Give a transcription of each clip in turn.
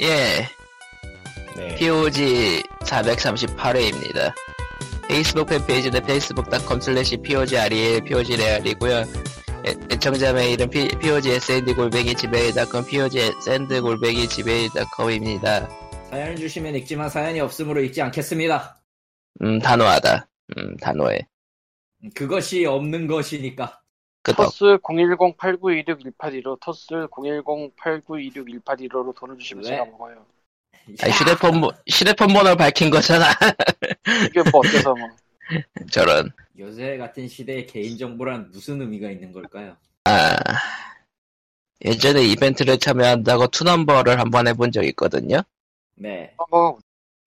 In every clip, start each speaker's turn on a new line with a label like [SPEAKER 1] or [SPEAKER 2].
[SPEAKER 1] 예,
[SPEAKER 2] 네.
[SPEAKER 1] POG 438회입니다. 페이스북 팬페이지는 facebook.com slash POGREL, POGREAL이고요. 애청자 메일은 p, POGSND골뱅이지메일.com, POGSND골뱅이지메일.com입니다.
[SPEAKER 2] 사연을 주시면 읽지만 사연이 없으므로 읽지 않겠습니다.
[SPEAKER 1] 음, 단호하다. 음, 단호해.
[SPEAKER 2] 음, 그것이 없는 것이니까.
[SPEAKER 1] 끄덕.
[SPEAKER 3] 토스 010-8926-1815 토스 010-8926-1815로 돈을 주시면
[SPEAKER 2] 왜?
[SPEAKER 3] 제가 먹어요
[SPEAKER 1] 아니, 휴대폰, 번- 휴대폰 번호를 밝힌 거잖아.
[SPEAKER 3] 이게 뭐 어때서 뭐
[SPEAKER 1] 저런.
[SPEAKER 2] 요새 같은 시대에 개인정보란 무슨 의미가 있는 걸까요?
[SPEAKER 1] 아, 예전에 이벤트를 참여한다고 투넘버를 한 번 해본 적 있거든요.
[SPEAKER 2] 네.
[SPEAKER 3] 뭐,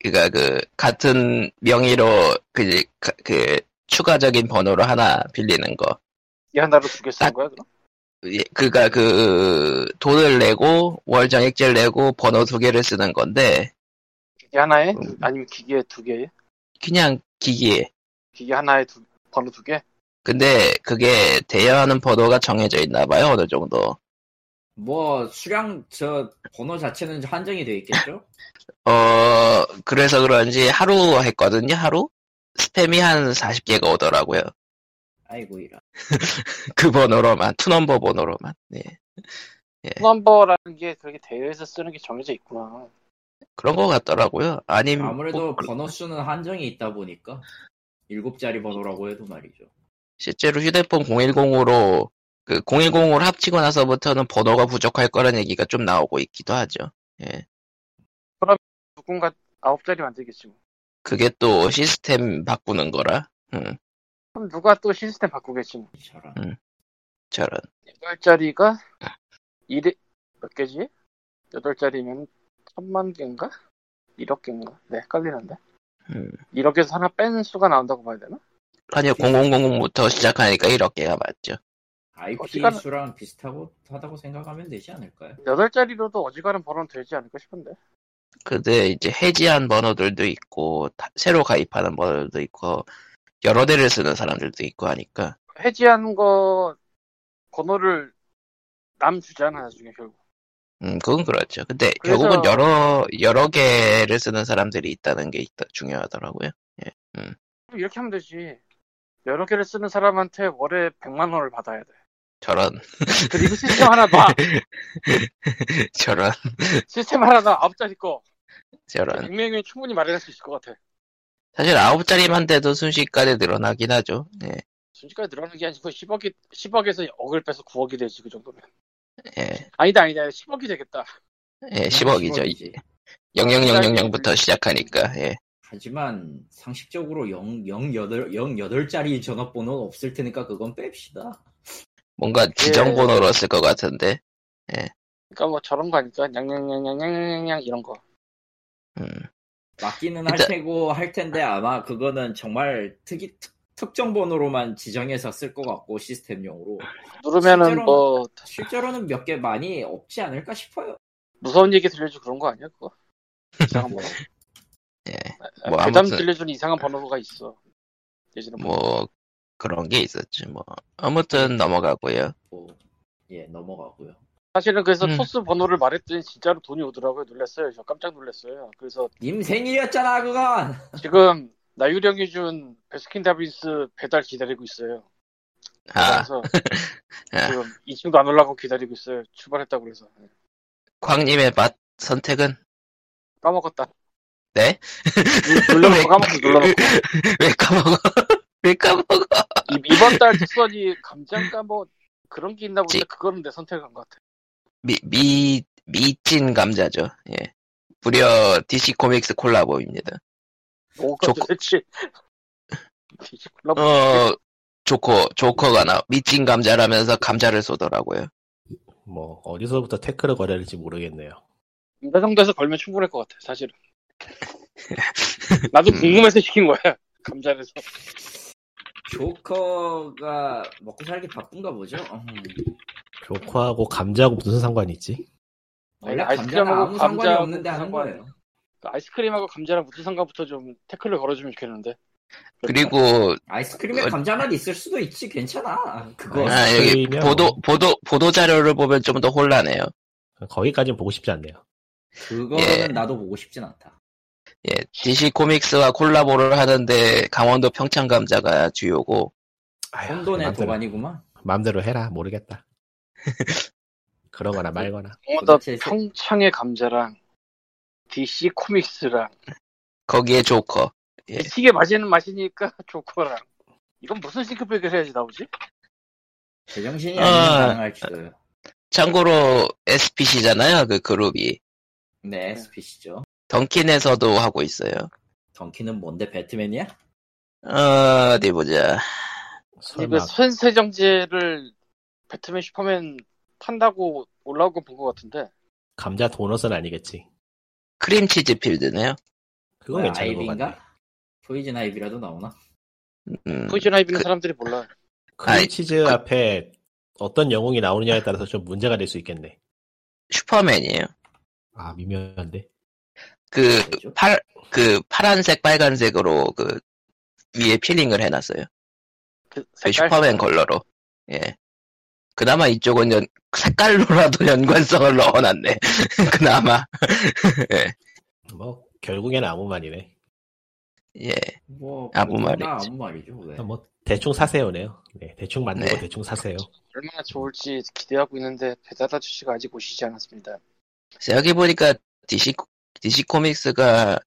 [SPEAKER 1] 그니까 그 같은 명의로 그, 가- 그 추가적인 번호로 하나 빌리는 거.
[SPEAKER 3] 이 하나로 두 개 쓰는
[SPEAKER 1] 딱-
[SPEAKER 3] 거야 그럼?
[SPEAKER 1] 예, 그니까 그 돈을 내고 월정 액제를 내고 번호 두 개를 쓰는 건데
[SPEAKER 3] 기계 하나에?
[SPEAKER 1] 음.
[SPEAKER 3] 아니면 기계 두 개에?
[SPEAKER 1] 그냥 기기에.
[SPEAKER 3] 기계 하나에 두, 번호 두 개?
[SPEAKER 1] 근데 그게 대여하는 번호가 정해져 있나 봐요 어느 정도.
[SPEAKER 2] 뭐 수량 저 번호 자체는 한정이 돼 있겠죠?
[SPEAKER 1] 어 그래서 그런지 하루 했거든요 하루 스팸이 한 40개가 오더라고요
[SPEAKER 2] 아이고 이런.
[SPEAKER 1] 그 번호로만 투넘버 번호로만. 예.
[SPEAKER 3] 넘버라는 게 그렇게 대회에서 쓰는 게 정해져 있구나
[SPEAKER 1] 그런 거 같더라고요. 아님
[SPEAKER 2] 아무래도
[SPEAKER 1] 뭐-
[SPEAKER 2] 번호 수는 한정이 있다 보니까 일곱 자리 번호라고 해도 말이죠.
[SPEAKER 1] 실제로 휴대폰 010으로 그 010을 합치고 나서부터는 번호가 부족할 거란 얘기가 좀 나오고 있기도 하죠. 예.
[SPEAKER 3] 누군가 아홉 자리 만들겠지 뭐
[SPEAKER 1] 그게 또 시스템 바꾸는 거라. 음,
[SPEAKER 3] 그럼 누가 또 시스템 바꾸겠지 뭐
[SPEAKER 2] 저런.
[SPEAKER 1] 저런.
[SPEAKER 3] 여덟 자리가 일에 몇 개지? 여덟 자리면 천만 개인가? 일억 개인가? 네 헷갈리는데
[SPEAKER 1] 음.
[SPEAKER 3] 일억에서 하나 뺀 수가 나온다고 봐야 되나?
[SPEAKER 1] 아니요, 0000부터 시작하니까 1억개가 맞죠.
[SPEAKER 2] IP
[SPEAKER 3] 어지간한-
[SPEAKER 2] 수랑 비슷하고 하다고 생각하면 되지 않을까요?
[SPEAKER 3] 여덟 자리로도 어지간한 번호는 되지 않을까 싶은데
[SPEAKER 1] 근데 이제 해지한 번호들도 있고, 다- 새로 가입하는 번호들도 있고, 여러 대를 쓰는 사람들도 있고 하니까.
[SPEAKER 3] 해지한 거 번호를 남 주잖아 나중에 결국
[SPEAKER 1] 음, 그건 그렇죠. 근데
[SPEAKER 3] 그래서-
[SPEAKER 1] 결국은 여러, 여러 개를 쓰는 사람들이 있다는 게 있다, 중요하더라고요.
[SPEAKER 3] 그럼 이렇게 하면 되지 여러 개를 쓰는 사람한테 월에 100만 원을 받아야 돼
[SPEAKER 1] 저런,
[SPEAKER 3] 그리고 시스템 하나 놔
[SPEAKER 1] 저런,
[SPEAKER 3] 시스템 하나 놔 아홉 자리 거
[SPEAKER 1] 저런.
[SPEAKER 3] 100명이면 충분히 마련할 수 있을 것 같아
[SPEAKER 1] 사실 아홉 자리만 돼도 순식간에 늘어나긴 하죠. 예,
[SPEAKER 3] 순식간에 늘어나는 게 아니고 10억이 10억에서 억을 빼서 9억이 되지 그 정도면
[SPEAKER 1] 예,
[SPEAKER 3] 아니다 아니다 10억이 되겠다 아,
[SPEAKER 1] 예, 10억이죠.
[SPEAKER 2] 10억이지.
[SPEAKER 1] 0000부터 시작하니까, 예.
[SPEAKER 2] 하지만 상식적으로 0, 0, 8, 0, 8자리 전화번호는 없을 테니까 그건 뺍시다.
[SPEAKER 1] 뭔가
[SPEAKER 3] 예.
[SPEAKER 1] 지정번호로 쓸 것 같은데,
[SPEAKER 3] 그러니까 뭐 저런 거 아닐까 냥냥냥냥냥냥냥 이런 거
[SPEAKER 1] 음,
[SPEAKER 2] 맞기는 할
[SPEAKER 1] 일단-
[SPEAKER 2] 테고 할 텐데 아마 그거는 정말 특이 특, 특정 번호로만 지정해서 쓸 것 같고 시스템용으로
[SPEAKER 3] 누르면은
[SPEAKER 2] 실제로는-
[SPEAKER 3] 뭐
[SPEAKER 2] 실제로는 몇 개 많이 없지 않을까 싶어요.
[SPEAKER 3] 무서운 얘기 들려주고 그런 거 아니야 그거? 이상한 번호
[SPEAKER 1] 예.
[SPEAKER 3] 아,
[SPEAKER 1] 뭐
[SPEAKER 3] 괴담
[SPEAKER 1] 아무튼-
[SPEAKER 3] 들려주는 이상한 번호가 있어 예전에 뭐
[SPEAKER 1] 뭐, 그런 게 있었지, 뭐.
[SPEAKER 3] 음.
[SPEAKER 1] 아무튼 넘어가고요.
[SPEAKER 2] 뭐, 예 넘어가고요.
[SPEAKER 3] 사실은 그래서
[SPEAKER 1] 음.
[SPEAKER 3] 토스 번호를 말했더니 진짜로 돈이 오더라고요 놀랐어요 저 깜짝 놀랐어요 그래서
[SPEAKER 2] 님 생일이었잖아 그건.
[SPEAKER 3] 지금 나유령이 준 베스킨다빈스 배달 기다리고 있어요
[SPEAKER 1] 아,
[SPEAKER 3] 그래서
[SPEAKER 1] 아.
[SPEAKER 3] 지금 2층도 안 올라가고 기다리고 있어요 출발했다고 그래서
[SPEAKER 1] 광님의 맛 선택은?
[SPEAKER 3] 까먹었다
[SPEAKER 1] 네?
[SPEAKER 3] 눌- 눌러놓고 까먹고 눌러놓고
[SPEAKER 1] 왜 까먹어? 왜 까먹어?
[SPEAKER 3] 이- 이번 달 특선이 감장 까먹 그런 게 있나 본데
[SPEAKER 1] 찌-
[SPEAKER 3] 그거는 내 선택한 것 같아
[SPEAKER 1] 미, 미, 미친 감자죠, 예. 무려 DC 코믹스 콜라보입니다. 조커-
[SPEAKER 3] 뭐가 도대체 뒤집어 놓고
[SPEAKER 1] 어, 조커, 조커가 나, 미친 감자라면서 감자를 쏘더라고요.
[SPEAKER 4] 뭐 어디서부터 태클을 걸어야 할지 모르겠네요.
[SPEAKER 3] 인사 그 정도에서 걸면 충분할 것 같아 사실은 나도 궁금해서 시킨 거야 감자에서
[SPEAKER 2] 조커가 먹고 살기 바쁜가 보죠. 음.
[SPEAKER 4] 조커하고 감자하고 무슨 상관이 있지?
[SPEAKER 2] 원래
[SPEAKER 3] 아니,
[SPEAKER 2] 감자는
[SPEAKER 3] 아이스크림하고
[SPEAKER 2] 아무 상관이
[SPEAKER 3] 감자하고
[SPEAKER 2] 없는데 하는
[SPEAKER 3] 상관-
[SPEAKER 2] 거예요.
[SPEAKER 3] 그 아이스크림하고 감자랑 무슨 상관부터 좀 태클을 걸어주면 좋겠는데
[SPEAKER 1] 그리고
[SPEAKER 2] 아이스크림에
[SPEAKER 1] 어-
[SPEAKER 2] 감자 맛 있을 수도 있지 괜찮아. 어, 그거
[SPEAKER 1] 아, 여기
[SPEAKER 4] 아이스크림이야,
[SPEAKER 1] 보도
[SPEAKER 4] 뭐.
[SPEAKER 1] 보도 보도 자료를 보면 좀 더 혼란해요.
[SPEAKER 4] 거기까지는 보고 싶지 않네요.
[SPEAKER 2] 그거는
[SPEAKER 1] 예.
[SPEAKER 2] 나도 보고 싶진 않다.
[SPEAKER 1] 예, DC 코믹스와 콜라보를 하는데 강원도 평창 감자가 주요고
[SPEAKER 4] 아휴,
[SPEAKER 2] 혼돈의
[SPEAKER 4] 마음대로-
[SPEAKER 2] 도반이구만.
[SPEAKER 4] 마음대로 해라 모르겠다 그러거나 말거나
[SPEAKER 3] 공원도
[SPEAKER 2] 도대체 세-
[SPEAKER 3] 평창의 감자랑 DC 코믹스랑
[SPEAKER 1] 거기에 조커. 예.
[SPEAKER 3] 미치게 맛있는 맛이니까 조커랑 이건 무슨 싱크백을 해야지 나오지?
[SPEAKER 2] 제정신이
[SPEAKER 1] 아.
[SPEAKER 2] 아니면 가능할지도요. 네,
[SPEAKER 1] 참고로 SPC잖아요 그 그룹이
[SPEAKER 2] 네, SPC죠.
[SPEAKER 1] 던킨에서도 하고 있어요.
[SPEAKER 2] 던키는 뭔데 배트맨이야?
[SPEAKER 1] 어, 어디 보자.
[SPEAKER 4] 설마
[SPEAKER 3] 이거 선세정제를 배트맨 슈퍼맨 판다고 올라온 거본것 같은데
[SPEAKER 4] 감자 도넛은 아니겠지
[SPEAKER 1] 크림치즈 필드네요.
[SPEAKER 4] 그건
[SPEAKER 2] 뭐야,
[SPEAKER 4] 괜찮은 것 같아
[SPEAKER 2] 아이비인가? 포이즌 아이비라도 나오나?
[SPEAKER 1] 음,
[SPEAKER 3] 포지션 아이비는
[SPEAKER 1] 그-
[SPEAKER 3] 사람들이 몰라
[SPEAKER 4] 크림치즈 앞에 어떤 영웅이 나오느냐에 따라서 좀 문제가 될 수 있겠네
[SPEAKER 1] 슈퍼맨이에요.
[SPEAKER 4] 아 미묘한데
[SPEAKER 1] 그
[SPEAKER 2] 뭐죠?
[SPEAKER 1] 팔, 그 파란색 빨간색으로 그 위에 필링을 해놨어요.
[SPEAKER 3] 그
[SPEAKER 1] 그
[SPEAKER 3] 색깔
[SPEAKER 1] 슈퍼맨 컬러로. 예. 그나마 이쪽은 연, 색깔로라도 연관성을 넣어놨네. 그나마.
[SPEAKER 4] 뭐 결국엔 아무 말이네
[SPEAKER 1] 예.
[SPEAKER 2] 뭐
[SPEAKER 1] 아무
[SPEAKER 2] 보통
[SPEAKER 1] 말이지.
[SPEAKER 2] 다 아무 말이죠. 왜?
[SPEAKER 4] 뭐 대충 사세요네요 네, 대충 만들고
[SPEAKER 1] 네.
[SPEAKER 4] 대충 사세요
[SPEAKER 3] 얼마나 좋을지 기대하고 있는데 배달 아저씨가 아직 오시지 않았습니다
[SPEAKER 1] 생각해보니까 DC, DC 코믹스가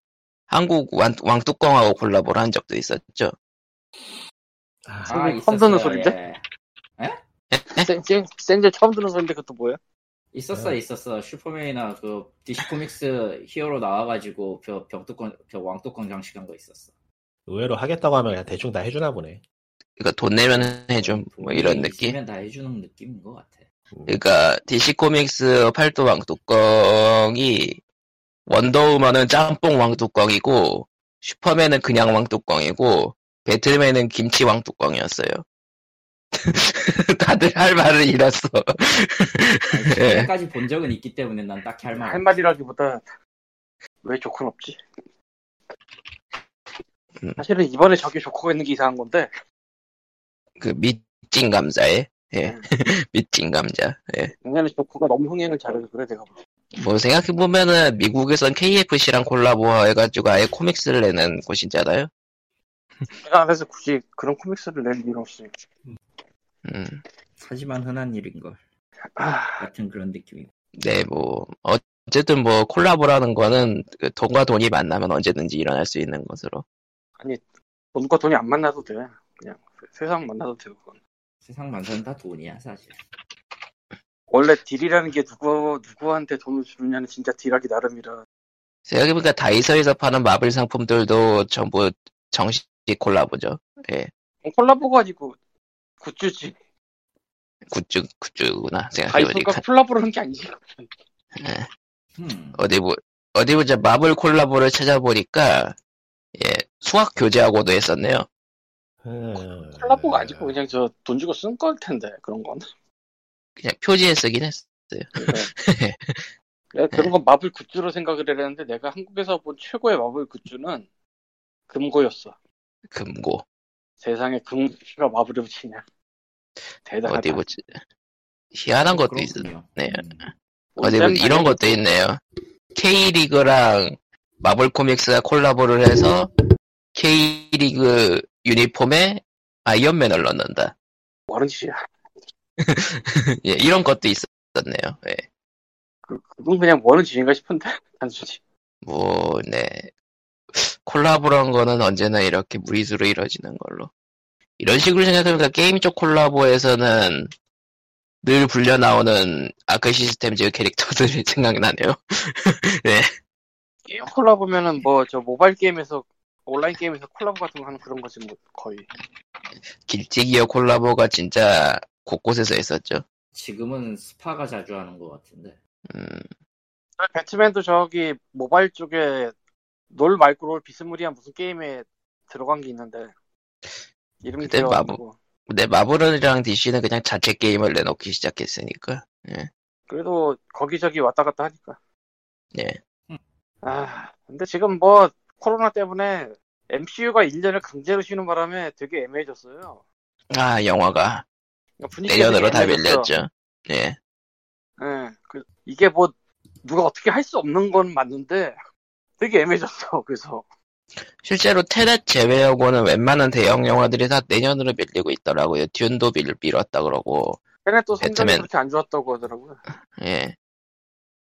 [SPEAKER 1] 한국 왕, 왕뚜껑하고 콜라보를 한 적도 있었죠.
[SPEAKER 4] 아,
[SPEAKER 3] 아,
[SPEAKER 2] 있었어요.
[SPEAKER 3] 처음 듣는 소린데?
[SPEAKER 2] 예.
[SPEAKER 3] 센- 센제 처음 들은 소리인데 그것도 뭐야?
[SPEAKER 2] 있었어
[SPEAKER 4] 네.
[SPEAKER 2] 있었어 슈퍼맨이나 그 DC 코믹스 히어로 나와가지고 벼, 병뚜껑 벼 왕뚜껑 장식한 거 있었어
[SPEAKER 4] 의외로 하겠다고 하면 그냥 대충 다 해주나 보네
[SPEAKER 1] 그러니까 돈 내면 해줌 뭐 이런
[SPEAKER 3] 네,
[SPEAKER 2] 돈이
[SPEAKER 1] 느낌.
[SPEAKER 2] 있으면 다 해주는 느낌인 것 같아
[SPEAKER 4] 음.
[SPEAKER 1] 그러니까 DC 코믹스 팔도 왕뚜껑이 원더우먼은 짬뽕 왕뚜껑이고 슈퍼맨은 그냥 왕뚜껑이고 배트맨은 김치 왕뚜껑이었어요. 다들 할 말을 잃었어.
[SPEAKER 2] 아니,
[SPEAKER 1] 예.
[SPEAKER 2] 지금까지 본 적은 있기 때문에 난 딱히 할
[SPEAKER 3] 할
[SPEAKER 2] 말은
[SPEAKER 3] 말이라기보다 왜 조커는 없지?
[SPEAKER 1] 음.
[SPEAKER 3] 사실은 이번에 저기 조커가 있는 게 이상한 건데
[SPEAKER 1] 그 밑진 감자에 예. 밑진 감자. 예.
[SPEAKER 3] 작년에 조커가 너무 흥행을 잘해서 그래 내가 보기
[SPEAKER 1] 뭐 생각해 보면은 미국에선 KFC랑 콜라보 해가지고 아예 코믹스를 내는 곳이잖아요.
[SPEAKER 3] 내가 안에서 굳이 그런 코믹스를 낼 일은 없으니까
[SPEAKER 1] 음.
[SPEAKER 2] 하지만 흔한 일인걸
[SPEAKER 3] 아,
[SPEAKER 2] 같은 그런 느낌이고
[SPEAKER 1] 네, 뭐 어쨌든 뭐 콜라보라는 거는 그 돈과 돈이 만나면 언제든지 일어날 수 있는 것으로.
[SPEAKER 3] 돈과 돈이 안 만나도 돼 그냥 세- 세상 만나도 되고 그건
[SPEAKER 2] 세상 만사는 다 돈이야 사실
[SPEAKER 3] 원래 딜이라는 게 누구, 누구한테 돈을 주느냐는 진짜 딜하기 나름이라
[SPEAKER 1] 생각해보니까 다이소에서 파는 마블 상품들도 전부 정식 콜라보죠. 예,
[SPEAKER 3] 뭐 콜라보가 아니고 굿즈지
[SPEAKER 1] 굿즈 굿즈구나 생각해보니까
[SPEAKER 3] 다이소가 콜라보를 한 게 아니지
[SPEAKER 2] 음.
[SPEAKER 1] 어디 보 어디 보자 마블 콜라보를 찾아보니까 예 수학 교재하고도 했었네요.
[SPEAKER 4] 음.
[SPEAKER 3] 콜라보가 아니고 그냥 저 돈 주고 쓴 걸 텐데 그런 건
[SPEAKER 1] 그냥 표지에 쓰긴 했어.
[SPEAKER 3] 네. 내가 그런 건 마블 굿즈로 생각을 했는데 내가 한국에서 본 최고의 마블 굿즈는 금고였어.
[SPEAKER 1] 금고
[SPEAKER 3] 세상에 금고가 마블을 붙이냐. 대단하다.
[SPEAKER 1] 어디 뭐, 보자 희한한 것도 있어.
[SPEAKER 2] 그렇군요.
[SPEAKER 1] 네.
[SPEAKER 2] 음.
[SPEAKER 1] 어디 뭐 이런 것도 있네요. K리그랑 마블 코믹스가 콜라보를 해서 K리그 유니폼에 아이언맨을 넣는다.
[SPEAKER 3] 뭐는 짓이야.
[SPEAKER 1] 예, 이런 것도 있었네요. 예.
[SPEAKER 3] 그, 그건 그냥 뭐는 짓인가 싶은데 단순히.
[SPEAKER 1] 뭐, 네. 콜라보란 거는 언제나 이렇게 무리수로 이루어지는 걸로. 이런 식으로 생각해보니까 게임 쪽 콜라보에서는 늘 불려 나오는 아크 시스템즈의 캐릭터들이 생각나네요.
[SPEAKER 3] 게임 콜라보면은 뭐 저 모바일 게임에서 온라인 게임에서 콜라보 같은 거 하는 그런 거지 뭐 거의.
[SPEAKER 1] 길티기어 콜라보가 진짜 곳곳에서 있었죠.
[SPEAKER 2] 지금은 스파가 자주 하는 것 같은데
[SPEAKER 1] 음,
[SPEAKER 3] 배트맨도 저기 모바일 쪽에 놀 말고 롤 비스무리한 무슨 게임에 들어간 게 있는데 이름이
[SPEAKER 1] 그때 마블-
[SPEAKER 3] 기억나고.
[SPEAKER 1] 근데 마블이랑 DC는 그냥 자체 게임을 내놓기 시작했으니까.
[SPEAKER 3] 그래도 거기저기 왔다 갔다 하니까.
[SPEAKER 1] 예.
[SPEAKER 3] 아, 근데 지금 뭐 코로나 때문에 MCU가 1년을 강제로 쉬는 바람에 되게 애매해졌어요.
[SPEAKER 1] 아, 영화가
[SPEAKER 3] 그러니까 분위기가
[SPEAKER 1] 내년으로
[SPEAKER 3] 되게
[SPEAKER 1] 다
[SPEAKER 3] 애매해졌어.
[SPEAKER 1] 밀렸죠. 예.
[SPEAKER 3] 예. 그- 이게 뭐 누가 어떻게 할 수 없는 건 맞는데 되게 애매졌어. 그래서
[SPEAKER 1] 실제로 테넷 제외하고는 웬만한 대형 영화들이 다 내년으로 밀리고 있더라고요. 듄도 밀, 밀었다 그러고,
[SPEAKER 3] 걔네 또 성적이
[SPEAKER 1] 배트맨.
[SPEAKER 3] 그렇게 안 좋았다고 하더라고요.
[SPEAKER 1] 예.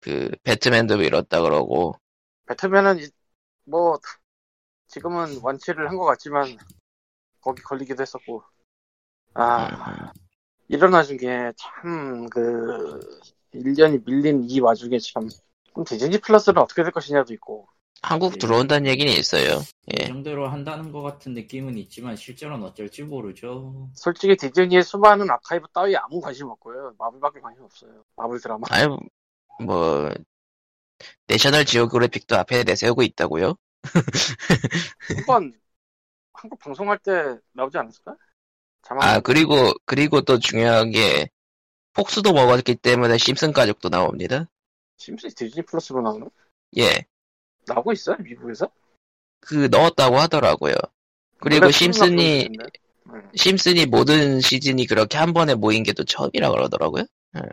[SPEAKER 1] 그, 배트맨도 밀었다 그러고,
[SPEAKER 3] 배트맨은 이- 뭐 지금은 완치를 한 것 같지만 거기 걸리기도 했었고 아
[SPEAKER 1] 음,
[SPEAKER 3] 이런 와중에 참그 1년이 밀린 이 와중에 참 그럼 디즈니 플러스는 어떻게 될 것이냐도 있고
[SPEAKER 1] 한국 들어온다는 얘기는 있어요.
[SPEAKER 2] 이
[SPEAKER 1] 예.
[SPEAKER 2] 그 정도로 한다는 것 같은 느낌은 있지만 실제로는 어쩔지 모르죠.
[SPEAKER 3] 솔직히 디즈니의 수많은 아카이브 따위 아무 관심 없고요 마블밖에 관심 없어요 마블 드라마
[SPEAKER 1] 아유, 뭐, 내셔널 지오그래픽도 앞에 내세우고 있다고요?
[SPEAKER 3] 한번 한국 방송할 때 나오지 않았을까? 자막
[SPEAKER 1] 아, 그리고, 그리고 또 중요한 게, 폭스도 먹었기 때문에 심슨 가족도 나옵니다.
[SPEAKER 3] 심슨 디즈니 플러스로 나오는
[SPEAKER 1] 예. 나오고
[SPEAKER 3] 있어요 미국에서?
[SPEAKER 1] 그, 넣었다고 하더라고요. 그리고
[SPEAKER 3] 원래
[SPEAKER 1] 심슨이,
[SPEAKER 3] 플러스로 있는데. 네. 응.
[SPEAKER 1] 심슨이 모든 시즌이 그렇게 한 번에 모인 게 또 처음이라 그러더라고요.
[SPEAKER 3] 아니,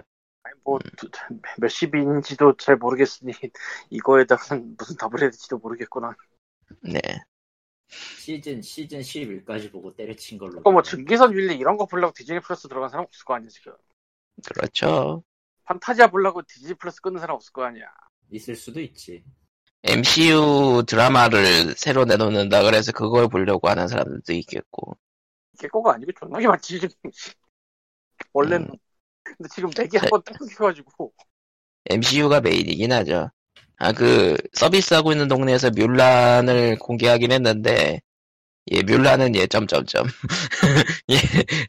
[SPEAKER 3] 뭐 두- 몇십인지도 잘 모르겠으니 이거에다가는 무슨 답을 해야 될지도 모르겠구나.
[SPEAKER 1] 네.
[SPEAKER 2] 시즌 시즌 11까지 보고 때려친 걸로.
[SPEAKER 3] 어, 그뭐 증기선 윤리 이런 거 보려고 디즈니 플러스 들어간 사람 없을 거 아니야 지금.
[SPEAKER 1] 그렇죠.
[SPEAKER 3] 판타지아 보려고 디즈니 플러스 끊는 사람 없을 거 아니야.
[SPEAKER 2] 있을 수도 있지.
[SPEAKER 1] MCU 드라마를 새로 내놓는다 그래서 그걸 보려고 하는 사람들도 있겠고.
[SPEAKER 3] 이게 거가 아니고 존나게 많지 지금.
[SPEAKER 1] 음.
[SPEAKER 3] 원래는. 근데 지금 내기 한번 딱 끊겨가지고
[SPEAKER 1] MCU가 메인이긴 하죠. 아, 그, 서비스하고 있는 동네에서 뮬란을 공개하긴 했는데, 예, 뮬란은 예, 점점점. 예,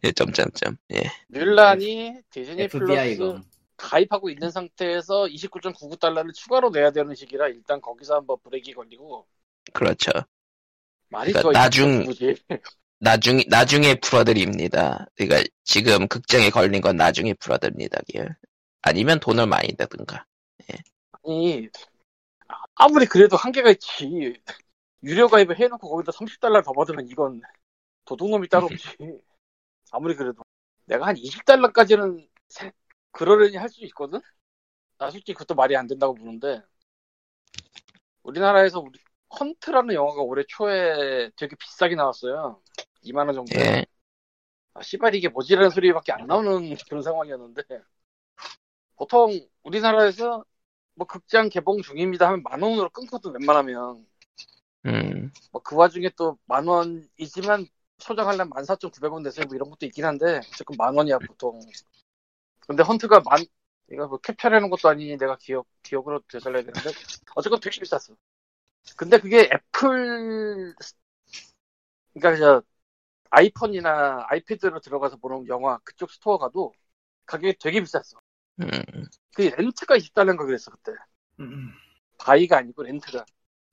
[SPEAKER 1] 예, 점점점. 예.
[SPEAKER 3] 뮬란이 디즈니
[SPEAKER 2] FBI
[SPEAKER 3] 네, 플러스
[SPEAKER 2] 건
[SPEAKER 3] 가입하고 있는 상태에서 29.99달러를 추가로 내야 되는 시기라 일단 거기서 한번 브레이크 걸리고
[SPEAKER 1] 그렇죠.
[SPEAKER 3] 말이
[SPEAKER 1] 그러니까
[SPEAKER 3] 또
[SPEAKER 1] 나중-
[SPEAKER 3] 뭐지?
[SPEAKER 1] 나중, 나중에 풀어드립니다. 그러니까 지금 극장에 걸린 건 나중에 풀어드립니다. 예. 아니면 돈을 많이 내든가.
[SPEAKER 3] 아니, 아무리 그래도 한계가 있지. 유료 가입을 해놓고 거기다 30달러 더 받으면 이건 도둑놈이 따로 없지. 아무리 그래도. 내가 한 20달러까지는 그러려니 할 수 있거든? 나 솔직히 그것도 말이 안 된다고 보는데. 우리나라에서 우리 헌트라는 영화가 올해 초에 되게 비싸게 나왔어요. 2만원 정도에.
[SPEAKER 1] 예.
[SPEAKER 3] 아, 씨발 이게 뭐지라는 소리밖에 안 나오는 그런 상황이었는데 보통 우리나라에서 뭐 극장 개봉 중입니다 하면 만 원으로 끊거든 웬만하면
[SPEAKER 1] 음,
[SPEAKER 3] 뭐 그 와중에 또 만 원이지만 소장하려면 14,900원 내세요 뭐 이런 것도 있긴 한데 조금 만 원이야 보통 근데 헌트가 만 이거 뭐 캡처하는 것도 아니니 내가 기억 기억으로 되살려야 되는데 어쨌건 되게 비쌌어 근데 그게 애플 그러니까 저 아이폰이나 아이패드로 들어가서 보는 영화 그쪽 스토어 가도 가격이 되게 비쌌어
[SPEAKER 1] 음.
[SPEAKER 3] 그 렌트가 20달러인가 그랬어 그때
[SPEAKER 2] 음,
[SPEAKER 3] 바이가 아니고 렌트가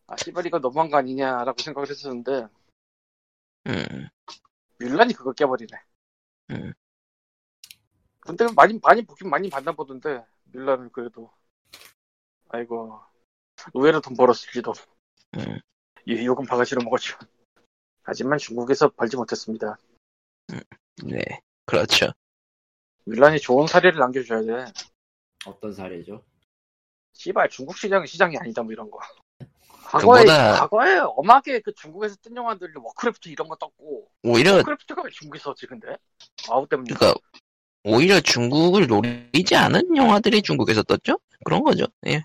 [SPEAKER 3] 아 씨발 이거 너무한 거 아니냐라고 생각을 했었는데
[SPEAKER 1] 음,
[SPEAKER 3] 뮬란이 그걸 깨버리네.
[SPEAKER 1] 음.
[SPEAKER 3] 근데 많이 많이 보긴 많이 봤나 보던데 뮬란은 그래도 아이고 의외로 돈 벌었을지도.
[SPEAKER 1] 음.
[SPEAKER 3] 예, 요금 바가지로 먹었죠. 하지만 중국에서 벌지 못했습니다.
[SPEAKER 1] 네, 그렇죠.
[SPEAKER 3] 뮬란이 좋은 사례를 남겨줘야 돼.
[SPEAKER 2] 어떤 사례죠?
[SPEAKER 3] 씨발 중국 시장이 시장이 아니다 뭐 이런 거. 과거에
[SPEAKER 1] 그거보다-
[SPEAKER 3] 과거에 엄하게 그 중국에서 뜬 영화들이 워크래프트 이런 거 떴고
[SPEAKER 1] 오히려,
[SPEAKER 3] 워크래프트가 왜 중국에서 왔지 근데 아웃 때문에
[SPEAKER 1] 그러니까, 오히려 중국을 노리지 않은 영화들이 중국에서 떴죠? 그런 거죠. 예.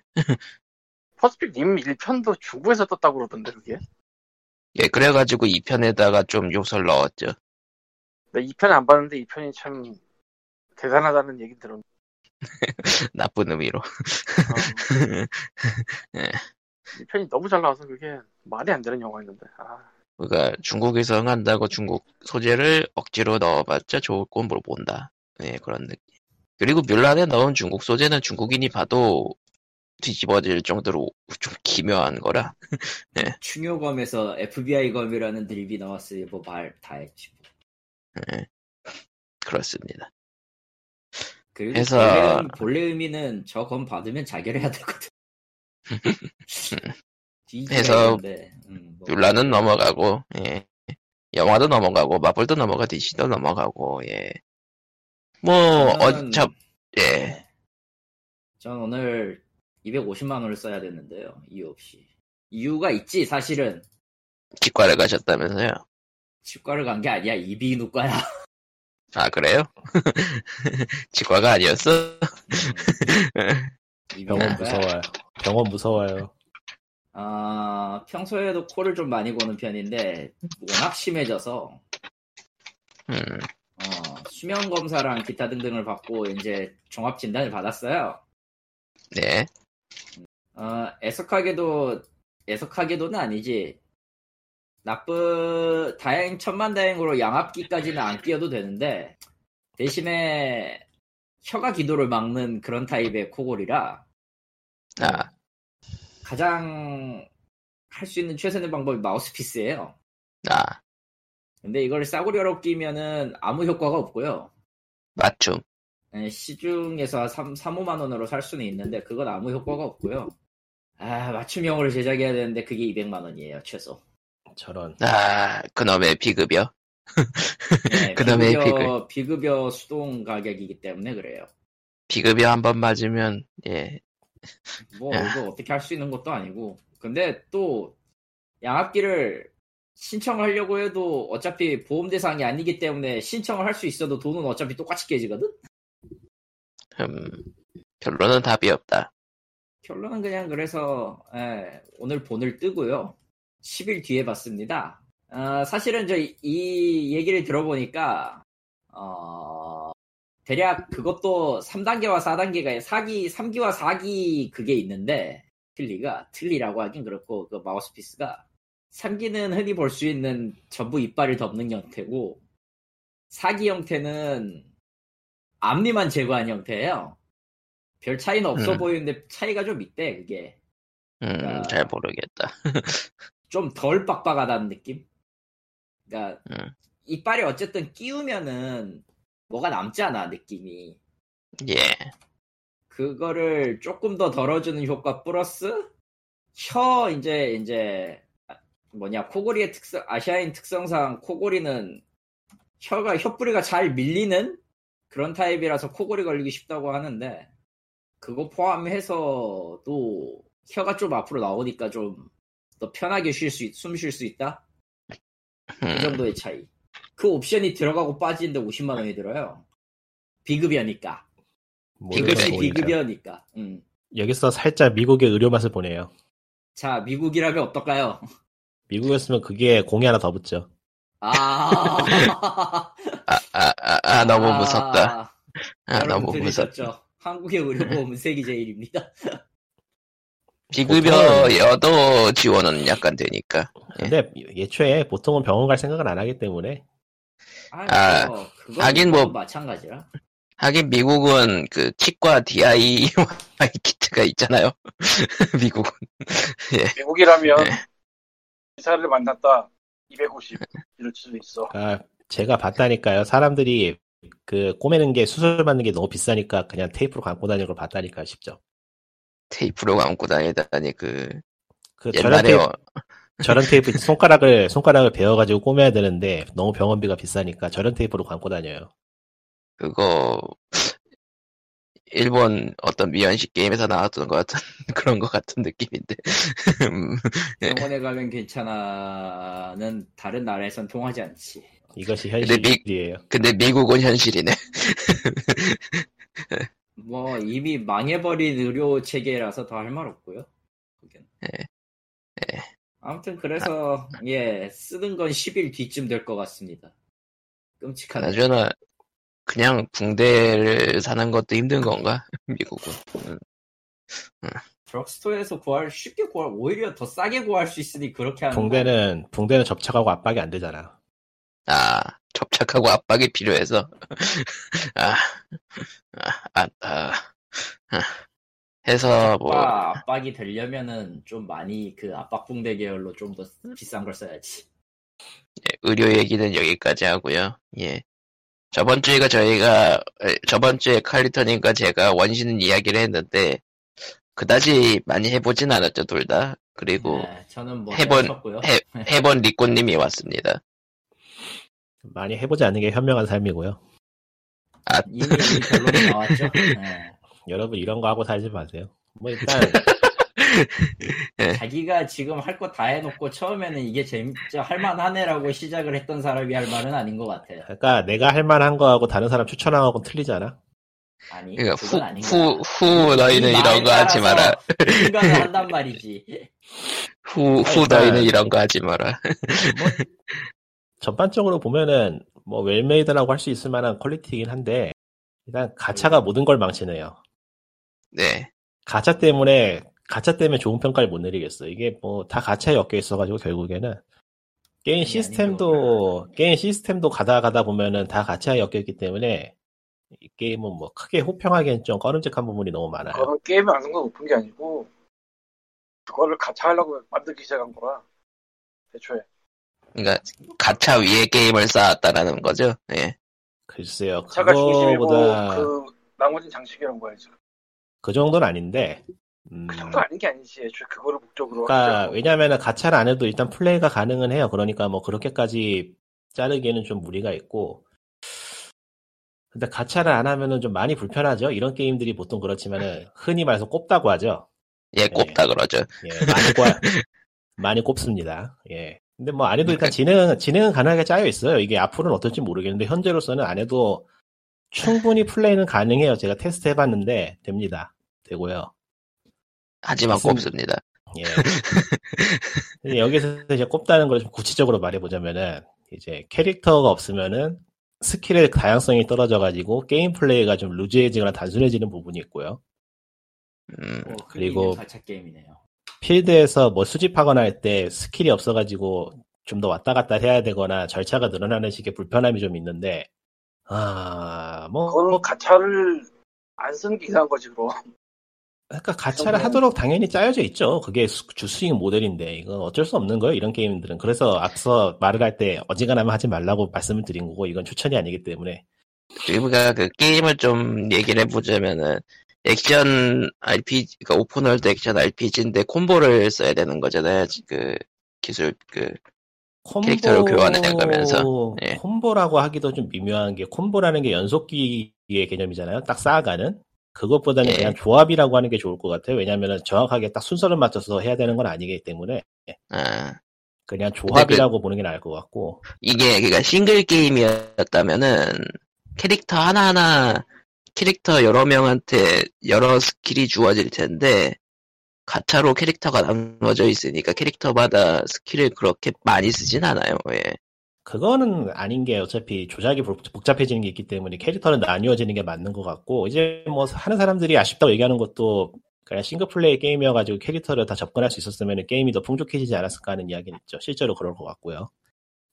[SPEAKER 3] 퍼스픽 님 1편도 중국에서 떴다고 그러던데 그게
[SPEAKER 1] 예, 그래가지고 2편에다가 좀 욕설 넣었죠.
[SPEAKER 3] 나 2편 안 봤는데 2편이 참 대단하다는 얘기 들었는데
[SPEAKER 1] 나쁜 의미로. 예.
[SPEAKER 3] 2편이 너무 잘 나와서 그게 말이 안 되는 영화였는데 아,
[SPEAKER 1] 그러니까 중국에서 흥한다고 중국 소재를 억지로 넣어봤자 좋을 건뭘 본다. 예, 그런 느낌. 그리고 뮬란에 넣은 중국 소재는 중국인이 봐도 뒤집어질 정도로 좀 기묘한 거라.
[SPEAKER 2] 충효검에서 FBI 검이라는 드립이 나왔으니 뭐말 다 했지.
[SPEAKER 1] 그렇습니다.
[SPEAKER 2] 그리고
[SPEAKER 1] 그래서-
[SPEAKER 2] 자결은 본래 의미는 저 검 받으면 자결해야 되거든. 뒤지게
[SPEAKER 1] 그래서
[SPEAKER 2] 되는데, 음, 뭐.
[SPEAKER 1] 뮬란은 넘어가고, 예. 영화도 넘어가고, 마블도 넘어가, DC도 넘어가고, 예. 뭐,
[SPEAKER 2] 저는-
[SPEAKER 1] 어차, 예.
[SPEAKER 2] 전 오늘 250만 원을 써야 되는데요. 이유 없이. 이유가 있지 사실은.
[SPEAKER 1] 치과를 가셨다면서요?
[SPEAKER 2] 치과를 간 게 아니야. 이비인후과야.
[SPEAKER 1] 아 그래요? 치과가 아니었어?
[SPEAKER 4] 예. 병원
[SPEAKER 2] 이비인후과야.
[SPEAKER 4] 아, 무서워요. 병원 무서워요.
[SPEAKER 2] 아, 평소에도 코를 좀 많이 고는 편인데 워낙 심해져서
[SPEAKER 1] 음,
[SPEAKER 2] 어, 수면 검사랑 기타 등등을 받고 이제 종합 진단을 받았어요.
[SPEAKER 1] 네.
[SPEAKER 2] 어, 애석하게도 애석하게도는 아니지. 나쁘 다행 천만 다행으로 양압기까지는 안 끼어도 되는데 대신에 혀가 기도를 막는 그런 타입의 코골이라
[SPEAKER 1] 아
[SPEAKER 2] 가장 할 수 있는 최선의 방법이 마우스피스예요.
[SPEAKER 1] 아,
[SPEAKER 2] 근데 이걸 싸구려로 끼면은 아무 효과가 없고요.
[SPEAKER 1] 맞춤.
[SPEAKER 2] 예, 시중에서 3, 3, 5만 원으로 살 수는 있는데 그건 아무 효과가 없고요. 아 맞춤형으로 제작해야 되는데 그게 200만 원이에요 최소.
[SPEAKER 4] 저런.
[SPEAKER 1] 아, 그놈의 비급여.
[SPEAKER 2] 네,
[SPEAKER 1] 그다음에
[SPEAKER 2] 비급여, 비급여 수동 가격이기 때문에 그래요.
[SPEAKER 1] 비급여 한 번 맞으면, 예.
[SPEAKER 2] 뭐
[SPEAKER 1] 야.
[SPEAKER 2] 이거 어떻게 할 수 있는 것도 아니고. 근데 또 양압기를 신청하려고 해도 어차피 보험 대상이 아니기 때문에 신청을 할 수 있어도 돈은 어차피 똑같이 깨지거든.
[SPEAKER 1] 음, 결론은 답이 없다.
[SPEAKER 2] 결론은 그냥 그래서 예, 오늘 본을 뜨고요. 10일 뒤에 봤습니다. 어, 사실은 저 이 얘기를 들어보니까 어, 대략 그것도 3단계와 4단계가 사기 3기와 4기 그게 있는데 틀리가 틀리라고 하긴 그렇고 그 마우스피스가 3기는 흔히 볼 수 있는 전부 이빨을 덮는 형태고 4기 형태는 앞니만 제거한 형태예요. 별 차이는 없어
[SPEAKER 1] 음.
[SPEAKER 2] 보이는데 차이가 좀 있대 그게.
[SPEAKER 1] 음, 잘 모르겠다.
[SPEAKER 2] 좀 덜 빡빡하다는 느낌? 그러니까
[SPEAKER 1] 음.
[SPEAKER 2] 이빨이 어쨌든 끼우면은 뭐가 남잖아 느낌이
[SPEAKER 1] 예.
[SPEAKER 2] 그거를 조금 더 덜어주는 효과 플러스 혀 이제 이제 아, 뭐냐 코골이의 특성 아시아인 특성상 코골이는 혀가 혀뿌리가 잘 밀리는 그런 타입이라서 코골이 걸리기 쉽다고 하는데 그거 포함해서도 혀가 좀 앞으로 나오니까 좀 더 편하게 쉴 수, 숨 쉴 수 있다 그
[SPEAKER 1] 음,
[SPEAKER 2] 정도의 차이 그 옵션이 들어가고 빠지는데 50만 원이 들어요 비급여니까 네,
[SPEAKER 4] 모든 걸
[SPEAKER 2] 비급이
[SPEAKER 1] 비급여,
[SPEAKER 4] 보이니까.
[SPEAKER 2] 비급여니까 음.
[SPEAKER 4] 여기서 살짝 미국의 의료 맛을 보네요.
[SPEAKER 2] 자, 미국이라면 어떨까요?
[SPEAKER 4] 미국이었으면 그게 공이 하나 더 붙죠.
[SPEAKER 2] 아,
[SPEAKER 1] 아, 아, 아, 너무 무섭다. 아,
[SPEAKER 2] 여러분
[SPEAKER 1] 너무 무섭다.
[SPEAKER 2] 들으셨죠? 한국의 의료보험은 세계 제일입니다.
[SPEAKER 1] 비급여여도 지원은 약간 되니까.
[SPEAKER 4] 근데 예초에 보통은 병원 갈 생각은 안 하기 때문에
[SPEAKER 1] 아,
[SPEAKER 2] 그거
[SPEAKER 1] 하긴 뭐-
[SPEAKER 2] 마찬가지라.
[SPEAKER 1] 하긴 미국은 그 치과 DIY 키트가 있잖아요. 미국은.
[SPEAKER 3] 미국이라면 기사를 만났다 250 이럴 수도 있어.
[SPEAKER 4] 아, 제가 봤다니까요. 사람들이 그 꼬매는 게 수술 받는 게 너무 비싸니까 그냥 테이프로 감고 다니는 걸 봤다니까 싶죠.
[SPEAKER 1] 테이프로 감고 다니다니 그
[SPEAKER 4] 그 저런
[SPEAKER 1] 옛날에
[SPEAKER 4] 테이프,
[SPEAKER 1] 어,
[SPEAKER 4] 저런 테이프 손가락을 손가락을 베어가지고 꼬매야 되는데 너무 병원비가 비싸니까 저런 테이프로 감고 다녀요.
[SPEAKER 1] 그거 일본 어떤 미연식 게임에서 나왔던 것 같은 그런 것 같은 느낌인데 음, 네.
[SPEAKER 2] 병원에 가면 괜찮아는 다른 나라에선 통하지 않지.
[SPEAKER 4] 이것이
[SPEAKER 1] 근데 미-
[SPEAKER 4] 현실이에요.
[SPEAKER 1] 근데 미국은 현실이네
[SPEAKER 2] 뭐 이미 망해버린 의료 체계라서 더 할 말 없고요. 그건.
[SPEAKER 1] 예. 예.
[SPEAKER 2] 아무튼 그래서 예 쓰는 건 10일 뒤쯤 될 것 같습니다. 끔찍하네.
[SPEAKER 1] 그나저나 그냥 붕대를 사는 것도 힘든 건가 미국은
[SPEAKER 2] 드럭스토어에서 구할 쉽게 구할 오히려 더 싸게 구할 수 있으니 그렇게 하는 거.
[SPEAKER 4] 붕대는 붕대는 접착하고 압박이 안 되잖아.
[SPEAKER 1] 아 접착하고 압박이 필요해서 아, 아, 아, 아. 해서 뭐
[SPEAKER 2] 압박, 압박이 되려면은 좀 많이 그 압박 붕대 계열로 좀 더 비싼 걸 써야지.
[SPEAKER 1] 예, 의료 얘기는 여기까지 하고요. 예. 저번 주에가 저희가 에, 저번 주에 칼리터님과 제가 원신 이야기를 했는데 그다지 많이 해보진 않았죠 둘 다. 그리고
[SPEAKER 2] 네, 저는 뭐
[SPEAKER 1] 해본-
[SPEAKER 2] 쳤고요.
[SPEAKER 1] 해- 해본 리꼬님이 왔습니다.
[SPEAKER 4] 많이 해보지 않는 게 현명한 삶이고요.
[SPEAKER 2] 이미 결론이 나왔죠. 네.
[SPEAKER 4] 여러분 이런 거 하고 살지 마세요. 뭐 일단
[SPEAKER 2] 자기가 지금 할 거 다 해놓고 처음에는 이게 재밌죠 할만하네라고 시작을 했던 사람이 할 말은 아닌 것 같아.
[SPEAKER 4] 그러니까 내가 할 만한 거하고 다른 사람 추천한 거하고 틀리잖아.
[SPEAKER 2] 아니
[SPEAKER 1] 그러니까
[SPEAKER 2] 그건
[SPEAKER 1] 후,
[SPEAKER 2] 아닌
[SPEAKER 1] 후, 후 너희는 이런 거 하지 마라.
[SPEAKER 2] 인간을 한단 말이지.
[SPEAKER 1] 후, 후
[SPEAKER 4] 일단-
[SPEAKER 1] 너희는 이런 거 하지 마라.
[SPEAKER 4] 뭐 전반적으로 보면은 뭐 웰메이드라고 할 수 있을 만한 퀄리티이긴 한데 일단 가차가 모든 걸 망치네요.
[SPEAKER 1] 네.
[SPEAKER 4] 가차 때문에 가차 때문에 좋은 평가를 못 내리겠어. 이게 뭐 다 가차에 엮여 있어가지고 결국에는 게임
[SPEAKER 2] 아니,
[SPEAKER 4] 시스템도 게임 시스템도 가다 가다 보면은 다 가차에 엮여 있기 때문에 이 게임은 뭐 크게 호평하기엔 좀 꺼름직한 부분이 너무 많아요.
[SPEAKER 3] 그거는 게임을 아는 건 높은 게 아니고 그거를 같이 하려고 만들기 시작한 거라 애초에
[SPEAKER 1] 그러니까 가차 위에 게임을 쌓았다라는 거죠. 예.
[SPEAKER 4] 글쎄요,
[SPEAKER 3] 차가 중심이고
[SPEAKER 4] 그거보다 그...
[SPEAKER 3] 그 나머지는 장식이란 거야죠.
[SPEAKER 4] 정도는 아닌데. 음,
[SPEAKER 3] 그 정도 아닌 게 아니지. 애초에 그거를 목적으로
[SPEAKER 4] 그러니까
[SPEAKER 3] 하죠.
[SPEAKER 4] 왜냐면은 가차를 안 해도 일단 플레이가 가능은 해요. 그러니까 뭐 그렇게까지 자르기에는 좀 무리가 있고. 근데 가차를 안 하면은 좀 많이 불편하죠. 이런 게임들이 보통 그렇지만은 흔히 말해서 꼽다고 하죠.
[SPEAKER 1] 예, 꼽다 그러죠.
[SPEAKER 4] 예, 많이 꼽 많이 꼽습니다. 예. 근데 뭐 안 해도 일단 진행 진행은 가능하게 짜여 있어요. 이게 앞으로는 어떨지 모르겠는데 현재로서는 안 해도 충분히 플레이는 가능해요. 제가 테스트 해봤는데 됩니다. 되고요.
[SPEAKER 1] 하지만
[SPEAKER 4] 무슨-
[SPEAKER 1] 꼽습니다.
[SPEAKER 4] 예. 근데 여기서 이제 꼽다는 걸 좀 구체적으로 말해보자면은, 이제 캐릭터가 없으면은 스킬의 다양성이 떨어져가지고 게임 플레이가 좀 루즈해지거나 단순해지는 부분이 있고요.
[SPEAKER 1] 음,
[SPEAKER 2] 뭐, 그게
[SPEAKER 4] 그리고-
[SPEAKER 2] 있는 가차 게임이네요.
[SPEAKER 4] 필드에서 뭐 수집하거나 할 때 스킬이 없어가지고 좀 더 왔다 갔다 해야 되거나 절차가 늘어나는 식의 불편함이 좀 있는데, 아, 뭐,
[SPEAKER 3] 그거는 가차를 안 쓰는 게 이상한 거지 그럼.
[SPEAKER 4] 그러니까 가차를 하도록 당연히 짜여져 있죠. 그게 수- 주스윙 모델인데 이건 어쩔 수 없는 거예요. 이런 게임들은. 그래서 앞서 말을 할 때 어지간하면 하지 말라고 말씀을 드린 거고 이건 추천이 아니기 때문에
[SPEAKER 1] 우리가 그 게임을 좀 얘기를 해보자면은 액션 RPG, 그러니까 오픈월드 액션 RPG인데 콤보를 써야 되는 거잖아요. 그 기술 그 캐릭터를 교환해 나가면서, 예.
[SPEAKER 4] 콤보라고 하기도 좀 미묘한 게 콤보라는 게 연속기의 개념이잖아요. 딱 쌓아가는 그것보다는
[SPEAKER 1] 예.
[SPEAKER 4] 그냥 조합이라고 하는 게 좋을 것 같아요. 왜냐하면 정확하게 딱 순서를 맞춰서 해야 되는 건 아니기 때문에
[SPEAKER 1] 아,
[SPEAKER 4] 그냥 조합이라고 보는 게 나을 것 같고
[SPEAKER 1] 이게 그러니까 싱글 게임이었다면은 캐릭터 하나하나 캐릭터 여러 명한테 여러 스킬이 주어질 텐데 가차로 캐릭터가 나눠져 있으니까 캐릭터마다 스킬을 그렇게 많이 쓰진 않아요. 예.
[SPEAKER 4] 그거는 아닌 게 어차피 조작이 복- 복잡해지는 게 있기 때문에 캐릭터는 나뉘어지는 게 맞는 것 같고 이제 뭐 하는 사람들이 아쉽다고 얘기하는 것도 그냥 싱글플레이 게임이어가지고 캐릭터를 다 접근할 수 있었으면 게임이 더 풍족해지지 않았을까 하는 이야기는 있죠. 실제로 그럴 것 같고요.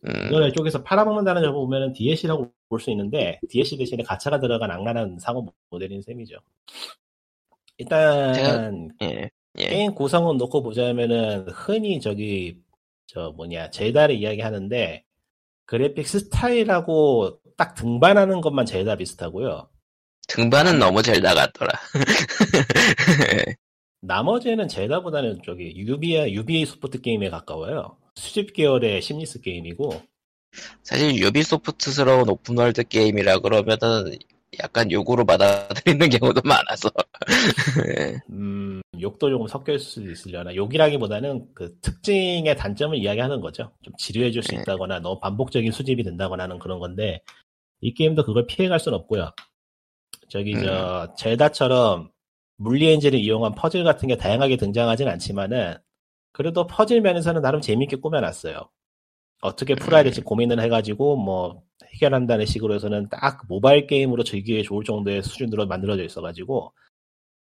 [SPEAKER 1] 음,
[SPEAKER 4] 이걸 쪽에서 팔아먹는다는 점을 보면은 DLC라고 볼 수 있는데 DLC 대신에 가차가 들어간 악랄한 상업 모델인 셈이죠. 일단
[SPEAKER 1] 제가- 예. 예.
[SPEAKER 4] 게임 구성은 놓고 보자면은 흔히 저기 저 뭐냐 제다를 이야기하는데 그래픽 스타일하고 딱 등반하는 것만 제다 비슷하고요.
[SPEAKER 1] 등반은 너무 잘 나갔더라.
[SPEAKER 4] 나머지는 제다보다는 저기 유비아 UBA 소프트 게임에 가까워요. 수집 계열의 심리스 게임이고
[SPEAKER 1] 사실 유비소프트스러운 오픈월드 게임이라 그러면은 약간 요구로 받아들이는 경우도 많아서
[SPEAKER 4] 음, 욕도 조금 섞여 있을 수도 있으려나 욕이라기보다는 그 특징의 단점을 이야기하는 거죠. 좀 지루해질 수
[SPEAKER 1] 네.
[SPEAKER 4] 있다거나 너무 반복적인 수집이 된다거나 하는 그런 건데 이 게임도 그걸 피해갈 수는 없고요. 저기 저 젤다처럼 물리 엔진을 이용한 퍼즐 같은 게 다양하게 등장하진 않지만은 그래도 퍼즐 면에서는 나름 재밌게 꾸며놨어요. 어떻게 풀어야 될지 고민을 해가지고 뭐 해결한다는 식으로 해서는 딱 모바일 게임으로 즐기기에 좋을 정도의 수준으로 만들어져 있어가지고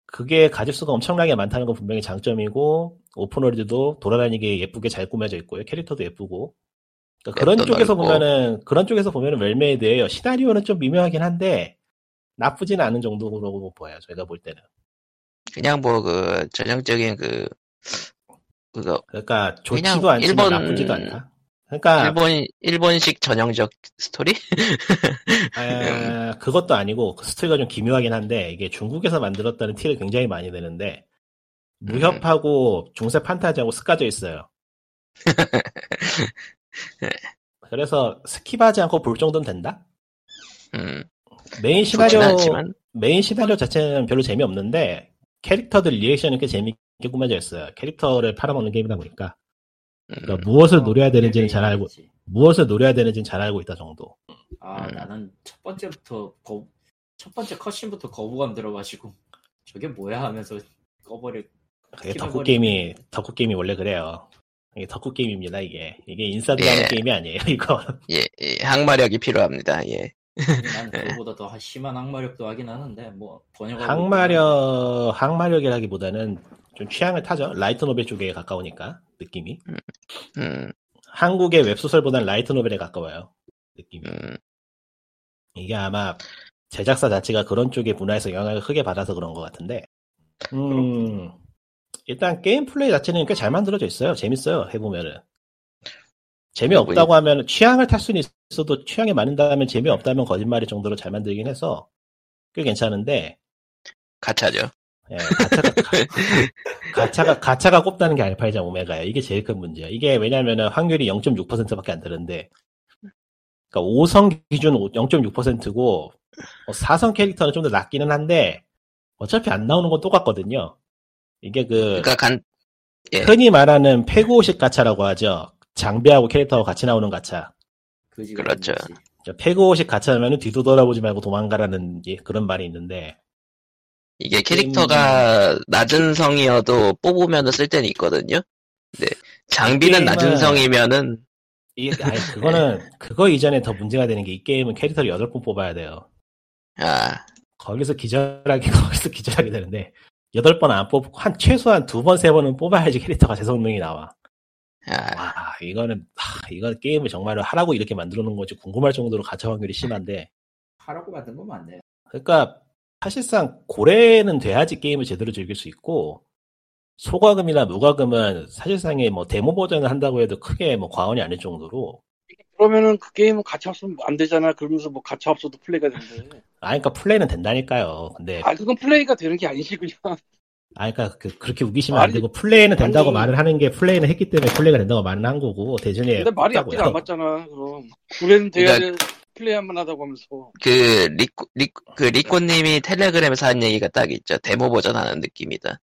[SPEAKER 4] 그게 가질 수가 엄청나게 많다는 건 분명히 장점이고 오픈월드도 돌아다니게 예쁘게 잘 꾸며져 있고요 캐릭터도 예쁘고 그러니까 그런
[SPEAKER 1] 맵도
[SPEAKER 4] 쪽에서
[SPEAKER 1] 넓고.
[SPEAKER 4] 보면은 그런 쪽에서 보면은 웰메이드예요 시나리오는 좀 미묘하긴 한데 나쁘진 않은 정도로 보여요 저희가 볼 때는
[SPEAKER 1] 그냥 뭐 그 전형적인 그 그거
[SPEAKER 4] 그러니까 좋지도
[SPEAKER 1] 그냥
[SPEAKER 4] 않지만
[SPEAKER 1] 일본-
[SPEAKER 4] 나쁘지도 않다 그러니까
[SPEAKER 1] 일본 일본식 전형적 스토리?
[SPEAKER 4] 아, 그것도 아니고 그 스토리가 좀 기묘하긴 한데 이게 중국에서 만들었다는 티를 굉장히 많이 내는데 무협하고 중세 판타지하고 섞어져 있어요. 그래서 스킵하지 않고 볼 정도는 된다.
[SPEAKER 1] 음,
[SPEAKER 4] 메인
[SPEAKER 1] 좋진
[SPEAKER 4] 시나리오
[SPEAKER 1] 않지만
[SPEAKER 4] 메인 시나리오 자체는 별로 재미없는데 캐릭터들 리액션이 꽤 재밌게 꾸며져 있어요. 캐릭터를 팔아먹는 게임이다 보니까
[SPEAKER 1] 음,
[SPEAKER 4] 그러니까 무엇을
[SPEAKER 2] 어,
[SPEAKER 4] 노려야 되는지는 잘 알고
[SPEAKER 2] 그치.
[SPEAKER 4] 무엇을 노려야 되는지는 잘 알고 있다 정도.
[SPEAKER 2] 아
[SPEAKER 1] 음.
[SPEAKER 2] 나는 첫 번째부터 거, 첫 번째 컷신부터 거부감 들어가지고 저게 뭐야 하면서 꺼버릴
[SPEAKER 4] 그게
[SPEAKER 2] 키가
[SPEAKER 4] 덕후
[SPEAKER 2] 거리-
[SPEAKER 4] 게임이 덕후 게임이 원래 그래요. 이게 덕후 게임입니다 이게 이게 인싸들 하는
[SPEAKER 1] 예.
[SPEAKER 4] 게임이 아니에요 이거.
[SPEAKER 2] 어,
[SPEAKER 1] 예, 예, 항마력이 필요합니다. 예.
[SPEAKER 2] 난 그거보다 더 심한 항마력도 하긴 하는데 뭐 번역하고
[SPEAKER 4] 항마력 항마력이라기보다는 좀 취향을 타죠. 라이트 노벨 쪽에 가까우니까 느낌이.
[SPEAKER 1] 음,
[SPEAKER 4] 한국의 웹소설보다는 라이트 노벨에 가까워요. 느낌이.
[SPEAKER 1] 음,
[SPEAKER 4] 이게 아마 제작사 자체가 그런 쪽의 문화에서 영향을 크게 받아서 그런 것 같은데. 음. 일단 게임 플레이 자체는 꽤 잘 만들어져 있어요. 재밌어요. 해보면은. 재미없다고 하면 취향을 탈 수는 있어도 취향에 맞는다면 재미없다면 거짓말일 정도로 잘 만들긴 해서 꽤 괜찮은데
[SPEAKER 1] 가차죠.
[SPEAKER 4] 예, 가차가, 가, 차가 가차가 꼽다는 게 알파이자 오메가예요. 이게 제일 큰 문제야. 이게 왜냐면은 확률이 0.6%밖에 안 되는데, 그러니까 5성 기준 0.6%고, 4성 캐릭터는 좀 더 낮기는 한데, 어차피 안 나오는 건 똑같거든요. 이게 그,
[SPEAKER 1] 그러니까 간, 예.
[SPEAKER 4] 흔히 말하는 페고식 가차라고 하죠. 장비하고 캐릭터하고 같이 나오는 가차.
[SPEAKER 2] 그지
[SPEAKER 1] 그렇죠.
[SPEAKER 2] 그지.
[SPEAKER 4] 그러니까 페고식 가차면은 뒤도 돌아보지 말고 도망가라는 예, 그런 말이 있는데,
[SPEAKER 1] 이게 캐릭터가 낮은 성이어도 뽑으면 쓸 때는 있거든요. 네. 장비는
[SPEAKER 4] 게임은-
[SPEAKER 1] 낮은 성이면은
[SPEAKER 4] 이게, 아니, 그거는, 그거 이전에 더 문제가 되는 게 이 게임은 캐릭터를 8번 뽑아야 돼요.
[SPEAKER 1] 아,
[SPEAKER 4] 거기서 기절하게, 거기서 기절하게 되는데, 8번 안 뽑고, 한, 최소한 2번, 3번은 뽑아야지 캐릭터가 제 성능이 나와.
[SPEAKER 1] 아,
[SPEAKER 4] 와, 이거는, 하, 이건 게임을 정말로 하라고 이렇게 만들어 놓은 건지 궁금할 정도로 가차 확률이 심한데,
[SPEAKER 2] 하라고 만든 건 맞네요.
[SPEAKER 4] 그러니까, 사실상 고래는 돼야지 게임을 제대로 즐길 수 있고, 소과금이나 무과금은 사실상에 뭐 데모 버전을 한다고 해도 크게 뭐 과언이 아닐 정도로
[SPEAKER 3] 그러면은 그 게임은 가차 없으면 안 되잖아. 그러면서 뭐 가차 없어도 플레이가 되는데.
[SPEAKER 4] 아 그러니까 플레이는 된다니까요. 근데
[SPEAKER 1] 네.
[SPEAKER 3] 아, 그건 플레이가 되는 게 아니지, 그냥.
[SPEAKER 4] 아, 그러니까 그, 렇게 우기시면 안
[SPEAKER 3] 아니,
[SPEAKER 4] 되고 플레이는 된다고
[SPEAKER 3] 아니.
[SPEAKER 4] 말을 하는 게 플레이는 했기 때문에 플레이가 된다고 말을 한 거고 대전에
[SPEAKER 1] 네,
[SPEAKER 3] 근데 말이 앞뒤가 안 맞잖아, 그럼. 구레는
[SPEAKER 1] 그러니까
[SPEAKER 3] 돼야 돼. 플레이한만 하다고 하면서.
[SPEAKER 1] 그 리코 리, 그 리코님이 텔레그램에서 한 얘기가 딱 있죠. 데모 버전 하는 느낌이다.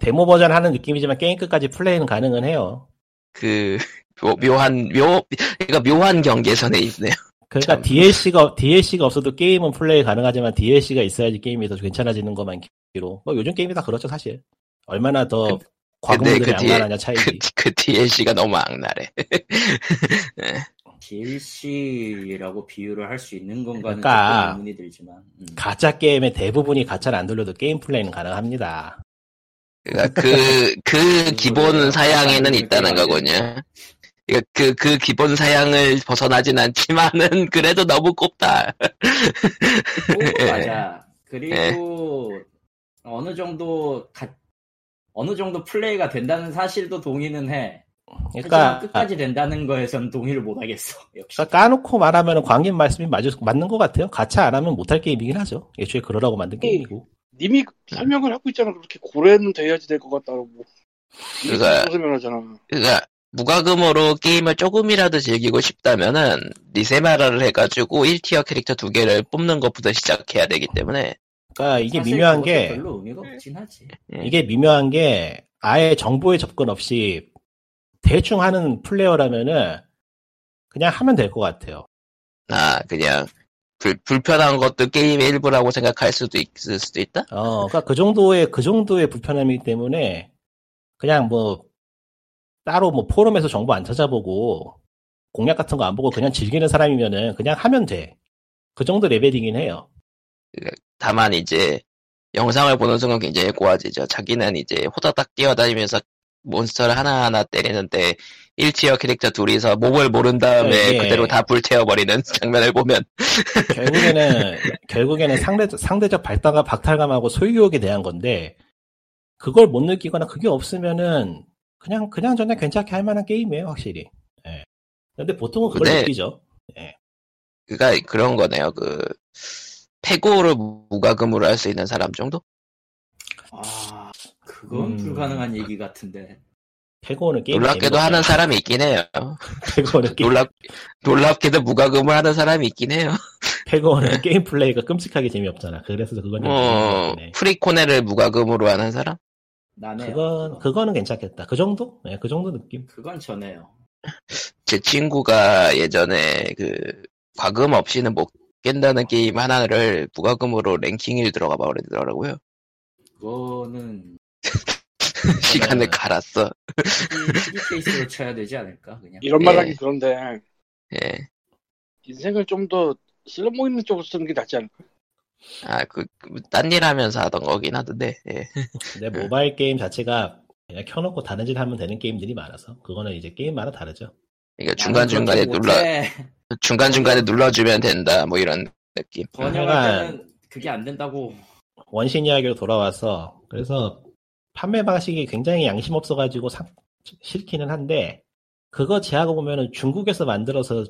[SPEAKER 4] 데모 버전 하는 느낌이지만 게임 끝까지 플레이는 가능은 해요.
[SPEAKER 1] 그 묘, 묘한 묘 그러니까 묘한 경계선에 있네요.
[SPEAKER 4] 그러니까
[SPEAKER 1] 참.
[SPEAKER 4] DLC가 DLC가 없어도 게임은 플레이 가능하지만 DLC가 있어야지 게임이 더 괜찮아지는 것만 기로. 뭐 요즘 게임이 다 그렇죠 사실. 얼마나 더
[SPEAKER 1] 근데
[SPEAKER 4] 과금들이
[SPEAKER 1] 그 뒤에-
[SPEAKER 4] 양만하냐 차이지.
[SPEAKER 1] 그, 그 DLC가 너무 악랄해.
[SPEAKER 2] DLC라고 비유를 할 수 있는 건가는
[SPEAKER 4] 그러니까.
[SPEAKER 2] 조금 의문이 들지만. 음.
[SPEAKER 4] 가짜 게임의 대부분이 가차를 안 돌려도 게임 플레이는 가능합니다.
[SPEAKER 1] 그러니까 그, 그 기본 사양에는 있다는 거군요. 그러니까 그, 그 기본 사양을 벗어나진 않지만은 그래도 너무 꼽다.
[SPEAKER 2] 그거 맞아. 그리고
[SPEAKER 4] 네.
[SPEAKER 2] 어느 정도 가- 어느 정도 플레이가 된다는 사실도 동의는 해.
[SPEAKER 4] 그러니까
[SPEAKER 2] 하지만 끝까지 된다는 거에선 동의를 못 하겠어. 역시.
[SPEAKER 4] 그러니까 까놓고 말하면 광님 말씀이 맞을, 맞는 것 같아요. 가차 안 하면 못할 게임이긴 하죠. 애초에 그러라고 만든
[SPEAKER 2] 네.
[SPEAKER 4] 게임이고.
[SPEAKER 3] 님이 설명을 하고 있잖아. 그렇게 고래는 돼야지 될 것 같다고. 이게
[SPEAKER 1] 그러니까-
[SPEAKER 3] 무슨 설명하잖아.
[SPEAKER 1] 그러니까 무과금으로 게임을 조금이라도 즐기고 싶다면은 리세마라를 해가지고 1티어 캐릭터 두 개를 뽑는 것부터 시작해야 되기 때문에
[SPEAKER 4] 그러니까 이게
[SPEAKER 2] 사실
[SPEAKER 4] 미묘한
[SPEAKER 2] 그것도
[SPEAKER 4] 게,
[SPEAKER 2] 별로 의미가 없긴 하지.
[SPEAKER 4] 이게 미묘한 게, 아예 정보에 접근 없이 대충 하는 플레이어라면은 그냥 하면 될 것 같아요.
[SPEAKER 1] 아 그냥 불, 불편한 것도 게임의 일부라고 생각할 수도 있을 수도 있다.
[SPEAKER 4] 어, 그러니까 그 정도의, 그 정도의 불편함이기 때문에 그냥 뭐, 따로 뭐 포럼에서 정보 안 찾아보고 공략 같은 거 안 보고 그냥 즐기는 사람이면은 그냥 하면 돼. 그 정도 레벨이긴 해요.
[SPEAKER 1] 다만 이제 영상을 보는 순간 굉장히 꼬아지죠. 자기는 이제 호다닥 뛰어다니면서 몬스터를 하나하나 때리는데 1티어 캐릭터 둘이서 몸을 모른 다음에
[SPEAKER 4] 예.
[SPEAKER 1] 그대로 다 불태워버리는 장면을 보면
[SPEAKER 4] 결국에는 결국에는 상대 상대적 발달과 박탈감하고 소유욕에 대한 건데 그걸 못 느끼거나 그게 없으면은 그냥 그냥 저냥 괜찮게 할 만한 게임이에요 확실히. 예. 근데 보통은 그걸
[SPEAKER 1] 근데-
[SPEAKER 4] 느끼죠.
[SPEAKER 1] 그가 그런 거네요. 그 패고를 무과금으로 할 수 있는 사람 정도?
[SPEAKER 2] 아, 그건
[SPEAKER 4] 음.
[SPEAKER 2] 불가능한 얘기 같은데.
[SPEAKER 4] 패고는 게임
[SPEAKER 1] 놀랍게도 하는 사람이 있긴 해요.
[SPEAKER 4] 패고는 게임
[SPEAKER 1] 놀랍 놀랍게도 무과금을 하는 사람이 있긴 해요.
[SPEAKER 4] 패고는 게임 플레이가 끔찍하게 재미없잖아. 그래서 그건 좀
[SPEAKER 1] 어,
[SPEAKER 4] 재미없긴 해.
[SPEAKER 1] 프리코네를 무과금으로 하는 사람?
[SPEAKER 2] 나네요.
[SPEAKER 4] 그건 그거는 괜찮겠다. 그 정도? 예, 그 정도 느낌.
[SPEAKER 2] 그건 전해요.
[SPEAKER 1] 제 친구가 예전에 그 과금 없이는 못 깬다는 게임 하나를 무과금으로 랭킹 1 들어가 봐 그러더라고요.
[SPEAKER 2] 그거는
[SPEAKER 1] 시간을 갈았어.
[SPEAKER 2] 시기- 시기 페이스로 쳐야 되지 않을까 그냥.
[SPEAKER 3] 이런
[SPEAKER 1] 예.
[SPEAKER 3] 말하기 그런데
[SPEAKER 1] 예.
[SPEAKER 3] 인생을 좀 더 실로 모이는 쪽으로 쓰는 게 낫지 않을까?
[SPEAKER 1] 아, 그, 딴 일 하면서 하던 거긴 하던데, 예.
[SPEAKER 4] 근데 모바일 게임 자체가 그냥 켜놓고 다른 짓 하면 되는 게임들이 많아서 그거는 이제 게임마다 다르죠.
[SPEAKER 1] 그러니까 중간중간에
[SPEAKER 2] 나는
[SPEAKER 1] 눌러,
[SPEAKER 2] 못해.
[SPEAKER 1] 중간중간에 눌러주면 된다, 뭐 이런 느낌.
[SPEAKER 2] 번역할 때는 그게 안 된다고.
[SPEAKER 4] 원신 이야기로 돌아와서 그래서 판매 방식이 굉장히 양심 없어가지고 상, 싫기는 한데 그거 제하고 보면은 중국에서 만들어서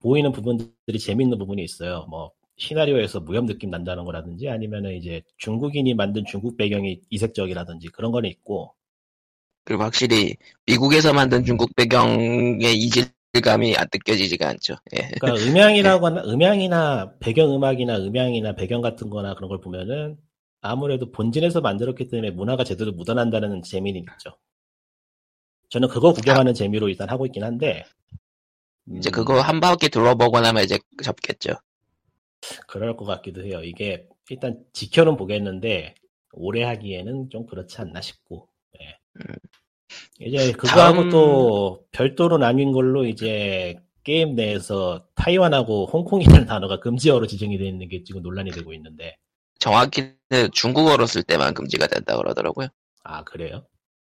[SPEAKER 4] 보이는 부분들이 재밌는 부분이 있어요. 뭐 시나리오에서 무협 느낌 난다는 거라든지 아니면은 이제 중국인이 만든 중국 배경이 이색적이라든지 그런 거는 있고
[SPEAKER 1] 그리고 확실히 미국에서 만든 중국 배경의 이질감이 안 느껴지지가 않죠. 예.
[SPEAKER 4] 그러니까 음향이라거나 음향이나 배경 음악이나 음향이나 배경 같은 거나 그런 걸 보면은 아무래도 본진에서 만들었기 때문에 문화가 제대로 묻어난다는 재미는 있죠. 저는 그거 구경하는 재미로 일단 하고 있긴 한데 음,
[SPEAKER 1] 이제 그거 한 바퀴 둘러보고 나면 이제 접겠죠.
[SPEAKER 4] 그럴 것 같기도 해요. 이게 일단 지켜는 보겠는데 오래 하기에는 좀 그렇지 않나 싶고 예.
[SPEAKER 1] 음.
[SPEAKER 4] 이제 그거하고
[SPEAKER 1] 다음-
[SPEAKER 4] 또 별도로 나뉜 걸로 이제 게임 내에서 타이완하고 홍콩이라는 단어가 금지어로 지정이 되어 있는 게 지금 논란이 되고 있는데
[SPEAKER 1] 정확히 중국어로 쓸 때만 금지가 된다 그러더라고요.
[SPEAKER 4] 아 그래요?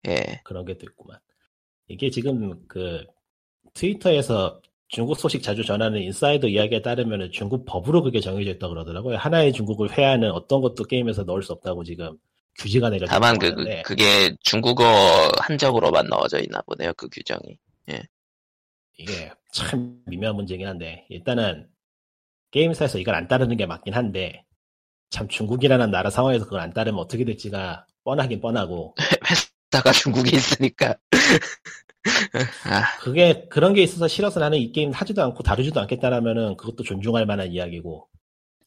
[SPEAKER 1] 예.
[SPEAKER 4] 그런 게 또 있구만. 이게 지금 그 트위터에서 중국 소식 자주 전하는 인사이더 이야기에 따르면 중국 법으로 그게 정해져 있다고 그러더라고요. 하나의 중국을 회하는 어떤 것도 게임에서 넣을 수 없다고 지금 규제가 내려져
[SPEAKER 1] 다만 그,
[SPEAKER 4] 있다고
[SPEAKER 3] 네.
[SPEAKER 4] 하는데
[SPEAKER 1] 그, 게 중국어 한정으로만 넣어져 있나 보네요. 그 규정이.
[SPEAKER 4] 이게 참 미묘한 문제긴 한데 일단은 게임사에서 이걸 안 따르는 게 맞긴 한데 참 중국이라는 나라 상황에서 그걸 안 따르면 어떻게 될지가 뻔하긴 뻔하고
[SPEAKER 1] 회사가 중국에 있으니까. 아,
[SPEAKER 4] 그게 그런 게 있어서 싫어서 나는 이 게임 하지도 않고 다루지도 않겠다라면은 그것도 존중할 만한 이야기고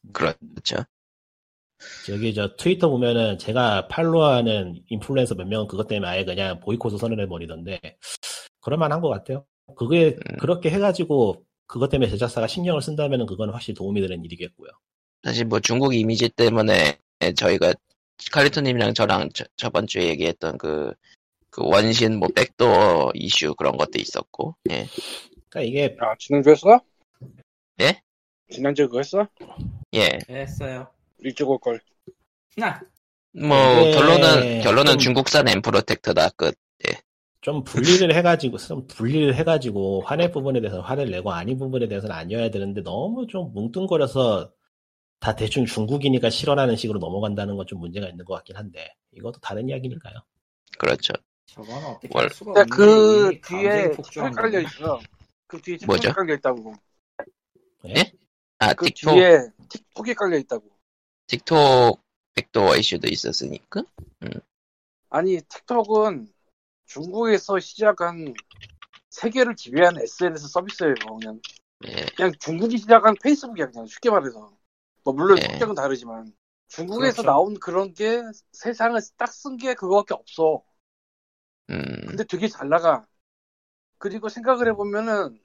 [SPEAKER 3] 음.
[SPEAKER 1] 그렇죠.
[SPEAKER 4] 저기 저 트위터 보면은 제가 팔로우하는 인플루언서 몇 명은 그것 때문에 아예 그냥 보이콧을 선언해 버리던데 그럴만한 것 같아요. 그게
[SPEAKER 1] 음.
[SPEAKER 4] 그렇게 해가지고 그것 때문에 제작사가 신경을 쓴다면은 그건 확실히 도움이 되는 일이겠고요.
[SPEAKER 1] 사실 뭐 중국 이미지 때문에 저희가 카리토님이랑 저랑 저, 번 주에 얘기했던 그, 그 원신 뭐 백도어 이슈 그런 것도 있었고. 예.
[SPEAKER 4] 그러니까 이게
[SPEAKER 3] 아 지난주 했어?
[SPEAKER 1] 예?
[SPEAKER 3] 지난주 에 그거 했어?
[SPEAKER 1] 예.
[SPEAKER 2] 했어요.
[SPEAKER 3] 일찍 올 걸.
[SPEAKER 2] 나
[SPEAKER 1] 뭐
[SPEAKER 4] 네,
[SPEAKER 1] 결론은 결론은
[SPEAKER 4] 좀-
[SPEAKER 1] 중국산 엠프로텍트다 끝.
[SPEAKER 4] 좀 분리를 해가지고 좀 분리를 해가지고 화낼 부분에 대해서 화를 내고 아닌 부분에 대해서는 아니어야 되는데 너무 좀 뭉뚱거려서 다 대충 중국이니까 싫어하는 식으로 넘어간다는 건 좀 문제가 있는 것 같긴 한데 이것도 다른 이야기니까요.
[SPEAKER 1] 그렇죠.
[SPEAKER 2] 저건 어떻게
[SPEAKER 1] 월-
[SPEAKER 2] 할 수가
[SPEAKER 3] 근데
[SPEAKER 2] 없는
[SPEAKER 3] 그
[SPEAKER 1] 음,
[SPEAKER 2] 일이
[SPEAKER 3] 뒤에
[SPEAKER 2] 감정이 폭주한
[SPEAKER 3] 책깔려
[SPEAKER 2] 거네.
[SPEAKER 3] 있어. 그 뒤에 책이
[SPEAKER 1] 뭐죠?
[SPEAKER 3] 깔려 있다고.
[SPEAKER 1] 아,
[SPEAKER 3] 그
[SPEAKER 1] 틱톡
[SPEAKER 3] 뒤에 틱톡이 깔려 있다고.
[SPEAKER 1] 틱톡 백도어 이슈도 있었으니까.
[SPEAKER 3] 아니 틱톡은 중국에서 시작한 세계를 지배하는 SNS 서비스예요. 그냥
[SPEAKER 1] 예.
[SPEAKER 3] 그냥 중국이 시작한 페이스북이야 그냥 쉽게 말해서. 뭐 물론
[SPEAKER 1] 네.
[SPEAKER 3] 성격은 다르지만 중국에서
[SPEAKER 2] 그렇죠.
[SPEAKER 3] 나온 그런 게 세상을 딱 쓴 게 그거밖에 없어.
[SPEAKER 1] 음,
[SPEAKER 3] 근데 되게 잘 나가. 그리고 생각을 해보면은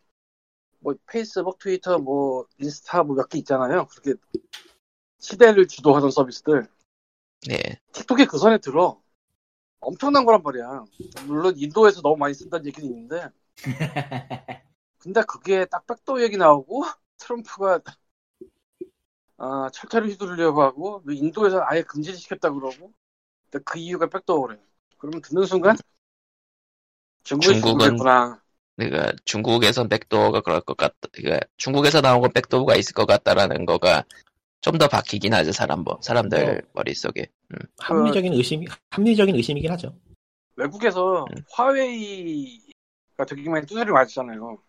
[SPEAKER 3] 뭐 페이스북, 트위터, 뭐 인스타 뭐 몇 개 있잖아요. 그렇게 시대를 주도하는 서비스들.
[SPEAKER 1] 예.
[SPEAKER 3] 틱톡이 그 선에 들어. 엄청난 거란 말이야. 물론 인도에서 너무 많이 쓴다는 얘기는 있는데. 근데 그게 딱 백도 얘기 나오고 트럼프가 아, 철퇴를 휘두르려고 하고 인도에서 아예 금지를 시켰다 그러고 근데 그 이유가 백도어래. 그러면 듣는 순간 중국이
[SPEAKER 1] 중국은-
[SPEAKER 3] 중국이구나.
[SPEAKER 1] 그러니까 중국에선 백도어가 그럴 것 같다. 그러니까 중국에서 나온 건 백도어가 있을 것 같다라는 거가 좀 더 박히긴 하죠 사람 뭐 사람들 머릿속에.
[SPEAKER 4] 합리적인 의심이 합리적인 의심이긴 하죠.
[SPEAKER 3] 외국에서
[SPEAKER 1] 음.
[SPEAKER 3] 화웨이가 되게 많이 두드려 맞았잖아요.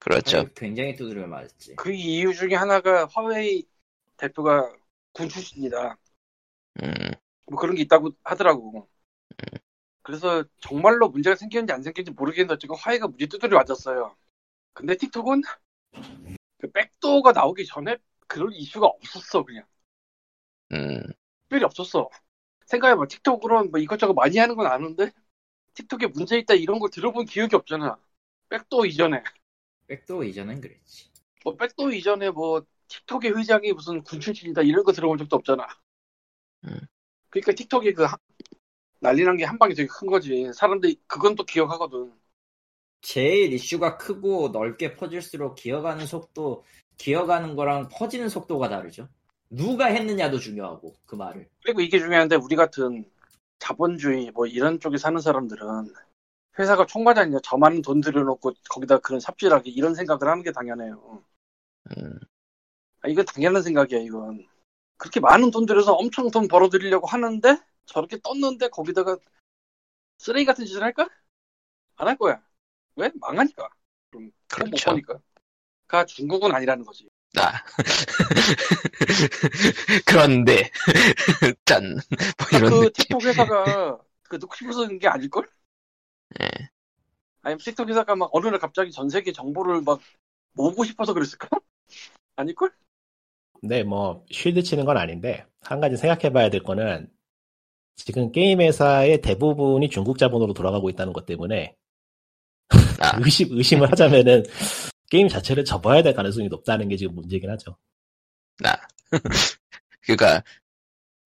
[SPEAKER 1] 그렇죠.
[SPEAKER 2] 굉장히 두드려 맞았지.
[SPEAKER 3] 그 이유 중에 하나가 화웨이 대표가 군 출신이다.
[SPEAKER 1] 음,
[SPEAKER 3] 뭐 그런 게 있다고 하더라고. 그래서 정말로 문제가 생기는지 안 생기는지 모르겠는데 지금 화해가 무지 두드려 맞았어요. 근데 틱톡은 그 백도어가 나오기 전에 그럴 이슈가 없었어 그냥
[SPEAKER 1] 음,
[SPEAKER 3] 특별히 없었어. 생각해봐 틱톡으로는 뭐 이것저것 많이 하는 건 아는데 틱톡에 문제 있다 이런 걸 들어본 기억이 없잖아. 백도어 이전에.
[SPEAKER 2] 백도어 이전엔 그랬지.
[SPEAKER 3] 뭐 백도 이전에 뭐 틱톡의 회장이 무슨 군출신이다 이런 거 들어본 적도 없잖아.
[SPEAKER 1] 음.
[SPEAKER 3] 그러니까 틱톡이 그 하- 난리 난 게 한 방이 되게 큰 거지. 사람들이 그건 또 기억하거든.
[SPEAKER 2] 제일 이슈가 크고 넓게 퍼질수록 기어가는 속도, 기어가는 거랑 퍼지는 속도가 다르죠. 누가 했느냐도 중요하고 그 말을.
[SPEAKER 1] 음,
[SPEAKER 3] 그리고 이게 중요한데 우리 같은 자본주의 뭐 이런 쪽에 사는 사람들은 회사가 총과장이냐 저 많은 돈 들여놓고 거기다 그런 삽질하기 이런 생각을 하는 게 당연해요.
[SPEAKER 1] 음.
[SPEAKER 3] 아, 이건 당연한 생각이야 이건. 그렇게 많은 돈 들여서 엄청 돈 벌어들이려고 하는데 저렇게 떴는데 거기다가 쓰레기 같은 짓을 할까? 안 할 거야. 왜? 망하니까. 돈 못
[SPEAKER 1] 그렇죠.
[SPEAKER 3] 버니까. 가 중국은 아니라는 거지.
[SPEAKER 1] 나. 그런데, 짠. 뭐 이런
[SPEAKER 3] 그
[SPEAKER 1] 느낌.
[SPEAKER 3] 틱톡 회사가 그 누구 쓰는 게 아닐걸?
[SPEAKER 1] 예.
[SPEAKER 3] 아니면 틱톡 회사가 막 어느 날 갑자기 전 세계 정보를 막 모으고 싶어서 그랬을까? 아닐걸?
[SPEAKER 4] 근데 뭐 쉴드 치는 건 아닌데 한 가지 생각해봐야 될 거는 지금 게임 회사의 대부분이 중국 자본으로 돌아가고 있다는 것 때문에
[SPEAKER 1] 아.
[SPEAKER 4] 의심 의심을 하자면은 게임 자체를 접어야 될 가능성이 높다는 게 지금 문제긴 하죠.
[SPEAKER 1] 그니까, 그러니까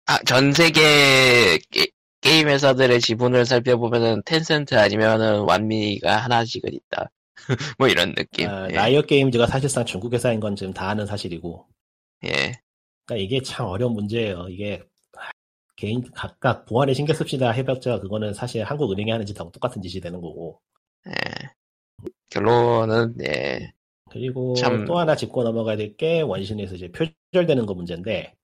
[SPEAKER 1] 아, 전 세계 게, 임 회사들의 지분을 살펴보면은 텐센트 아니면은 완미가 하나씩은 있다. 뭐 이런 느낌.
[SPEAKER 4] 아,
[SPEAKER 1] 예.
[SPEAKER 4] 라이어 게임즈가 사실상 중국 회사인 건 지금 다 아는 사실이고
[SPEAKER 1] 예.
[SPEAKER 4] 그러니까 이게 참 어려운 문제예요. 이게 개인 각각 보안에 신경 씁시다 해봤자 그거는 사실 한국 은행이 하는 짓하고 똑같은 짓이 되는 거고
[SPEAKER 1] 예. 결론은, 예.
[SPEAKER 4] 그리고
[SPEAKER 1] 참.
[SPEAKER 4] 또 하나 짚고 넘어가야 될 게 원신에서 이제 표절되는 거 문제인데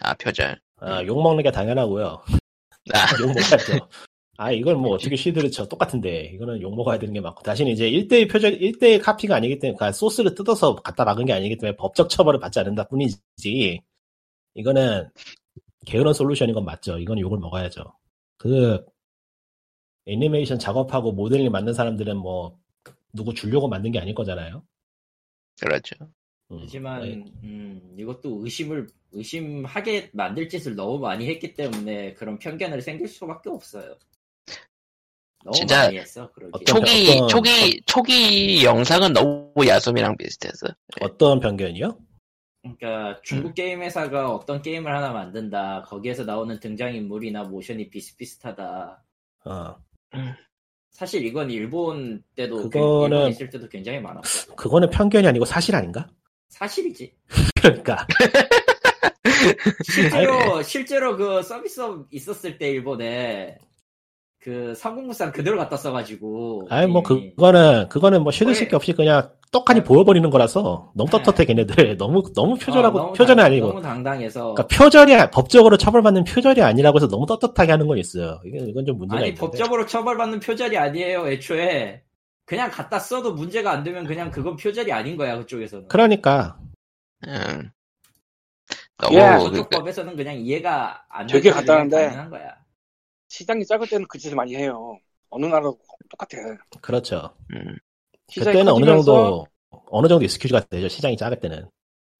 [SPEAKER 1] 아, 표절.
[SPEAKER 4] 아, 욕 먹는 게 당연하고요.
[SPEAKER 1] 아,
[SPEAKER 4] 욕 먹어야죠. 아, 이걸 뭐 어떻게 시드를 쳐. 똑같은데. 이거는 욕 먹어야 되는 게 맞고. 다시는 이제 1대1 표절, 1대1 카피가 아니기 때문에, 그러니까 소스를 뜯어서 갖다 막은 게 아니기 때문에 법적 처벌을 받지 않는다 뿐이지. 이거는 게으른 솔루션인 건 맞죠. 이건 욕을 먹어야죠. 그, 애니메이션 작업하고 모델링 만든 사람들은 뭐, 누구 주려고 만든 게 아닐 거잖아요.
[SPEAKER 1] 그렇죠.
[SPEAKER 4] 음,
[SPEAKER 2] 하지만
[SPEAKER 4] 네.
[SPEAKER 2] 음, 이것도 의심을 의심하게 만들 짓을 너무 많이 했기 때문에 그런 편견을 생길 수밖에 없어요. 너무
[SPEAKER 1] 진짜
[SPEAKER 2] 많이 했어. 그러기.
[SPEAKER 4] 어떤-
[SPEAKER 1] 초기,
[SPEAKER 4] 그러니까 어떤-
[SPEAKER 1] 초기, 초기 영상은 너무 야숨이랑 비슷해서.
[SPEAKER 4] 어떤 편견이요?
[SPEAKER 2] 그러니까
[SPEAKER 4] 음.
[SPEAKER 2] 중국 게임 회사가 어떤 게임을 하나 만든다. 거기에서 나오는 등장 인물이나 모션이 비슷비슷하다.
[SPEAKER 4] 어.
[SPEAKER 2] 사실 이건 일본 때도
[SPEAKER 4] 그거는-
[SPEAKER 2] 일본 있을 때도 굉장히 많았고
[SPEAKER 4] 그거는 편견이 아니고 사실 아닌가?
[SPEAKER 2] 사실이지.
[SPEAKER 4] 그러니까.
[SPEAKER 2] 실제로 실제로 그 서비스업 있었을 때 일본에 그 삼국무쌍 그대로 갖다 써가지고.
[SPEAKER 4] 아니 뭐
[SPEAKER 2] 게임이.
[SPEAKER 4] 그거는 그거는 뭐 쉴드
[SPEAKER 2] 거의-
[SPEAKER 4] 새끼 없이 그냥 떡하니 보여버리는 거라서 너무 떳떳해 걔네들 너무 너무 표절하고
[SPEAKER 2] 어, 너무
[SPEAKER 4] 표절이
[SPEAKER 2] 당-
[SPEAKER 4] 아니고
[SPEAKER 2] 너무 당당해서
[SPEAKER 4] 그러니까 표절이 아- 법적으로 처벌받는 표절이 아니라고 해서 너무 떳떳하게 하는 건 있어요 이게 이건 좀 문제가
[SPEAKER 2] 아니
[SPEAKER 4] 있는데
[SPEAKER 2] 법적으로 처벌받는 표절이 아니에요 애초에 그냥 갖다 써도 문제가 안 되면 그냥 그건 표절이 아닌 거야 그쪽에서는
[SPEAKER 4] 그러니까
[SPEAKER 1] 음.
[SPEAKER 3] 예.
[SPEAKER 1] 너무,
[SPEAKER 2] 그쪽
[SPEAKER 1] 그-
[SPEAKER 2] 법에서는 어, 그냥 이해가 안
[SPEAKER 3] 되게
[SPEAKER 2] 되는 그냥
[SPEAKER 3] 간단한데.
[SPEAKER 2] 가능한 거야
[SPEAKER 3] 시장이 작을 때는 그 짓을 많이 해요. 어느 나라도 똑같아.
[SPEAKER 4] 그렇죠
[SPEAKER 1] 음.
[SPEAKER 3] 시장이
[SPEAKER 4] 그때는 어느
[SPEAKER 3] 커지면서
[SPEAKER 4] 정도 어느 정도 익스큐즈가 되죠 시장이 작을 때는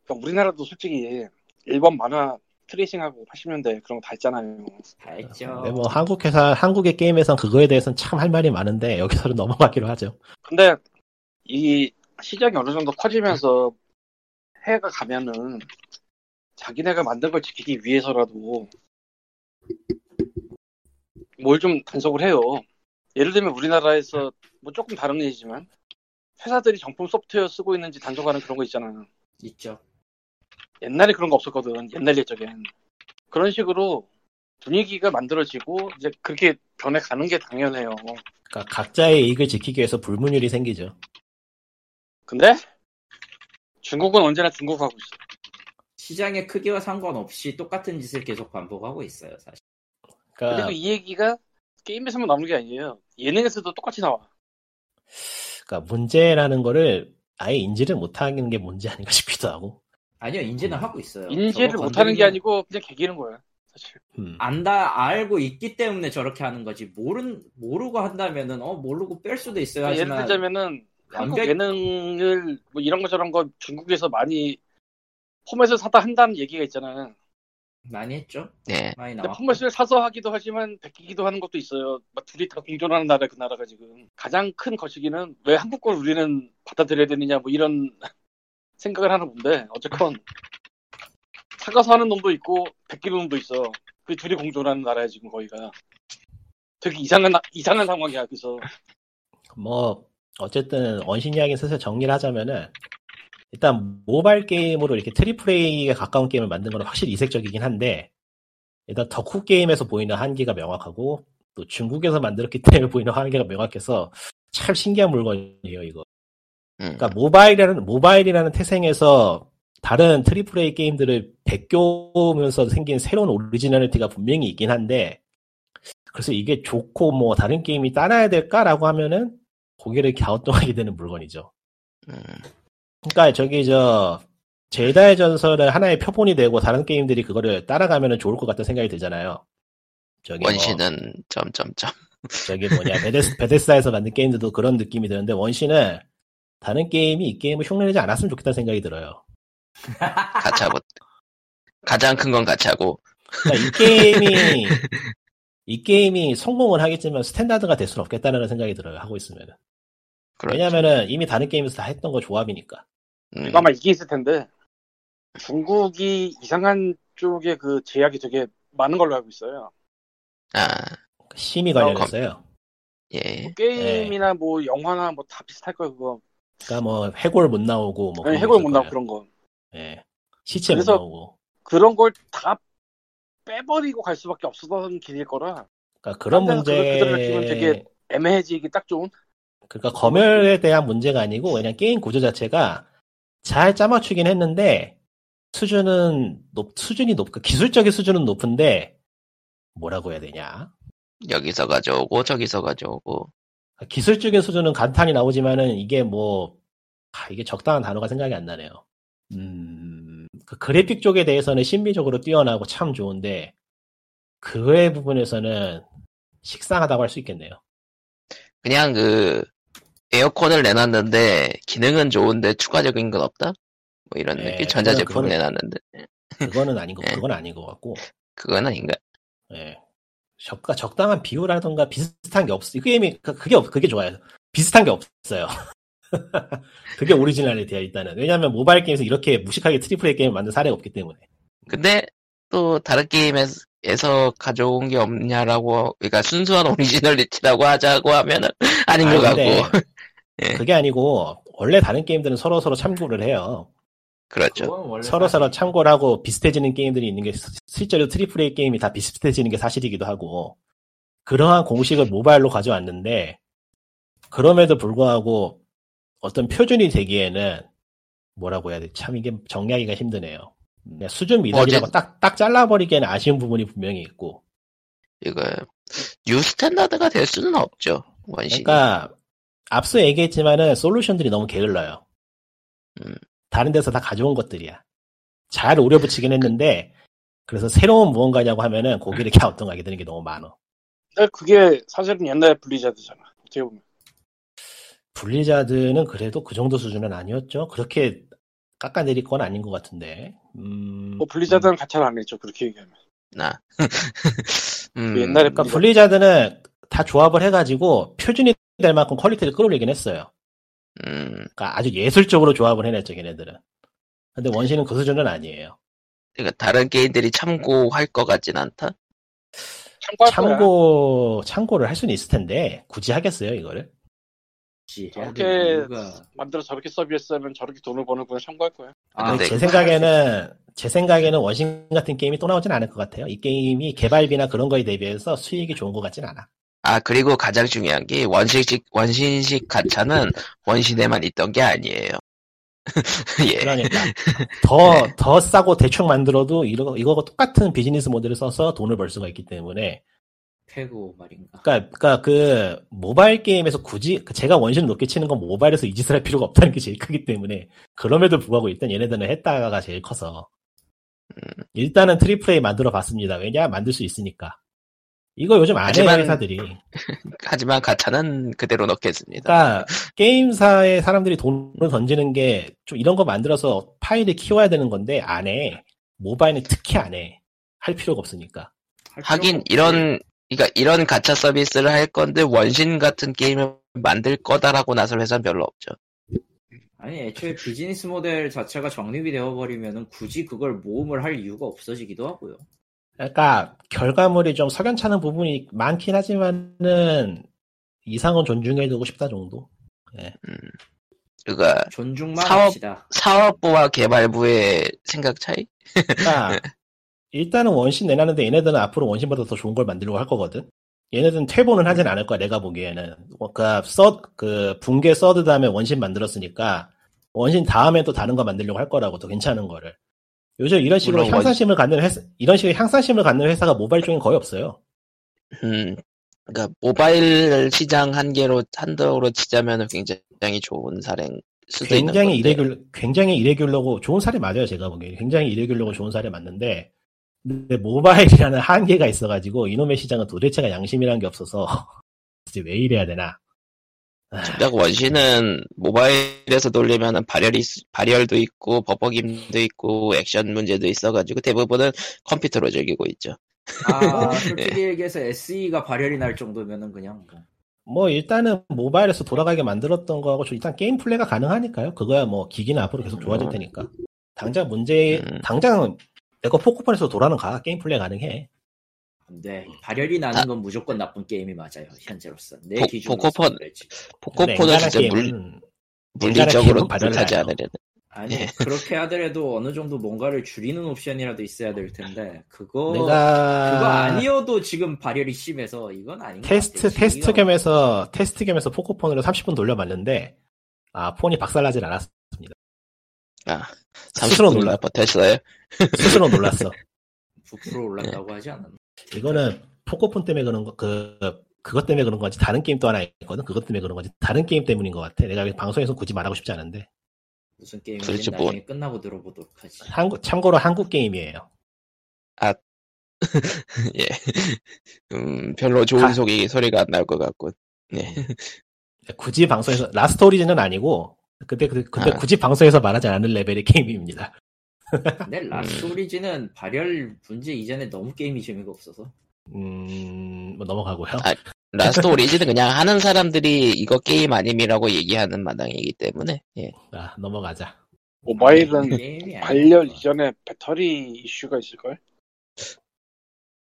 [SPEAKER 3] 그러니까 우리나라도 솔직히 일본 만화 트레이싱하고 80년대 그런 거 다 했잖아요.
[SPEAKER 2] 다 했죠
[SPEAKER 4] 근데 뭐 한국 회사 한국의 게임에선 그거에 대해서는 참 할 말이 많은데 여기서는 넘어가기로 하죠
[SPEAKER 3] 근데 이 시장이 어느 정도 커지면서 해가 가면은 자기네가 만든 걸 지키기 위해서라도 뭘 좀 단속을 해요. 예를 들면 우리나라에서 뭐 조금 다른 얘기지만 회사들이 정품 소프트웨어 쓰고 있는지 단속하는 그런 거 있잖아. 요
[SPEAKER 2] 있죠
[SPEAKER 3] 옛날에 그런 거 없었거든. 옛날 예적엔. 그런 식으로 분위기가 만들어지고 이제 그렇게 변해가는 게 당연해요.
[SPEAKER 4] 그러니까 각자의 이익을 지키기 위해서 불문율이 생기죠
[SPEAKER 3] 근데 중국은 언제나 중국하고 있어.
[SPEAKER 2] 시장의 크기와 상관없이 똑같은 짓을 계속 반복하고 있어요 사실
[SPEAKER 4] 그러니까
[SPEAKER 2] 아.
[SPEAKER 3] 그리고 이 얘기가 게임에서만 나오는 게 아니에요. 예능에서도 똑같이 나와.
[SPEAKER 4] 그러니까 문제라는 거를 아예 인지를 못하는 게 문제 아닌가 싶기도 하고. 음.
[SPEAKER 2] 아니요 인지는 하고 있어요
[SPEAKER 3] 인지를
[SPEAKER 2] 저거
[SPEAKER 3] 못하는 게
[SPEAKER 2] 건드리면-
[SPEAKER 3] 아니고 그냥 개기는 거야. 사실.
[SPEAKER 4] 음.
[SPEAKER 2] 안다 알고 있기 때문에 저렇게 하는 거지 모른 모르고 한다면은 어 모르고 뺄 수도 있어요
[SPEAKER 3] 아, 그러니까 예를
[SPEAKER 2] 하지만
[SPEAKER 3] 들자면은 한국
[SPEAKER 2] 완벽-
[SPEAKER 3] 예능을 뭐 이런 거 저런 거 중국에서 많이 포맷을 사다 한다는 얘기가 있잖아요.
[SPEAKER 2] 많이 했죠
[SPEAKER 1] 예.
[SPEAKER 2] 많이
[SPEAKER 3] 근데
[SPEAKER 2] 나왔
[SPEAKER 3] 포맷을 사서 하기도 하지만 베끼기도 하는 것도 있어요. 막 둘이 다 공존하는 나라 그 나라가 지금 가장 큰 거시기는 왜 한국 걸 우리는 받아들여야 되느냐 뭐 이런 생각을 하는 건데 어쨌건 사가서 하는 놈도 있고 베끼는 놈도 있어. 그 둘이 공존하는 나라야 지금 거기가. 되게 이상한 나- 이상한 상황이야 그래서
[SPEAKER 4] 뭐 어쨌든 원신 이야기 슬슬 정리를 하자면은 일단 모바일 게임으로 이렇게 트리플 A에 가까운 게임을 만든 건 확실히 이색적이긴 한데 일단 덕후 게임에서 보이는 한계가 명확하고 또 중국에서 만들었기 때문에 보이는 한계가 명확해서 참 신기한 물건이에요 이거.
[SPEAKER 1] 음.
[SPEAKER 4] 그러니까 모바일이라는 모바일이라는 태생에서 다른 트리플 A 게임들을 베껴오면서 생긴 새로운 오리지널리티가 분명히 있긴 한데 그래서 이게 좋고 뭐 다른 게임이 따라야 될까라고 하면은 고개를 갸우뚱하게 되는 물건이죠.
[SPEAKER 1] 음.
[SPEAKER 4] 그러니까 저기 저 젤다의 전설은 하나의 표본이 되고 다른 게임들이 그거를 따라가면은 좋을 것 같은 생각이 들잖아요. 저기 뭐
[SPEAKER 1] 원신은 점점점.
[SPEAKER 4] 저기 뭐냐 베데스, 베데스다에서 만든 게임들도 그런 느낌이 드는데 원신은 다른 게임이 이 게임을 흉내내지 않았으면 좋겠다는 생각이 들어요.
[SPEAKER 1] 가차 못. 가장 큰 건 가차고.
[SPEAKER 4] 그러니까 이 게임이 이 게임이 성공을 하겠지만 스탠다드가 될 수는 없겠다는 생각이 들어요. 하고 있으면
[SPEAKER 1] 그렇죠.
[SPEAKER 4] 왜냐면은 이미 다른 게임에서 다 했던 거 조합이니까.
[SPEAKER 1] 음,
[SPEAKER 3] 이거 아마 이게 있을 텐데 중국이 이상한 쪽에 그 제약이 되게 많은 걸로 알고 있어요.
[SPEAKER 1] 아,
[SPEAKER 4] 그러니까 심의
[SPEAKER 3] 어,
[SPEAKER 4] 관련해서요.
[SPEAKER 1] 예.
[SPEAKER 3] 게임이나 뭐 영화나 뭐 다 비슷할 거예요 그거.
[SPEAKER 4] 그러니까 뭐 해골 못 나오고 뭐
[SPEAKER 3] 아니,
[SPEAKER 4] 그런 거
[SPEAKER 3] 해골
[SPEAKER 4] 있을
[SPEAKER 3] 못 나고
[SPEAKER 4] 거예요.
[SPEAKER 3] 그런 거.
[SPEAKER 4] 예. 시체
[SPEAKER 3] 그래서-
[SPEAKER 4] 못 나오고.
[SPEAKER 3] 그런 걸 다 빼버리고 갈 수밖에 없었던 길일 거라
[SPEAKER 4] 그러니까 그런
[SPEAKER 3] 딴 데서
[SPEAKER 4] 문제.
[SPEAKER 3] 그걸 그대로 키우면 되게- 애매해지기 딱 좋은.
[SPEAKER 4] 그러니까 검열에 대한 문제가 아니고 그냥 게임 구조 자체가 잘 짜맞추긴 했는데 수준은 높 수준이 높 그러니까 기술적인 수준은 높은데 뭐라고 해야 되냐?
[SPEAKER 1] 여기서 가져오고 저기서 가져오고.
[SPEAKER 4] 기술적인 수준은 간탄히 나오지만은 이게 뭐 아, 이게 적당한 단어가 생각이 안 나네요. 음, 그 그래픽 쪽에 대해서는 심미적으로 뛰어나고 참 좋은데 그 외 부분에서는 식상하다고 할 수 있겠네요.
[SPEAKER 1] 그냥 그 에어컨을 내놨는데 기능은 좋은데 추가적인 건 없다. 뭐 이런
[SPEAKER 4] 네,
[SPEAKER 1] 느낌.
[SPEAKER 4] 그건-
[SPEAKER 1] 전자제품
[SPEAKER 4] 그건-
[SPEAKER 1] 내놨는데
[SPEAKER 4] 그거는 아닌 거
[SPEAKER 1] 네.
[SPEAKER 4] 그건 아닌 것 같고
[SPEAKER 1] 그건 아닌가.
[SPEAKER 4] 예. 적가, 적당한 비율이라던가 비슷한 게 없어. 이 게임이, 그- 그게, 없- 그게 좋아요. 비슷한 게 없어요. 그게 오리지널리티야, 일단은. 왜냐면 하 모바일 게임에서 이렇게 무식하게 트리플 A 게임을 만든 사례가 없기 때문에.
[SPEAKER 1] 근데 또 다른 게임에서 가져온 게 없냐라고 그러니까 순수한 오리지널리티라고 하자고 하면은 아닌 것
[SPEAKER 4] 아닌데,
[SPEAKER 1] 같고. 예.
[SPEAKER 4] 그게 아니고, 원래 다른 게임들은 서로서로 참고를 해요.
[SPEAKER 1] 그렇죠.
[SPEAKER 4] 서로서로 참고를 하고 비슷해지는 게임들이 있는 게, 시- 실제로 트리플 A 게임이 다 비슷해지는 게 사실이기도 하고, 그러한 공식을 모바일로 가져왔는데, 그럼에도 불구하고 어떤 표준이 되기에는 뭐라고 해야 돼? 참 이게 정리하기가 힘드네요. 그냥 수준 미달이라고
[SPEAKER 1] 어제-
[SPEAKER 4] 딱, 딱 잘라버리기에는 아쉬운 부분이 분명히 있고.
[SPEAKER 1] 이거 뉴 스탠다드가 될 수는 없죠. 원신이.
[SPEAKER 4] 그러니까, 앞서 얘기했지만은 솔루션들이 너무 게을러요.
[SPEAKER 1] 음.
[SPEAKER 4] 다른 데서 다 가져온 것들이야. 잘 오려붙이긴 했는데, 그래서 새로운 무언가냐고 하면은 고기를
[SPEAKER 1] 음.
[SPEAKER 4] 갸우뚱하게 되는 게 너무 많어.
[SPEAKER 3] 근데 네, 그게 사실은 옛날 블리자드잖아. 어떻게 보면.
[SPEAKER 4] 블리자드는 그래도 그 정도 수준은 아니었죠. 그렇게 깎아내릴 건 아닌 것 같은데. 음.
[SPEAKER 3] 뭐 블리자드는 가차를 안 했죠. 그렇게 얘기하면.
[SPEAKER 1] 나. 음,
[SPEAKER 3] 그 옛날에
[SPEAKER 4] 그러니까 블리자드는 다 조합을 해가지고 표준이 될 만큼 퀄리티를 끌어올리긴 했어요.
[SPEAKER 1] 음,
[SPEAKER 4] 그러니까 아주 예술적으로 조합을 해냈죠, 걔네들은. 근데 원신은 그 수준은 아니에요.
[SPEAKER 1] 그러니까 다른 게임들이 참고할 것 같진 않다.
[SPEAKER 3] 참고할 거야.
[SPEAKER 4] 참고, 참고를 할 수는 있을 텐데, 굳이 하겠어요, 이거를?
[SPEAKER 3] 저렇게 만들어 저렇게 서비스하면 저렇게 돈을 버는 분은 참고할 거야.
[SPEAKER 2] 아,
[SPEAKER 1] 네.
[SPEAKER 4] 제 생각에는, 제 생각에는 원신 같은 게임이 또 나오진 않을 것 같아요. 이 게임이 개발비나 그런 거에 대비해서 수익이 좋은 것 같진 않아.
[SPEAKER 1] 아 그리고 가장 중요한 게 원신식 원신식 가차는 원신에만 있던 게 아니에요. 예. 네.
[SPEAKER 4] 그러니까 더, 더 싸고 대충 만들어도 이거, 이거 똑같은 비즈니스 모델을 써서 돈을 벌 수가 있기 때문에
[SPEAKER 2] 패고 말인가
[SPEAKER 4] 그러니까, 그러니까 그 모바일 게임에서 굳이 그 제가 원신을 높게 치는 건 모바일에서 이 짓을 할 필요가 없다는 게 제일 크기 때문에 그럼에도 불구하고 일단 얘네들은 했다가 제일 커서 일단은 트리플 A 만들어 봤습니다. 왜냐? 만들 수 있으니까. 이거 요즘 안 해요,
[SPEAKER 1] 하지만-
[SPEAKER 4] 회사들이.
[SPEAKER 1] 하지만 가차는 그대로 넣겠습니다.
[SPEAKER 4] 그러니까 게임사에 사람들이 돈을 던지는 게 좀 이런 거 만들어서 파일을 키워야 되는 건데 안 해. 모바일은 특히 안 해. 할 필요가 없으니까.
[SPEAKER 2] 할 필요가
[SPEAKER 1] 하긴
[SPEAKER 2] 없지.
[SPEAKER 1] 이런 그러니까 이런 가차 서비스를 할 건데 원신 같은 게임을 만들 거다라고 나설 회사는 별로 없죠.
[SPEAKER 2] 아니 애초에 비즈니스 모델 자체가 정립이 되어버리면은 굳이 그걸 모험을 할 이유가 없어지기도 하고요.
[SPEAKER 4] 그러니까 결과물이 좀 석연찮은 부분이 많긴 하지만은 이상은 존중해두고 싶다 정도.
[SPEAKER 1] 그러니까
[SPEAKER 2] 존중만
[SPEAKER 1] 사업-
[SPEAKER 2] 합시다.
[SPEAKER 1] 사업부와 개발부의 생각 차이? 네.
[SPEAKER 4] 그러니까 일단은 원신 내놨는데 얘네들은 앞으로 원신보다 더 좋은 걸 만들려고 할 거거든. 얘네들은 퇴보는 하진 않을 거야 내가 보기에는. 그러니까 써, 그 붕괴 써드 다음에 원신 만들었으니까 원신 다음에 또 다른 거 만들려고 할 거라고 더 괜찮은 거를. 요즘 이런 식으로
[SPEAKER 1] 물론 원-
[SPEAKER 4] 향상심을 갖는 회사, 이런 식의 향상심을 갖는 회사가 모바일 쪽엔 거의 없어요.
[SPEAKER 1] 음, 그러니까 모바일 시장 한계로 한도로 치자면 굉장히 좋은 사례일 수도
[SPEAKER 4] 굉장히
[SPEAKER 1] 있는 건데.
[SPEAKER 4] 이레귤러, 굉장히 이레귤러고 좋은 사례 맞아요, 제가 보기에. 굉장히 이레귤러고 좋은 사례 맞는데, 근데 모바일이라는 한계가 있어가지고, 이놈의 시장은 도대체가 양심이라는 게 없어서, 이제 왜 이래야 되나. 아,
[SPEAKER 1] 딱 그러니까 원신은 모바일에서 돌리면 발열이 있- 발열도 있고 버벅임도 있고 액션 문제도 있어가지고 대부분은 컴퓨터로 즐기고 있죠.
[SPEAKER 2] 아
[SPEAKER 1] 네.
[SPEAKER 2] 솔직히 얘기해서 SE가 발열이 날 정도면은 그냥 뭐.
[SPEAKER 4] 뭐, 일단은 모바일에서 돌아가게 만들었던 거하고, 좀 일단 게임 플레이가 가능하니까요. 그거야 뭐, 기기는 앞으로 계속 좋아질 테니까. 당장 문제,
[SPEAKER 1] 음.
[SPEAKER 4] 당장, 내거 포코폰에서 돌아는 가. 게임 플레이 가능해.
[SPEAKER 2] 근데 발열이 나는 건 무조건 나쁜 게임이 맞아요 현재로서 내
[SPEAKER 1] 포-
[SPEAKER 2] 기준으로
[SPEAKER 1] 포커폰.
[SPEAKER 2] 그랬지.
[SPEAKER 4] 근데
[SPEAKER 1] 포코폰은
[SPEAKER 4] 엔간한
[SPEAKER 1] 진짜 물,
[SPEAKER 4] 게임은 음,
[SPEAKER 1] 물리적으로
[SPEAKER 4] 게임은 발열을
[SPEAKER 1] 못하지
[SPEAKER 4] 안 해요.
[SPEAKER 1] 않으려는.
[SPEAKER 2] 아니
[SPEAKER 1] 예.
[SPEAKER 2] 그렇게 하더라도 어느 정도 뭔가를 줄이는 옵션이라도 있어야 될 텐데 그거
[SPEAKER 4] 내가.
[SPEAKER 2] 그거 아니어도 지금 발열이 심해서 이건 아닌 것
[SPEAKER 4] 테스트
[SPEAKER 2] 같아.
[SPEAKER 4] 테스트
[SPEAKER 2] 지금
[SPEAKER 4] 겸해서 테스트 겸해서 포코폰으로 30분 돌려봤는데 아 폰이 박살나질 않았어
[SPEAKER 1] 아,
[SPEAKER 4] 스스로
[SPEAKER 1] 30분이나
[SPEAKER 4] 놀라.
[SPEAKER 1] 버텼어요.
[SPEAKER 4] 스스로 놀랐어
[SPEAKER 2] 부풀어 올랐다고 하지 않았나?
[SPEAKER 4] 이거는 포코폰 때문에 그런 거그 그것 때문에 그런 건지 다른 게임 또 하나 있거든 그것 때문에 그런 건지 다른 게임 때문인 것 같아 내가 방송에서 굳이 말하고 싶지 않은데
[SPEAKER 2] 무슨 게임인지
[SPEAKER 1] 도대체
[SPEAKER 2] 나중에
[SPEAKER 1] 뭐-
[SPEAKER 2] 끝나고 들어보도록 하지.
[SPEAKER 4] 한국 참고로 한국 게임이에요
[SPEAKER 1] 예. 음, 별로 좋은
[SPEAKER 4] 다-
[SPEAKER 1] 소리, 소리가 음. 안 날 것 네. 같군.
[SPEAKER 4] 굳이 방송에서 라스트 오리진은 아니고 근데 근데, 근데
[SPEAKER 1] 아.
[SPEAKER 4] 굳이 방송에서 말하지 않을 레벨의 게임입니다
[SPEAKER 2] 근데 라스트 오리진은 발열 문제 이전에 너무 게임이 재미가 없어서
[SPEAKER 4] 음뭐 넘어가고요
[SPEAKER 1] 아, 라스트 오리진은 그냥 하는 사람들이 이거 게임 아님이라고 얘기하는 마당이기 때문에, 예.
[SPEAKER 4] 아 넘어가자 음.
[SPEAKER 3] 모바일은
[SPEAKER 2] 게임이 아니야.
[SPEAKER 3] 발열 이전에 배터리 이슈가 있을걸?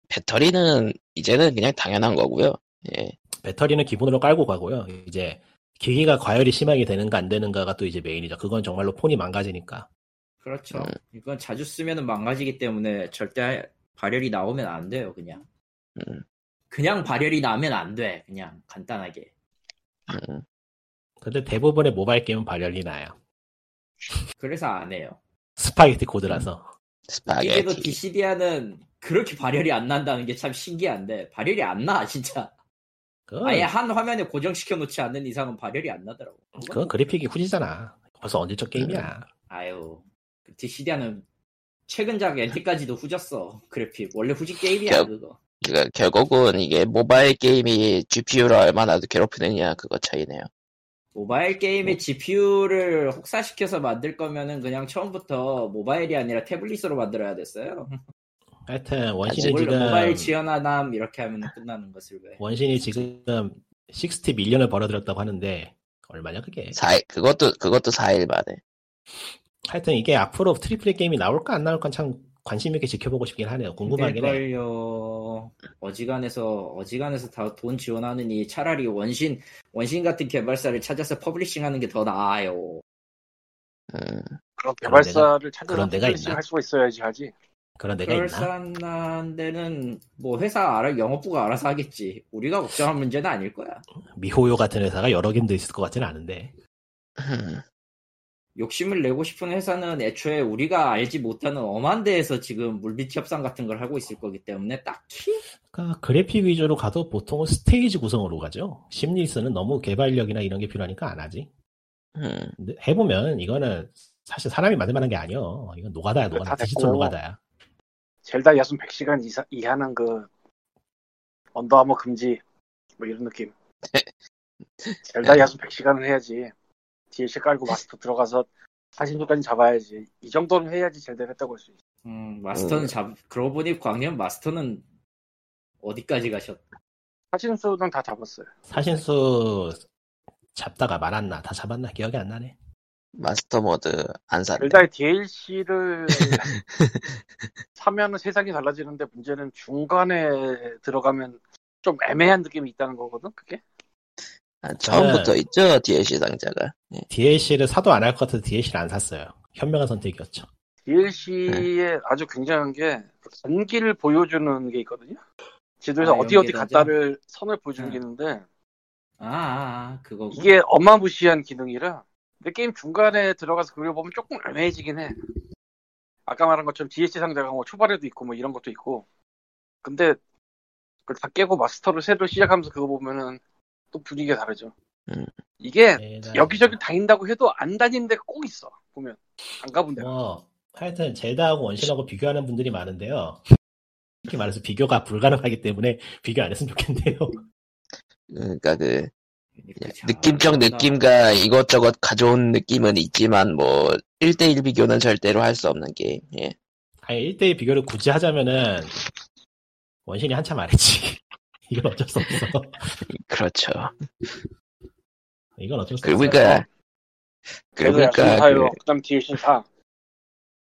[SPEAKER 1] 배터리는 이제는 그냥 당연한 거고요. 예.
[SPEAKER 4] 배터리는 기본으로 깔고 가고요. 이제 기기가 과열이 심하게 되는가 안 되는가가 또 이제 메인이죠. 그건 정말로 폰이 망가지니까.
[SPEAKER 2] 그렇죠.
[SPEAKER 1] 음.
[SPEAKER 2] 이건 자주 쓰면은 망가지기 때문에 절대 발열이 나오면 안 돼요. 그냥
[SPEAKER 1] 음.
[SPEAKER 2] 그냥 발열이 나면 안 돼. 그냥 간단하게.
[SPEAKER 1] 음.
[SPEAKER 4] 근데 대부분의 모바일 게임은 발열이 나요.
[SPEAKER 2] 그래서 안 해요.
[SPEAKER 4] 스파게티 코드라서.
[SPEAKER 2] 그래도
[SPEAKER 1] 스파게티.
[SPEAKER 2] 디시디아는 그렇게 발열이 안 난다는 게 참 신기한데 발열이 안 나 진짜.
[SPEAKER 4] 그건,
[SPEAKER 2] 아예 한 화면에 고정시켜 놓지 않는 이상은 발열이 안 나더라고.
[SPEAKER 4] 그건 그래픽이 후지잖아. 벌써 언제적 게임이야.
[SPEAKER 2] 음. 아유, 그 디시디아는 최근작 엔티까지도 후졌어 그래픽. 원래 후지
[SPEAKER 1] 야.
[SPEAKER 2] 게임이야 그거.
[SPEAKER 1] 그러니까 결국은 이게 모바일 게임이 GPU를 얼마나 괴롭히느냐 그거 차이네요.
[SPEAKER 2] 모바일
[SPEAKER 4] 뭐.
[SPEAKER 2] 게임의 GPU를 혹사시켜서 만들 거면은 그냥 처음부터 모바일이 아니라 태블릿으로 만들어야 됐어요. 뭐
[SPEAKER 4] 하여튼 원신이
[SPEAKER 2] 모바일,
[SPEAKER 4] 음, 지금
[SPEAKER 2] 모바일 지원하남 이렇게 하면 끝나는 것을 왜?
[SPEAKER 4] 원신이 지금 60 밀리언을 벌어들였다고 하는데 얼마냐 그게.
[SPEAKER 1] 4일, 그것도 그것도 4일 만에.
[SPEAKER 4] 하여튼 이게 앞으로 트리플 A 게임이 나올까 안 나올까 참 관심 있게 지켜보고 싶긴 하네요. 궁금하긴 해.
[SPEAKER 2] 될걸요. 어지간해서 어지간해서 다 돈 지원하느니 차라리 원신 원신 같은 개발사를 찾아서 퍼블리싱하는 게 더 나아요.
[SPEAKER 1] 음,
[SPEAKER 3] 그런
[SPEAKER 4] 그런
[SPEAKER 3] 개발사를 찾아서
[SPEAKER 4] 그런 데가 있나?
[SPEAKER 3] 할 수가 있어야지 하지.
[SPEAKER 4] 그런 데가 있나?
[SPEAKER 2] 그럴싸한 데는 뭐 회사 알아 영업부가 알아서 하겠지. 우리가 걱정할 문제는 아닐 거야.
[SPEAKER 4] 미호요 같은 회사가 여러 개도 있을 것 같지는 않은데.
[SPEAKER 1] 음,
[SPEAKER 2] 욕심을 내고 싶은 회사는 애초에 우리가 알지 못하는 엄한 데에서 지금 물밑 협상 같은 걸 하고 있을 거기 때문에 딱히
[SPEAKER 4] 그러니까 그래픽 위주로 가도 보통은 스테이지 구성으로 가죠. 심리스는 너무 개발력이나 이런 게 필요하니까 안 하지.
[SPEAKER 1] 음.
[SPEAKER 4] 근데 해보면 이거는 사실 사람이 만들 만한 게 아니요. 이건 노가다야, 노가다.
[SPEAKER 3] 다 됐고.
[SPEAKER 4] 디지털 노가다야.
[SPEAKER 3] 젤다 야숨 100시간 이하는그 언더아머 금지 뭐 이런 느낌. 젤다 야숨 100시간은 해야지. DLC 깔고 마스터 들어가서 사진도까지 잡아야지. 이 정도는 해야지 젤다 했다고 할 수 있어.
[SPEAKER 2] 음, 마스터는
[SPEAKER 1] 음.
[SPEAKER 2] 잡, 그러고 보니 광년 마스터는 어디까지 가셨,
[SPEAKER 3] 사진 수는 다 잡았어요.
[SPEAKER 4] 사신수 잡다가 말았나 다 잡았나 기억이 안 나네.
[SPEAKER 1] 마스터 모드 안 샀네.
[SPEAKER 3] 젤다의 DLC를 사면은 세상이 달라지는데 문제는 중간에 들어가면 좀 애매한 느낌이 있다는 거거든. 그게
[SPEAKER 1] 아, 처음부터 있죠 DLC 상자가. 예.
[SPEAKER 4] DLC를 사도 안 할 것 같아서 DLC를 안 샀어요. 현명한 선택이었죠.
[SPEAKER 2] 네.
[SPEAKER 3] DLC의 아주 굉장한 게 전기를 보여주는 게 있거든요. 지도에서
[SPEAKER 2] 아,
[SPEAKER 3] 어디 어디
[SPEAKER 2] 연계도죠?
[SPEAKER 3] 갔다를 선을 보여주는
[SPEAKER 2] 네.
[SPEAKER 3] 게 있는데
[SPEAKER 2] 아, 아, 아, 그거고.
[SPEAKER 3] 이게 어마무시한 기능이라 근데 게임 중간에 들어가서 그걸 보면 조금 애매해지긴 해. 아까 말한 것처럼 DLC 상자가 뭐 초반에도 있고 뭐 이런 것도 있고 근데 그걸 다 깨고 마스터를 새로 시작하면서 그거 보면은 또 분위기가 다르죠.
[SPEAKER 1] 음.
[SPEAKER 3] 이게
[SPEAKER 2] 네.
[SPEAKER 4] 젤다.
[SPEAKER 3] 네, 여기저기 다닌다고 해도 안 다니는 데가 꼭 있어 보면 안 가본
[SPEAKER 2] 네.
[SPEAKER 3] 데가
[SPEAKER 4] 뭐 하여튼 젤다하고 원신하고 비교하는 분들이 많은데요. 특히 말해서 비교가 불가능하기 때문에 비교 안 했으면 좋겠네요.
[SPEAKER 1] 그러니까 그
[SPEAKER 2] 그렇죠. 그냥
[SPEAKER 1] 느낌적
[SPEAKER 2] 잘한다.
[SPEAKER 1] 느낌과 이것저것 가져온 느낌은 있지만 뭐 1대1 비교는 절대로 할 수 없는 게임. 예.
[SPEAKER 4] 아니 1대1 비교를 굳이 하자면은 원신이 한참 아래지. 이건 어쩔 수 없어.
[SPEAKER 1] 그렇죠.
[SPEAKER 4] 이건 어쩔 수 없어.
[SPEAKER 1] 그러니까
[SPEAKER 3] 그래서
[SPEAKER 1] 그러니까
[SPEAKER 3] 사요.
[SPEAKER 1] 그,
[SPEAKER 3] 그다음 DLC 사.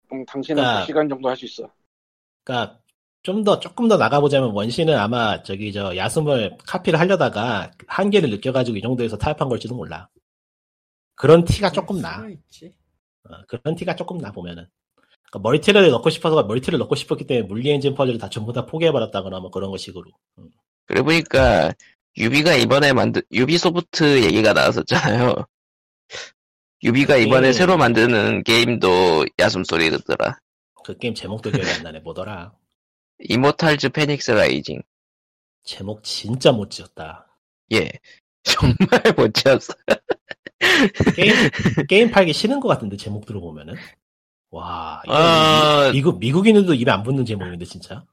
[SPEAKER 3] 그럼 당신은
[SPEAKER 4] 그러니까-
[SPEAKER 3] 그 시간 정도 할 수 있어.
[SPEAKER 4] 그러니까 좀 더 조금 더 나가보자면 원신은 아마 저기 저 야숨을 카피를 하려다가 한계를 느껴가지고 이 정도에서 타협한 걸지도 몰라. 그런 티가 조금 나.
[SPEAKER 2] 수가 있지.
[SPEAKER 4] 어, 그런 티가 조금 나 보면은. 그러니까 멀티를 넣고 싶어서 멀티를 넣고 싶었기 때문에 물리 엔진 퍼즐을 다 전부 다 포기해버렸다거나 뭐 그런 거 식으로. 음.
[SPEAKER 1] 그래 보니까 그러니까 유비가 이번에 만든 유비소프트 얘기가 나왔었잖아요. 유비가 이번에
[SPEAKER 4] 음.
[SPEAKER 1] 새로 만드는 게임도 야숨 소리 듣더라.
[SPEAKER 4] 그 게임 제목도 기억이 안 나네. 뭐더라.
[SPEAKER 1] 이모탈즈 페닉스 라이징.
[SPEAKER 4] 제목 진짜 못 지었다.
[SPEAKER 1] 예. 정말 못 지었어.
[SPEAKER 4] 게임, 게임 팔기 싫은 것 같은데 제목 들어보면은. 와 이거
[SPEAKER 1] 아.
[SPEAKER 4] 미, 국 미국인들도 입에 안 붙는 제목인데 진짜.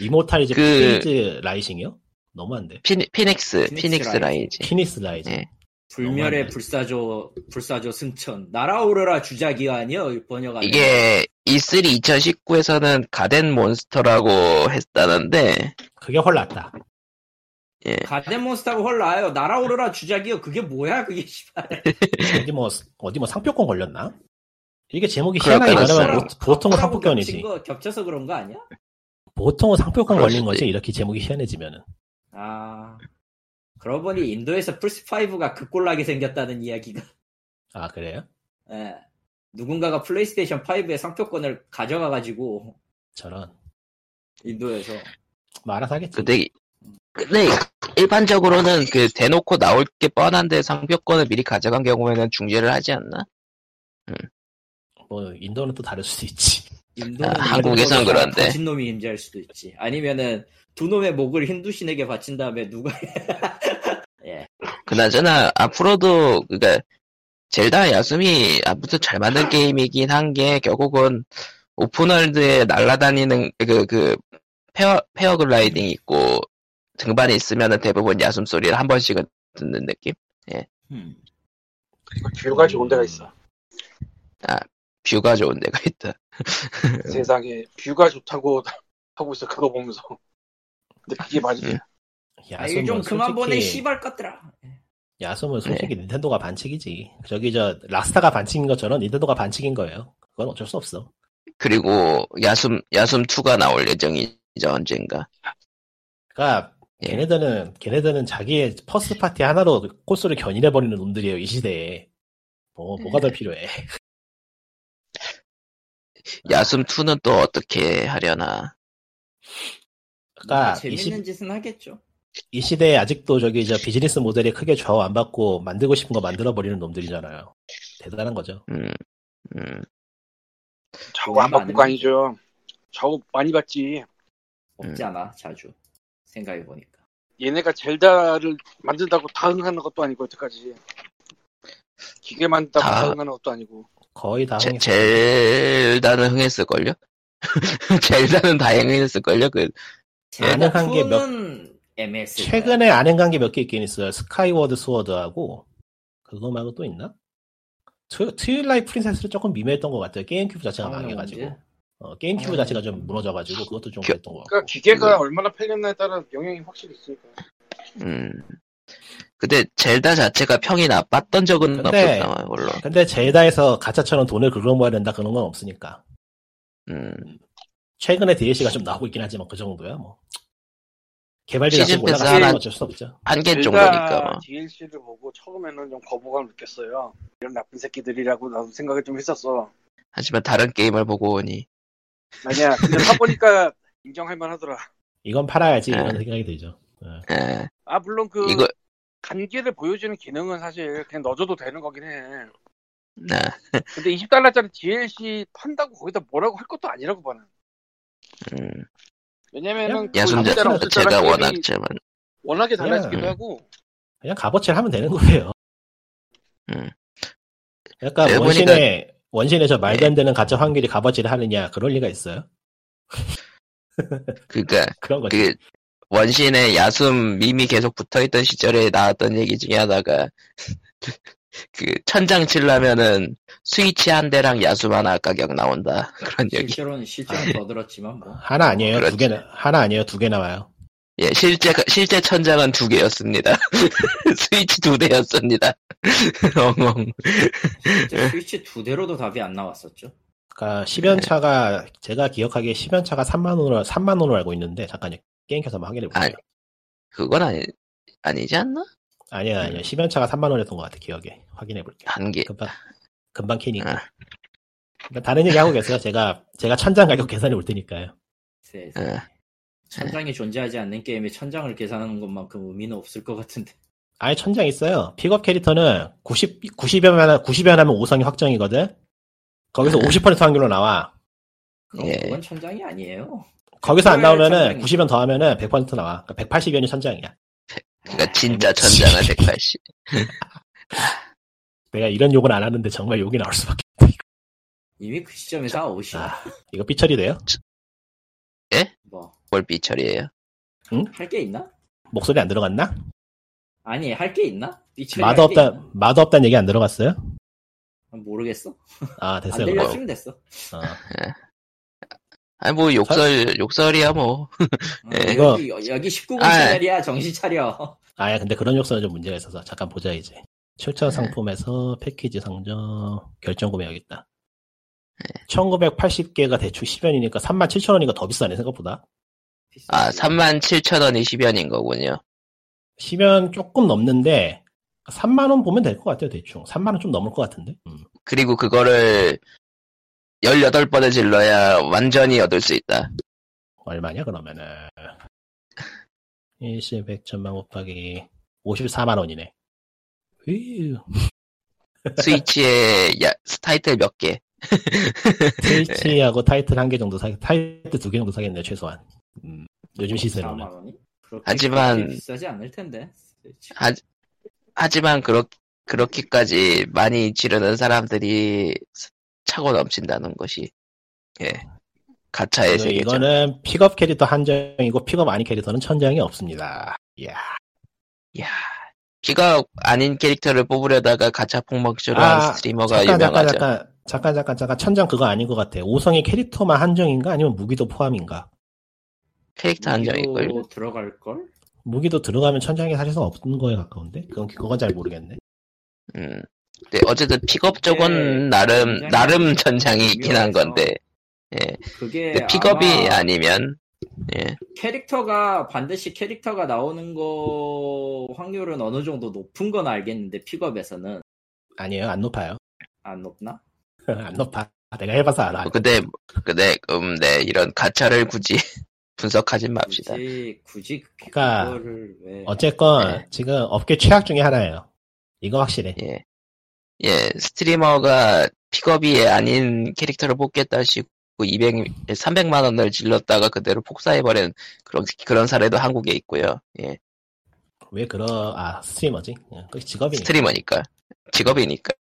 [SPEAKER 4] 이모탈즈
[SPEAKER 1] 그-
[SPEAKER 4] 피니스 라이징이요? 너무한데.
[SPEAKER 1] 피니, 피닉스,
[SPEAKER 2] 피닉스
[SPEAKER 1] 피닉스 라이징.
[SPEAKER 4] 피니스 라이징.
[SPEAKER 1] 예.
[SPEAKER 2] 불멸의
[SPEAKER 4] 너무하네.
[SPEAKER 2] 불사조, 불사조 승천. 날아오르라 주작이 아니여, 번역 아니
[SPEAKER 1] 이게 E3 2019에서는 가덴 몬스터라고 했다는데
[SPEAKER 4] 그게 훨 낫다.
[SPEAKER 2] 가든몬스터가 헐 나아요. 날아오르라 주작이여. 그게 뭐야, 그게, 씨발.
[SPEAKER 4] 어디 뭐 어디 뭐 상표권 걸렸나? 이게 제목이
[SPEAKER 1] 그럴
[SPEAKER 4] 희한하게
[SPEAKER 1] 가능성.
[SPEAKER 4] 말하면 보-
[SPEAKER 2] 하고
[SPEAKER 4] 보통은
[SPEAKER 2] 아, 겹친
[SPEAKER 4] 상표권이지.
[SPEAKER 2] 거 겹쳐서 그런 거 아니야?
[SPEAKER 4] 보통은 상표권
[SPEAKER 1] 그럴
[SPEAKER 4] 걸린
[SPEAKER 1] 수도
[SPEAKER 4] 거지.
[SPEAKER 1] 있-
[SPEAKER 4] 이렇게 제목이 희한해지면은.
[SPEAKER 2] 아. 그러고 보니 인도에서 플스5가 극골락이 생겼다는 이야기가.
[SPEAKER 4] 아 그래요?
[SPEAKER 2] 예. 누군가가 플레이스테이션 5의 상표권을 가져가가지고,
[SPEAKER 4] 저런.
[SPEAKER 2] 인도에서.
[SPEAKER 4] 뭐 알아서 하겠지.
[SPEAKER 1] 근데 근데 일반적으로는 그 대놓고 나올 게 뻔한데 상표권을 미리 가져간 경우에는 중재를 하지 않나? 그
[SPEAKER 4] 뭐 인도는 또 다를 수도 있지.
[SPEAKER 2] 인도는
[SPEAKER 1] 아, 한국에선 그런데.
[SPEAKER 2] 친 놈이 임자일 수도 있지. 아니면은 두 놈의 목을 힌두신에게 바친 다음에 누가 예.
[SPEAKER 1] 그나저나 앞으로도 그니까 젤다 야숨이 아무튼 잘 만든 게임이긴 한 게 결국은 오픈월드에 날아다니는 그 그 페어 페어 글라이딩 있고 등반이 있으면은 대부분 야숨 소리를 한 번씩은 듣는 느낌.
[SPEAKER 3] 그러니까 뷰가 좋은 데가 있어.
[SPEAKER 1] 뷰가 좋은 데가 있다. 음.
[SPEAKER 3] 세상에 뷰가 좋다고 하고 있어. 그거 보면서. 근데 그게 맞지.
[SPEAKER 1] 음.
[SPEAKER 4] 야숨은
[SPEAKER 2] 아이좀 그만 보내
[SPEAKER 4] 솔직히-
[SPEAKER 2] 씨발 것들아. 예.
[SPEAKER 4] 야숨은 솔직히 닌텐도가 반칙이지. 저기 저 라스타가 반칙인 것처럼 닌텐도가 반칙인 거예요. 그건 어쩔 수 없어.
[SPEAKER 1] 그리고 야숨 야숨 2가 나올 예정이죠 언젠가.
[SPEAKER 4] 그러니까
[SPEAKER 1] 예.
[SPEAKER 4] 걔네들은 걔네들은 자기의 퍼스트 파티 하나로 코스를 견인해 버리는 놈들이에요 이 시대에. 뭐 뭐가 더 필요해?
[SPEAKER 1] 야숨 2는 또 어떻게 하려나.
[SPEAKER 4] 그러니까
[SPEAKER 2] 재밌는 짓은 하겠죠.
[SPEAKER 4] 이 시대에 아직도 저기 저 비즈니스 모델이 크게 좌우 안 받고 만들고 싶은 거 만들어 버리는 놈들이잖아요. 대단한 거죠.
[SPEAKER 1] 음. 음.
[SPEAKER 3] 저거 안
[SPEAKER 2] 그거
[SPEAKER 3] 바꾼 거
[SPEAKER 2] 안
[SPEAKER 3] 아니죠. 저거 많이 봤지.
[SPEAKER 1] 음.
[SPEAKER 2] 없지 않아 자주 생각해 보니까.
[SPEAKER 3] 얘네가 젤다를 만든다고 다 흥하는 것도 아니고 여태까지. 기계 만든다고
[SPEAKER 1] 다-
[SPEAKER 3] 다 흥하는 것도 아니고.
[SPEAKER 4] 거의 다
[SPEAKER 1] 제,
[SPEAKER 4] 흥했어요.
[SPEAKER 1] 젤다는 흥했을걸요? 젤다는 다행히 했을걸요. 그
[SPEAKER 2] 제가
[SPEAKER 4] 가능한 게 몇-
[SPEAKER 2] 투는 애매했을 거예요.
[SPEAKER 4] 최근에 아는 관계 몇 개 있긴 있어요. 스카이워드 스워드하고 그거 말고 또 있나? 트, 트윌라이 프린세스를 조금 미묘했던 것 같아요. 게임큐브 자체가
[SPEAKER 2] 나오는
[SPEAKER 4] 망해가지고
[SPEAKER 2] 건지.
[SPEAKER 4] 어, 게임큐브 자체가 좀 무너져가지고 그것도 좀
[SPEAKER 1] 겨-
[SPEAKER 4] 그랬던 것 같고
[SPEAKER 3] 그러니까
[SPEAKER 1] 네.
[SPEAKER 3] 기계가 얼마나 팔렸나에 따라 영향이 확실히 있으니까.
[SPEAKER 1] 음. 근데 젤다 자체가 평이 나빴던 적은
[SPEAKER 4] 근데-
[SPEAKER 1] 없었던 걸로.
[SPEAKER 4] 근데 젤다에서 가차처럼 돈을 긁어모아야 된다 그런 건 없으니까
[SPEAKER 1] 음.
[SPEAKER 4] 최근에 DLC가 좀 나오고 있긴 하지만 그 정도야 뭐 개발비가
[SPEAKER 1] 시즌
[SPEAKER 4] 좀
[SPEAKER 1] 패스
[SPEAKER 4] 올라가는 건
[SPEAKER 1] 하나-
[SPEAKER 4] 어쩔 수 없죠
[SPEAKER 1] 한 개 정도니까.
[SPEAKER 3] 일단
[SPEAKER 1] 뭐.
[SPEAKER 3] DLC를 보고 처음에는 좀 거부감을 느꼈어요. 이런 나쁜 새끼들이라고 나도 생각을 좀 했었어.
[SPEAKER 1] 하지만 다른 게임을 보고 오니
[SPEAKER 3] 아니야. 근데 사보니까 인정할 만하더라.
[SPEAKER 4] 이건 팔아야지 이런
[SPEAKER 1] 네.
[SPEAKER 4] 생각이 들죠 예.
[SPEAKER 1] 예.
[SPEAKER 3] 아 물론 그
[SPEAKER 1] 이거
[SPEAKER 3] 간기를 보여주는 기능은 사실 그냥 넣어줘도 되는 거긴 해.
[SPEAKER 1] 네.
[SPEAKER 3] 근데 20달러짜리 DLC 판다고 거기다 뭐라고 할 것도 아니라고 봐는.
[SPEAKER 1] 음.
[SPEAKER 3] 왜냐면은 그
[SPEAKER 1] 야숨자
[SPEAKER 4] 그 남자랑
[SPEAKER 1] 자체가 워낙 좀
[SPEAKER 3] 워낙에 달라지기도
[SPEAKER 1] 음.
[SPEAKER 3] 하고
[SPEAKER 4] 그냥 값어치를 하면 되는 거예요
[SPEAKER 1] 음.
[SPEAKER 4] 약간
[SPEAKER 1] 네,
[SPEAKER 4] 원신에 원신에 저 말도
[SPEAKER 1] 예.
[SPEAKER 4] 안 되는 가짜 환율이 값어치를 하느냐 그럴 리가 있어요
[SPEAKER 1] 그니까
[SPEAKER 4] 그런 거죠
[SPEAKER 1] 그 원신의 야숨 밈이 계속 붙어있던 시절에 나왔던 얘기 중에 하나가 그 천장 칠라면은 스위치 한 대랑 야숨 하나 가격 나온다 그런 얘기. 아, 예.
[SPEAKER 2] 실제로는 실제로는 더 들었지만 뭐.
[SPEAKER 4] 하나 아니에요
[SPEAKER 1] 그렇지.
[SPEAKER 4] 두 개 하나 아니에요 두 개 나와요
[SPEAKER 1] 예, 실제 실제 천장은 두 개였습니다. 스위치 두 대였습니다. 엉엉. 예.
[SPEAKER 2] 실제 스위치 두 대로도 답이 안 나왔었죠.
[SPEAKER 4] 그러니까
[SPEAKER 1] 네.
[SPEAKER 4] 10연차가 제가 기억하기에 10연차가 3만 원으로 3만 원으로 알고 있는데 잠깐 게임 켜서 한번 확인해
[SPEAKER 1] 아,
[SPEAKER 4] 볼게요
[SPEAKER 1] 그건 아니 아니지 않나?
[SPEAKER 4] 아니야
[SPEAKER 1] 음.
[SPEAKER 4] 아니야 10연차가 3만 원이었던 것 같아 기억에 확인해 볼게요
[SPEAKER 1] 한 개.
[SPEAKER 4] 금방 금방 캐니까
[SPEAKER 1] 응.
[SPEAKER 4] 그러니까 다른 얘기 하고 계세요 제가 제가 천장 가격 계산해 볼 테니까요
[SPEAKER 2] 세-
[SPEAKER 1] 예.
[SPEAKER 2] 천장이 존재하지 않는 게임에 천장을 계산하는 것만큼 의미는 없을 것 같은데.
[SPEAKER 4] 아예 천장 있어요 픽업 캐릭터는 90 90연 하면 90연 하면 5성이 확정이거든 거기서
[SPEAKER 2] 음.
[SPEAKER 1] 응.
[SPEAKER 4] 50% 확률로 나와
[SPEAKER 2] 그럼
[SPEAKER 1] 예.
[SPEAKER 2] 그건 천장이 아니에요.
[SPEAKER 4] 거기서 안 나오면은
[SPEAKER 2] 천장이-
[SPEAKER 4] 90연 더 하면은 100% 나와 그러니까 180연이 천장이야
[SPEAKER 1] 그러니까 진짜 천장은 180.
[SPEAKER 4] 내가 이런 욕은 안 하는데 정말 욕이 나올 수밖에
[SPEAKER 2] 이미 그 시점에서 아웃이야.
[SPEAKER 4] 아 이거 삐처리 돼요?
[SPEAKER 2] 뭐,
[SPEAKER 1] 뭘 삐처리예요?
[SPEAKER 2] 할 게 있나?
[SPEAKER 4] 목소리 안 들어갔나?
[SPEAKER 2] 아니, 할 게 있나? 미처리
[SPEAKER 4] 마도
[SPEAKER 2] 할게
[SPEAKER 4] 없다
[SPEAKER 2] 있나?
[SPEAKER 4] 마도 없다는 얘기 안 들어갔어요?
[SPEAKER 2] 모르겠어.
[SPEAKER 4] 아
[SPEAKER 2] 안
[SPEAKER 4] 됐어요 그럼
[SPEAKER 2] 들렸으면 됐어.
[SPEAKER 4] 어.
[SPEAKER 1] 아니 뭐 욕설 욕설이야 뭐.
[SPEAKER 2] 어,
[SPEAKER 1] 예.
[SPEAKER 4] 이거-
[SPEAKER 2] 여기, 여- 여기 19분
[SPEAKER 1] 아,
[SPEAKER 2] 시절이야. 정신 차려.
[SPEAKER 4] 아야 근데 그런 욕설은 좀 문제가 있어서 잠깐 보자 이제
[SPEAKER 2] 네.
[SPEAKER 4] 출처 상품에서 패키지 상점 결정 구매하겠다
[SPEAKER 2] 네.
[SPEAKER 4] 1980개가 대충 10연이니까 37,000원이니까 더 비싸네 생각보다
[SPEAKER 1] 아 37,000원이 10연인 거군요.
[SPEAKER 4] 10연 조금 넘는데 3만원 보면 될 것 같아요 대충 3만원 좀 넘을 것 같은데 음.
[SPEAKER 1] 그리고 그거를 18번을 질러야 완전히 얻을 수 있다.
[SPEAKER 4] 얼마냐 그러면은 1시 100천만 곱하기 54만원이네
[SPEAKER 1] 스위치에 야, 타이틀 몇 개.
[SPEAKER 4] 스위치하고 타이틀 한 개 정도 사 타이틀 두 개 정도 사겠네요 최소한 음, 요즘 시세로는
[SPEAKER 1] 네,
[SPEAKER 2] 4만 원이? 그렇게
[SPEAKER 1] 하지만-
[SPEAKER 2] 그렇게 비싸지 않을 텐데.
[SPEAKER 1] 하, 하지만 그렇, 그렇게까지 많이 지르는 사람들이 차고 넘친다는 것이 예 가차의
[SPEAKER 4] 그
[SPEAKER 1] 세계죠.
[SPEAKER 4] 이거는 픽업 캐릭터 한정이고 픽업 아닌 캐릭터는 천장이 없습니다. 이야.
[SPEAKER 1] 이야 피가 아닌 캐릭터를 뽑으려다가 가차 폭망쇼를
[SPEAKER 4] 아,
[SPEAKER 1] 한 스트리머가
[SPEAKER 4] 잠깐 잠깐
[SPEAKER 1] 유명하죠.
[SPEAKER 4] 잠깐 잠깐 잠깐 잠깐 천장 그거 아닌 것 같아. 오성의 캐릭터만 한정인가 아니면 무기도 포함인가?
[SPEAKER 1] 캐릭터 한정일걸.
[SPEAKER 2] 들어갈 걸?
[SPEAKER 4] 무기도 들어가면 천장이 사실상 없는 거에 가까운데 그건 그건 잘 모르겠네.
[SPEAKER 1] 음. 근데 어쨌든 픽업 쪽은 나름
[SPEAKER 2] 굉장히
[SPEAKER 1] 나름 전장이 있긴 한
[SPEAKER 2] 유명해서.
[SPEAKER 1] 건데. 예.
[SPEAKER 2] 그게
[SPEAKER 1] 근데 픽업이
[SPEAKER 2] 아마
[SPEAKER 1] 아니면 예.
[SPEAKER 2] 캐릭터가 반드시 캐릭터가 나오는 거 확률은 어느 정도 높은 건 알겠는데 픽업에서는
[SPEAKER 4] 아니에요 안 높아요.
[SPEAKER 2] 안 높나?
[SPEAKER 4] 안 높아. 내가 해봐서 알아.
[SPEAKER 1] 근데 근데 음 네 이런 가차를 굳이 분석하진 맙시다.
[SPEAKER 2] 굳이 굳이 그-
[SPEAKER 4] 그러니까
[SPEAKER 2] 그거를 왜
[SPEAKER 4] 어쨌건
[SPEAKER 1] 네.
[SPEAKER 4] 지금 업계 최악 중에 하나예요. 이거 확실해.
[SPEAKER 1] 예. 예, 스트리머가 픽업이 아닌 캐릭터를 뽑겠다 시고 200, 300만 원을 질렀다가 그대로 폭사해버린 그런, 그런 사례도 한국에 있고요. 예,
[SPEAKER 4] 왜 그러 아 스트리머지? 예, 그게 직업이니까.
[SPEAKER 1] 스트리머니까. 직업이니까.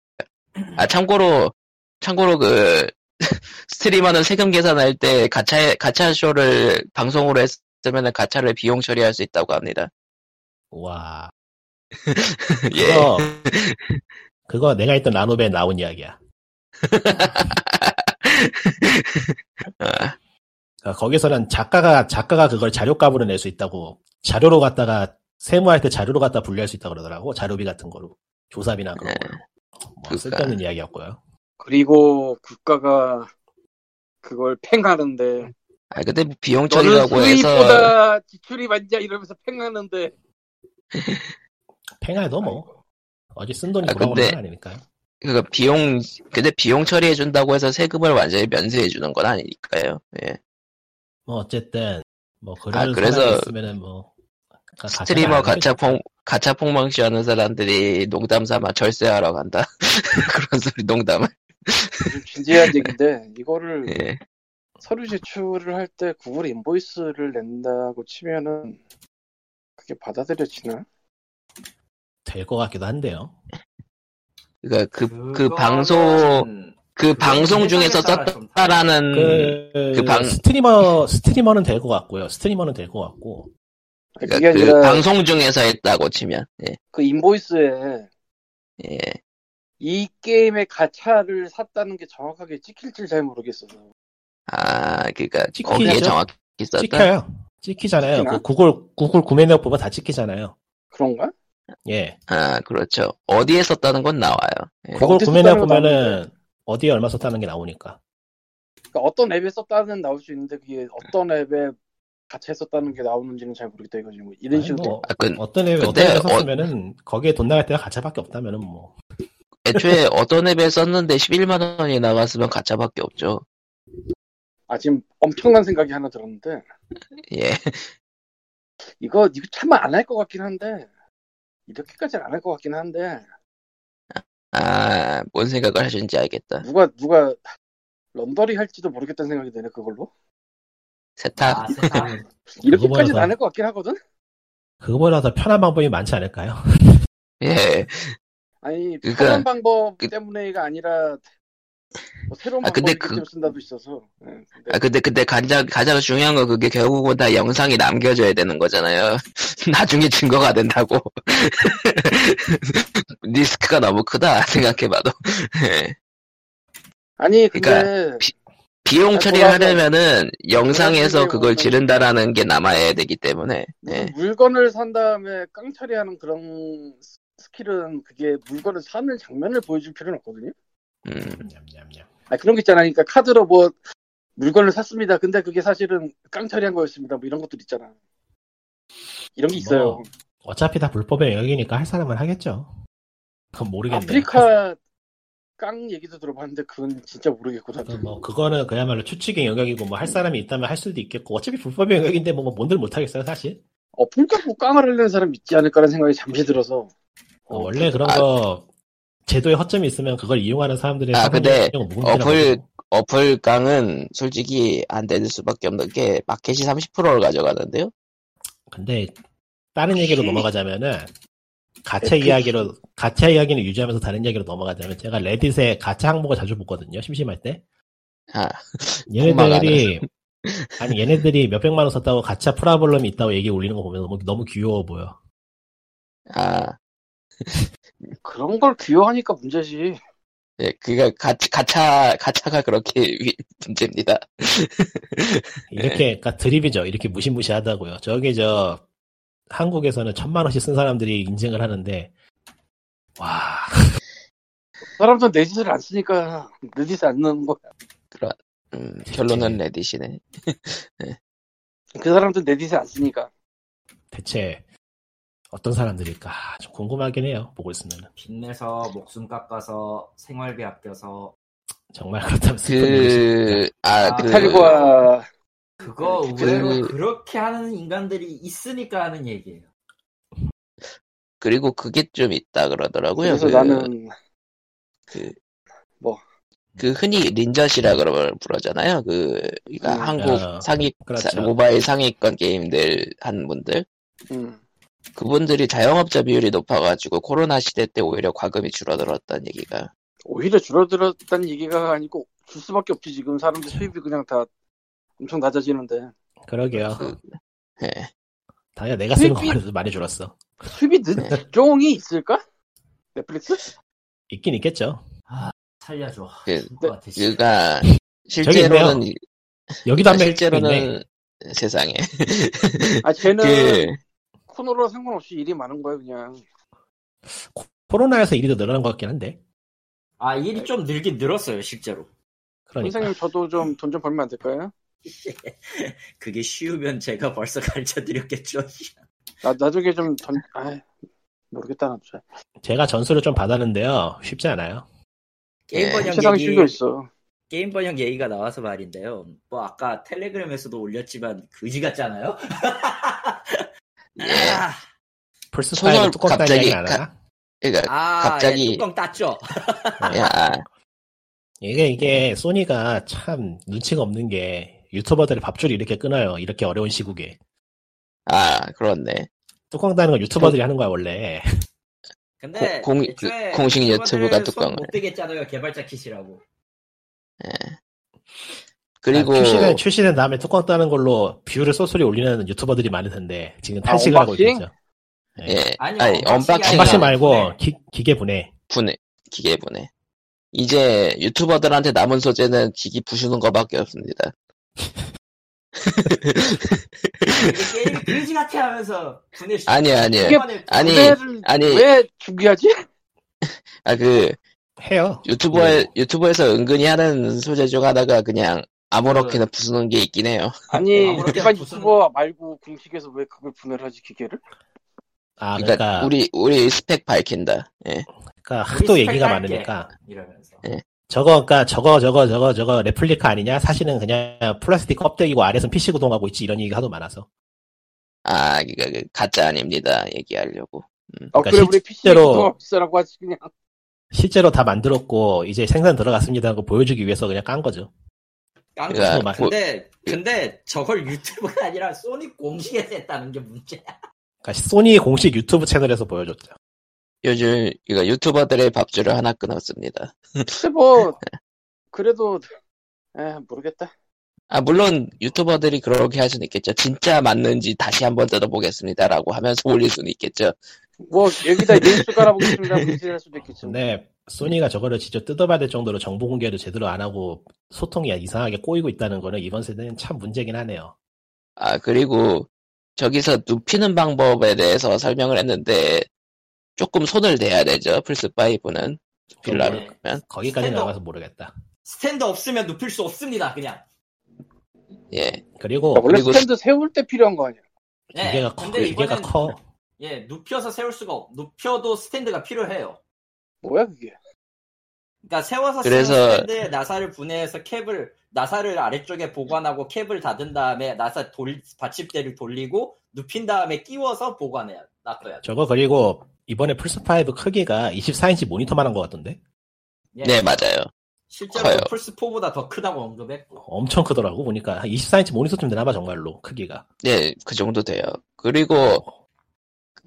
[SPEAKER 1] 아, 참고로, 참고로 그, 스트리머는 세금 계산할 때 가차 가차 쇼를 방송으로 했으면 가차를 비용 처리할 수 있다고 합니다.
[SPEAKER 4] 와.
[SPEAKER 1] 예.
[SPEAKER 4] 그거, 그거 내가 했던 라노베에 나온 이야기야.
[SPEAKER 1] 아.
[SPEAKER 4] 그러니까 거기서는 작가가 작가가 그걸 자료값으로 낼 수 있다고 자료로 갖다가 세무할 때 자료로 갖다 분리할 수 있다 고 그러더라고 자료비 같은 거로 조사비나 그런
[SPEAKER 1] 네.
[SPEAKER 4] 걸로 뭐
[SPEAKER 1] 그러니까.
[SPEAKER 4] 쓸데없는 이야기였고요.
[SPEAKER 3] 그리고 국가가 그걸 팽하는데
[SPEAKER 1] 아 근데 비용
[SPEAKER 3] 너는
[SPEAKER 1] 처리라고 해서
[SPEAKER 3] 수입보다 지출이 많냐 이러면서 팽하는데
[SPEAKER 4] 팽아도 뭐 어디 쓴 돈이
[SPEAKER 1] 아,
[SPEAKER 4] 돌아오는
[SPEAKER 1] 근데-
[SPEAKER 4] 건 아니니까요.
[SPEAKER 1] 그 비용 근데 비용 처리해 준다고 해서 세금을 완전히 면세해 주는 건 아니니까요. 예.
[SPEAKER 4] 뭐 어쨌든 뭐
[SPEAKER 1] 아,
[SPEAKER 4] 그런
[SPEAKER 1] 그래서
[SPEAKER 4] 사람이 있으면은 뭐 그러니까 가짜가
[SPEAKER 1] 스트리머
[SPEAKER 4] 아니겠지.
[SPEAKER 1] 가차 폭 가차 폭망시 하는 사람들이 농담 삼아 절세하러 간다. 그런 소리 농담을.
[SPEAKER 3] 좀 진지한 얘기인데 이거를
[SPEAKER 1] 예.
[SPEAKER 3] 서류 제출을 할 때 구글 인보이스를 낸다고 치면은 그게 받아들여지나?
[SPEAKER 4] 될 것 같기도 한데요.
[SPEAKER 1] 그러니까 그 그
[SPEAKER 2] 그거는
[SPEAKER 1] 방송 그 방송 중에서
[SPEAKER 2] 따라 좀
[SPEAKER 1] 썼다라는
[SPEAKER 4] 그,
[SPEAKER 1] 그 방-
[SPEAKER 4] 스트리머 스트리머는 될 것 같고요. 스트리머는 될 것 같고
[SPEAKER 3] 그게
[SPEAKER 1] 그러니까 그
[SPEAKER 3] 아니라
[SPEAKER 1] 방송 중에서 했다고 치면 예.
[SPEAKER 3] 그 인보이스에
[SPEAKER 1] 예.
[SPEAKER 3] 이 게임의 가차를 샀다는 게 정확하게 찍힐지 잘 모르겠어서
[SPEAKER 1] 아 그러니까
[SPEAKER 4] 찍히죠?
[SPEAKER 1] 거기에 정확히 썼다.
[SPEAKER 4] 찍혀요. 찍히잖아요.
[SPEAKER 3] 찍히나?
[SPEAKER 4] 그 구글 구글 구매 내역 보면 다 찍히잖아요.
[SPEAKER 3] 그런가?
[SPEAKER 4] 예.
[SPEAKER 1] 아 그렇죠. 어디에 썼다는 건 나와요. 예.
[SPEAKER 4] 구글
[SPEAKER 3] 네, 어디서
[SPEAKER 4] 구매 내역
[SPEAKER 3] 따로
[SPEAKER 4] 보면은 어디에 얼마 썼다는 게 나오니까.
[SPEAKER 3] 그러니까 어떤 앱에 썼다는 나올 수 있는데 그게 어떤 앱에 가차 썼다는 게 나오는지는 잘 모르겠다 이거지 뭐 이런
[SPEAKER 4] 아니,
[SPEAKER 3] 식으로
[SPEAKER 4] 뭐
[SPEAKER 1] 아, 그,
[SPEAKER 4] 어떤 앱에 어떤
[SPEAKER 1] 근데
[SPEAKER 4] 앱에
[SPEAKER 1] 어-
[SPEAKER 4] 썼으면은 거기에 돈 나갈 때가 가차밖에 없다면은 뭐
[SPEAKER 1] 애초에 어떤 앱에 썼는데 11만 원이 나갔으면 가짜밖에 없죠.
[SPEAKER 3] 아 지금 엄청난 생각이 하나 들었는데
[SPEAKER 1] 예.
[SPEAKER 3] 이거 이거 참 안 할 것 같긴 한데 이렇게까지는 안 할 것 같긴 한데
[SPEAKER 1] 아, 뭔 생각을 하셨는지 알겠다.
[SPEAKER 3] 누가 누가 런더리 할지도 모르겠다는 생각이 드네 그걸로
[SPEAKER 1] 세탁.
[SPEAKER 2] 아, 세상.
[SPEAKER 3] 이렇게까지는
[SPEAKER 4] 그거보다-
[SPEAKER 3] 안 할 것 같긴 하거든
[SPEAKER 4] 그거보다 더 편한 방법이 많지 않을까요?
[SPEAKER 1] 예.
[SPEAKER 3] 아니
[SPEAKER 1] 그러니까-
[SPEAKER 3] 편한 방법
[SPEAKER 1] 그-
[SPEAKER 3] 때문에가 아니라 뭐 새로운
[SPEAKER 1] 아, 근데
[SPEAKER 3] 방법이기
[SPEAKER 1] 그-
[SPEAKER 3] 때문에 쓴다도 있어서 예, 근데
[SPEAKER 1] 아, 근데, 근데 가장, 가장 중요한 건 그게 결국은 다 영상이 남겨져야 되는 거잖아요. 나중에 증거가 된다고. 리스크가 너무 크다, 생각해봐도. 예.
[SPEAKER 3] 아니 근데
[SPEAKER 1] 그러니까 비용
[SPEAKER 3] 아,
[SPEAKER 1] 처리를
[SPEAKER 3] 돌아서-
[SPEAKER 1] 하려면은 영상에서
[SPEAKER 3] 돌아서는
[SPEAKER 1] 그걸
[SPEAKER 3] 영상이-
[SPEAKER 1] 지른다라는 게 남아야 되기 때문에.
[SPEAKER 3] 무슨
[SPEAKER 1] 예.
[SPEAKER 3] 물건을 산 다음에 깡 처리하는 그런 스- 스킬은 그게 물건을 사는 장면을 보여줄 필요는 없거든요
[SPEAKER 1] 음.
[SPEAKER 4] 냠냠냠.
[SPEAKER 3] 아 그런 게 있잖아 그러니까 카드로 뭐 물건을 샀습니다 근데 그게 사실은 깡 처리한 거였습니다 뭐 이런 것들 있잖아 이런 게 있어요
[SPEAKER 4] 뭐, 어차피 다 불법의 영역이니까 할 사람은 하겠죠. 그건 모르겠네.
[SPEAKER 3] 아프리카 깡 얘기도 들어봤는데 그건 진짜 모르겠고
[SPEAKER 4] 그,
[SPEAKER 3] 나도
[SPEAKER 4] 뭐 그거는 그야말로 추측의 영역이고 뭐 할 사람이 있다면 할 수도 있겠고 어차피 불법의 영역인데 뭐 뭔들 못하겠어요 사실
[SPEAKER 3] 어, 불가고 깡을 하려는 사람 있지 않을까라는 생각이 잠시 들어서
[SPEAKER 4] 어, 원래 그런
[SPEAKER 1] 아.
[SPEAKER 4] 거 제도에 허점이 있으면 그걸 이용하는 사람들의
[SPEAKER 1] 아, 근데 어플-
[SPEAKER 4] 어플
[SPEAKER 1] 어플 깡은 솔직히 안 되는 수밖에 없는 게 마켓이 30%를 가져가는데요.
[SPEAKER 4] 근데 다른 얘기로 넘어가자면은 가차
[SPEAKER 3] 에픽.
[SPEAKER 4] 이야기로 가차 이야기는 유지하면서 다른 이야기로 넘어가자면 제가 레딧에 가차 항목을 자주 보거든요 심심할 때
[SPEAKER 1] 아,
[SPEAKER 4] 얘네들이 아니 얘네들이 몇백만 원 썼다고 가차 프라블럼이 있다고 얘기 올리는 거 보면 너무, 너무 귀여워 보여
[SPEAKER 1] 아,
[SPEAKER 3] 그런 걸 귀여워하니까 문제지.
[SPEAKER 1] 예, 그니까, 가, 가차, 가차가 그렇게 위- 문제입니다. 예.
[SPEAKER 4] 이렇게 그러니까 드립이죠. 이렇게 무시무시하다고요. 저게 저 한국에서는 천만 원씩 쓴 사람들이 인증을 하는데 와
[SPEAKER 3] 그 사람들 내 짓을 안 쓰니까 내 짓을 안 넣는 거야.
[SPEAKER 1] 음, 결론은 레딧이네.
[SPEAKER 3] 그 사람들 내 짓을 안 쓰니까.
[SPEAKER 4] 대체 어떤 사람들일까 좀 궁금하긴 해요. 보고 있으면
[SPEAKER 2] 빚내서 목숨 깎아서 생활비 아껴서
[SPEAKER 4] 정말 그렇다면 슬픈 일이십니다.
[SPEAKER 1] 그, 아,
[SPEAKER 2] 아,
[SPEAKER 4] 네.
[SPEAKER 1] 그,
[SPEAKER 3] 탈리고와
[SPEAKER 2] 그거
[SPEAKER 1] 그-
[SPEAKER 2] 의외로 그... 렇게 하는 인간들이 있으니까 하는 얘기예요.
[SPEAKER 1] 그리고 그게 좀 있다 그러더라고요.
[SPEAKER 3] 그래서
[SPEAKER 1] 그,
[SPEAKER 3] 나는
[SPEAKER 1] 그,
[SPEAKER 3] 뭐.
[SPEAKER 1] 그 흔히 린저시라 그러면 부르잖아요. 그, 그니까
[SPEAKER 3] 음,
[SPEAKER 1] 한국
[SPEAKER 4] 아,
[SPEAKER 1] 상위,
[SPEAKER 4] 그렇죠.
[SPEAKER 1] 사- 모바일 상위권 게임들 한 분들.
[SPEAKER 3] 음,
[SPEAKER 1] 그분들이 자영업자 비율이 높아가지고 코로나 시대 때 오히려 과금이 줄어들었다는 얘기가
[SPEAKER 3] 오히려 줄어들었다는 얘기가 아니고 줄 수밖에 없지 지금 사람들 수입이 그냥 다 엄청 낮아지는데
[SPEAKER 4] 그러게요.
[SPEAKER 1] 그- 예.
[SPEAKER 4] 다행히 내가
[SPEAKER 1] 그
[SPEAKER 4] 쓰는
[SPEAKER 3] 수입이-
[SPEAKER 4] 거에서 많이 줄었어.
[SPEAKER 3] 수입이
[SPEAKER 4] 네.
[SPEAKER 3] 늦 종이 있을까? 넷플릭스?
[SPEAKER 4] 있긴 있겠죠.
[SPEAKER 5] 살려줘.
[SPEAKER 1] 그-
[SPEAKER 5] 죽을 것 같아, 씨.
[SPEAKER 1] 그가
[SPEAKER 4] 저기
[SPEAKER 1] 실제로는 아,
[SPEAKER 4] 여기도 한명 있네. 네.
[SPEAKER 1] 실제로는 세상에
[SPEAKER 3] 아 쟤는
[SPEAKER 4] 예.
[SPEAKER 1] 그
[SPEAKER 3] 코너로 상관없이 일이 많은 거야 그냥
[SPEAKER 4] 코로나에서 일이 더 늘어난 것 같긴 한데.
[SPEAKER 2] 아 일이 좀 늘긴 늘었어요 실제로.
[SPEAKER 4] 그러니까.
[SPEAKER 3] 선생님 저도 좀 돈 좀 벌면 안 될까요?
[SPEAKER 2] 그게 쉬우면 제가 벌써 가르쳐드렸겠죠.
[SPEAKER 3] 나 나중에 좀 던, 아 모르겠다 나도 잘.
[SPEAKER 1] 어,
[SPEAKER 4] 제가 전수를 좀 받았는데요. 쉽지 않아요.
[SPEAKER 1] 예,
[SPEAKER 2] 게임 번역
[SPEAKER 3] 세상에
[SPEAKER 2] 얘기
[SPEAKER 3] 실려 있어.
[SPEAKER 2] 게임 번역 얘기가 나와서 말인데요. 뭐 아까 텔레그램에서도 올렸지만 그지 같잖아요.
[SPEAKER 1] 예.
[SPEAKER 2] 아,
[SPEAKER 4] 플스
[SPEAKER 1] 소설
[SPEAKER 4] 5 뚜껑 딴
[SPEAKER 1] 갑자기
[SPEAKER 4] 이야기 안 하나?
[SPEAKER 1] 그러니까
[SPEAKER 2] 아,
[SPEAKER 1] 갑자기-
[SPEAKER 2] 예, 뚜껑 땄죠.
[SPEAKER 1] 아,
[SPEAKER 4] 아.
[SPEAKER 1] 야
[SPEAKER 4] 이게 이게 소니가 참 눈치가 없는 게 유튜버들이 밥줄이 이렇게 끊어요. 이렇게 어려운 시국에.
[SPEAKER 1] 아 그렇네
[SPEAKER 4] 뚜껑 따는 건
[SPEAKER 1] 그
[SPEAKER 4] 유튜버들이 하는 거야 원래.
[SPEAKER 2] 근데
[SPEAKER 1] 공- 공-
[SPEAKER 2] 애초에
[SPEAKER 1] 공식 유튜브가
[SPEAKER 2] 그거를 손
[SPEAKER 1] 뚜껑을.
[SPEAKER 2] 못 되겠잖아요. 개발자 킷이라고.
[SPEAKER 1] 그리고
[SPEAKER 4] 아, 출시된, 출시된 다음에 뚜껑 따는 걸로 뷰를 쏠쏠히 올리는 유튜버들이 많을 텐데 지금
[SPEAKER 3] 아,
[SPEAKER 4] 탄식을 하고
[SPEAKER 3] 언박싱?
[SPEAKER 4] 있겠죠. 예.
[SPEAKER 1] 예
[SPEAKER 2] 아니,
[SPEAKER 1] 아니, 언박싱
[SPEAKER 4] 언박싱
[SPEAKER 1] 언박싱
[SPEAKER 4] 말고
[SPEAKER 2] 네.
[SPEAKER 4] 기, 기계 분해.
[SPEAKER 1] 분해 기계 분해 이제 유튜버들한테 남은 소재는 기기 부수는 거밖에 없습니다
[SPEAKER 2] 이게 게임 그지 같아 하면서 분해.
[SPEAKER 1] 아니 아니
[SPEAKER 3] 이게-
[SPEAKER 1] 아니
[SPEAKER 3] 군대를
[SPEAKER 1] 아니
[SPEAKER 3] 왜 준비하지?
[SPEAKER 1] 아 그
[SPEAKER 4] 해요.
[SPEAKER 1] 유튜버에
[SPEAKER 4] 네.
[SPEAKER 1] 유튜버에서 은근히 하는 소재 중 하나가 그냥 아무렇게나 부수는 게 있긴 해요
[SPEAKER 3] 아니
[SPEAKER 2] 아무렇게나
[SPEAKER 3] 일반
[SPEAKER 2] 무슨-
[SPEAKER 3] 유튜버 어, 말고 공식에서 왜 그걸 분해를 하지 기계를?
[SPEAKER 4] 아
[SPEAKER 1] 그러니까,
[SPEAKER 4] 그러니까
[SPEAKER 1] 우리 우리 스펙 밝힌다 예
[SPEAKER 4] 그러니까 하도
[SPEAKER 2] 우리
[SPEAKER 4] 얘기가
[SPEAKER 2] 스펙
[SPEAKER 4] 많으니까
[SPEAKER 2] 이러면서.
[SPEAKER 4] 저거 그러니까 저거 저거 저거 저거 레플리카 아니냐? 사실은 그냥 플라스틱 껍데기고 아래선 PC 구동하고 있지 이런 얘기가 하도 많아서.
[SPEAKER 1] 아, 그니까, 그 가짜 아닙니다. 얘기하려고.
[SPEAKER 3] 아
[SPEAKER 4] 그러니까
[SPEAKER 3] 그래 우리 PC
[SPEAKER 4] 실제로-
[SPEAKER 3] 로 비싸라고 하지 그냥.
[SPEAKER 4] 실제로 다 만들었고 이제 생산 들어갔습니다 하고 보여주기 위해서 그냥 깐 거죠.
[SPEAKER 2] 깡패.
[SPEAKER 1] 그니까,
[SPEAKER 4] 뭐-
[SPEAKER 1] 뭐,
[SPEAKER 2] 근데 근데 저걸 유튜브가 아니라 소닉 공식에서 했다는 게 문제야.
[SPEAKER 4] 그러니까 소니 공식 유튜브 채널에서 보여줬죠.
[SPEAKER 1] 요즘, 그니까 유튜버들의 밥줄을 하나 끊었습니다.
[SPEAKER 3] 근데 뭐 그래도 에 모르겠다.
[SPEAKER 1] 아, 물론 유튜버들이 그렇게 할 수는 있겠죠. 진짜 맞는지 다시 한번 뜯어보겠습니다라고 하면서 올릴 수는 있겠죠.
[SPEAKER 3] 뭐 여기다 릴스 깔아보겠습니다. 문제할 수도 있겠지만.
[SPEAKER 4] 근데 소니가 저거를 직접 뜯어봐야 될 정도로 정보 공개를 제대로 안 하고 소통이 이상하게 꼬이고 있다는 거는 이번 세대는 참 문제긴 하네요.
[SPEAKER 1] 아, 그리고 저기서 눕히는 방법에 대해서 설명을 했는데, 조금 손을 대야 되죠. 플스5는. 빌라로
[SPEAKER 2] 네.
[SPEAKER 1] 가면.
[SPEAKER 4] 그러니까 거기까지
[SPEAKER 2] 스탠더.
[SPEAKER 4] 나가서 모르겠다.
[SPEAKER 2] 스탠드 없으면 눕힐 수 없습니다. 그냥.
[SPEAKER 1] 예.
[SPEAKER 4] 그리고
[SPEAKER 3] 아, 원래
[SPEAKER 1] 그리고
[SPEAKER 3] 스탠드 세울 때 필요한 거 아니야?
[SPEAKER 2] 예,
[SPEAKER 4] 기계가 커.
[SPEAKER 2] 근데
[SPEAKER 4] 기계가
[SPEAKER 2] 이거는-
[SPEAKER 4] 커.
[SPEAKER 2] 예, 눕혀서 세울 수가 없. 눕혀도 스탠드가 필요해요.
[SPEAKER 3] 뭐야 그게?
[SPEAKER 2] 그러니까 세워서
[SPEAKER 1] 그래서-
[SPEAKER 2] 쓰는 스탠드에 나사를 분해해서 캡을 나사를 아래쪽에 보관하고 캡을 닫은 다음에 나사 돌 받침대를 돌리고 눕힌 다음에 끼워서 보관해야 놔둬야 돼.
[SPEAKER 4] 저거 그리고 이번에 플스 5 크기가 24인치 모니터만 한 것 같던데
[SPEAKER 2] 예.
[SPEAKER 1] 네, 맞아요.
[SPEAKER 2] 실제로
[SPEAKER 1] 커요.
[SPEAKER 2] 플스 4보다 더 크다고 언급했고.
[SPEAKER 4] 엄청 크더라고 보니까 한 24인치 모니터쯤 되나봐 정말로 크기가.
[SPEAKER 1] 네, 그 정도 돼요. 그리고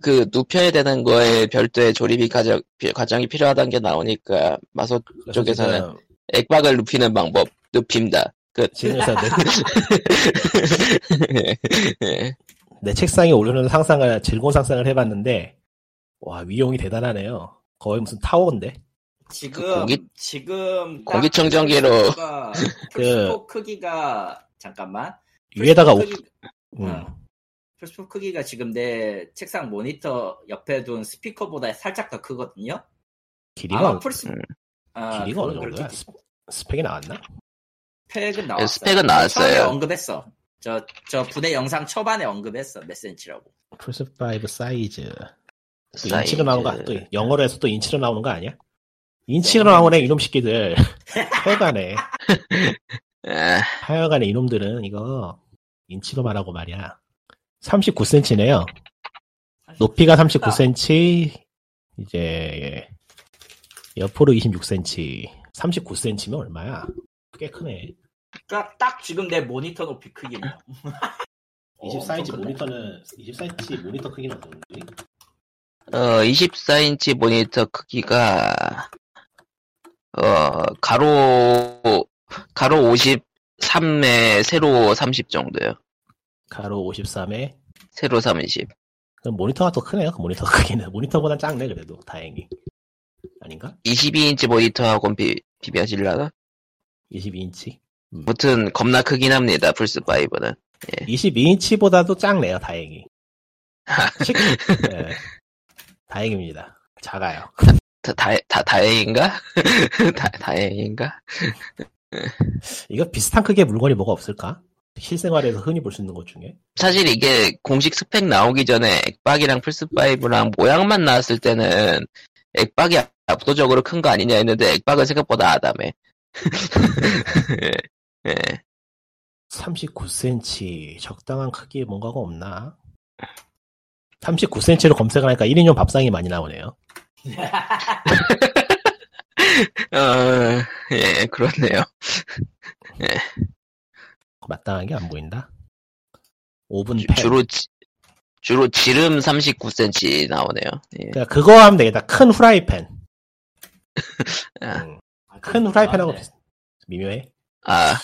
[SPEAKER 1] 그 눕혀야 되는 거에 별도의 조립이 과정, 비- 과정이 필요하다는 게 나오니까 마소
[SPEAKER 4] 그래서
[SPEAKER 1] 쪽에서는
[SPEAKER 4] 지금
[SPEAKER 1] 액박을 눕히는 방법 눕힙니다. 끝.
[SPEAKER 4] 지금에서 내,
[SPEAKER 1] 예, 예.
[SPEAKER 4] 내 책상에 오르는 상상을 즐거운 상상을 해봤는데 와 위용이 대단하네요. 거의 무슨 타워인데.
[SPEAKER 2] 지금
[SPEAKER 1] 그 공기-
[SPEAKER 2] 지금 딱
[SPEAKER 1] 공기청정기로
[SPEAKER 2] 플스4가 플스 4
[SPEAKER 4] 그-
[SPEAKER 2] 크기가 잠깐만.
[SPEAKER 4] 위에다가 옥,
[SPEAKER 2] 플스 4 크기-
[SPEAKER 4] 음,
[SPEAKER 2] 아, 플스 4 크기가 지금 내 책상 모니터 옆에 둔 스피커보다 살짝 더 크거든요.
[SPEAKER 4] 길이가
[SPEAKER 2] 아마 플스
[SPEAKER 1] 음.
[SPEAKER 2] 아,
[SPEAKER 4] 길이가 어느
[SPEAKER 2] 그건
[SPEAKER 4] 정도야?
[SPEAKER 2] 그렇게
[SPEAKER 4] 스- 스펙이 나왔나?
[SPEAKER 2] 스펙은 나왔어요.
[SPEAKER 1] 예, 스펙은
[SPEAKER 2] 처음에
[SPEAKER 1] 나왔어요.
[SPEAKER 2] 언급했어. 저, 저 부대 영상 초반에 언급했어. 몇 센치라고.
[SPEAKER 4] 플스 5 사이즈. 또
[SPEAKER 1] 사이즈.
[SPEAKER 4] 인치로 나오는 거또
[SPEAKER 2] 네.
[SPEAKER 4] 영어로 해서 또 인치로 나오는 거 아니야? 인치로 나오네 이놈 새끼들. 하여간에
[SPEAKER 1] 아,
[SPEAKER 4] 하여간에 이놈들은 이거 인치로 말하고 말이야. 39cm네요.
[SPEAKER 2] 아.
[SPEAKER 4] 높이가 39cm, 이제 옆으로 26cm, 39cm면 얼마야? 꽤 크네.
[SPEAKER 2] 그러니까 딱 지금 내 모니터 높이 크기네요. 어,
[SPEAKER 4] 24인치
[SPEAKER 2] 엄청 크다.
[SPEAKER 4] 아. 모니터는 24인치 모니터 크기는 어떤데?
[SPEAKER 1] 어, 24인치 모니터 크기가 어 가로 가로 53에 세로 30 정도요.
[SPEAKER 4] 가로 53에
[SPEAKER 1] 세로 30.
[SPEAKER 4] 모니터가 더 크네요. 그 모니터 크기는 모니터보단 작네 그래도 다행히 아닌가?
[SPEAKER 1] 22인치 모니터하고는 비, 비벼질라나?
[SPEAKER 4] 22인치.
[SPEAKER 1] 무튼 겁나 크긴 합니다. 플스5는.
[SPEAKER 2] 네.
[SPEAKER 4] 22인치보다도 작네요. 다행히.
[SPEAKER 2] 아,
[SPEAKER 4] 식- 예. 다행입니다. 작아요.
[SPEAKER 1] 다, 다, 다, 다행인가? 다, 다행인가?
[SPEAKER 4] 이거 비슷한 크기의 물건이 뭐가 없을까? 실생활에서 흔히 볼 수 있는 것 중에
[SPEAKER 1] 사실 이게 공식 스펙 나오기 전에 액박이랑 플스5랑 모양만 나왔을 때는 액박이 압도적으로 큰 거 아니냐 했는데 액박은 생각보다 아담해. 예, 예.
[SPEAKER 4] 39cm 적당한 크기의 뭔가가 없나? 39cm로 검색하니까 1인용 밥상이 많이 나오네요.
[SPEAKER 1] 어, 예, 그렇네요.
[SPEAKER 4] 마땅한 게 안 보인다. 오븐
[SPEAKER 1] 주-
[SPEAKER 4] 팬.
[SPEAKER 1] 주로, 지- 주로 지름 39cm 나오네요. 예.
[SPEAKER 4] 그러니까 그거 하면 되겠다. 큰 후라이팬.
[SPEAKER 1] 아.
[SPEAKER 4] 음, 큰
[SPEAKER 5] 아, 네.
[SPEAKER 4] 후라이팬하고 비슷. 미묘해.
[SPEAKER 1] 아,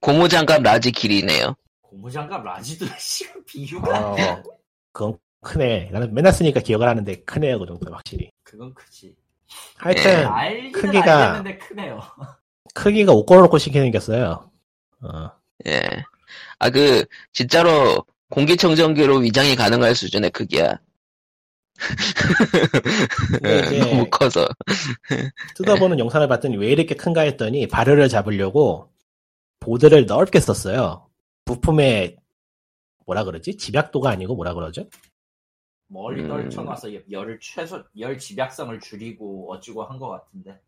[SPEAKER 1] 고무장갑 라지 길이네요.
[SPEAKER 5] 고무장갑 라지도 씨발
[SPEAKER 1] 아,
[SPEAKER 5] 비유가
[SPEAKER 4] 어, 그건 크네. 나는 맨날 쓰니까 기억을 하는데 크네요. 그 정도 확실히.
[SPEAKER 5] 그건 크지.
[SPEAKER 1] 네,
[SPEAKER 4] 하여튼
[SPEAKER 5] 알기는
[SPEAKER 4] 네. 크기가-
[SPEAKER 5] 알겠는데 크네요.
[SPEAKER 4] 크기가 옷걸어놓고 시키게 생겼어요. 어,
[SPEAKER 1] 예. 아, 그, 진짜로 공기청정기로 위장이 가능할 수준의 크기야.
[SPEAKER 4] 근데 이제
[SPEAKER 1] 네, 너무 커서.
[SPEAKER 4] 뜯어보는 영상을 봤더니 왜 이렇게 큰가 했더니 발열을 잡으려고 보드를 넓게 썼어요. 부품의 뭐라 그러지? 집약도가 아니고 뭐라 그러죠?
[SPEAKER 5] 멀리
[SPEAKER 1] 음.
[SPEAKER 5] 떨쳐놔서 열을 최소 열 집약성을 줄이고 어쩌고 한 것 같은데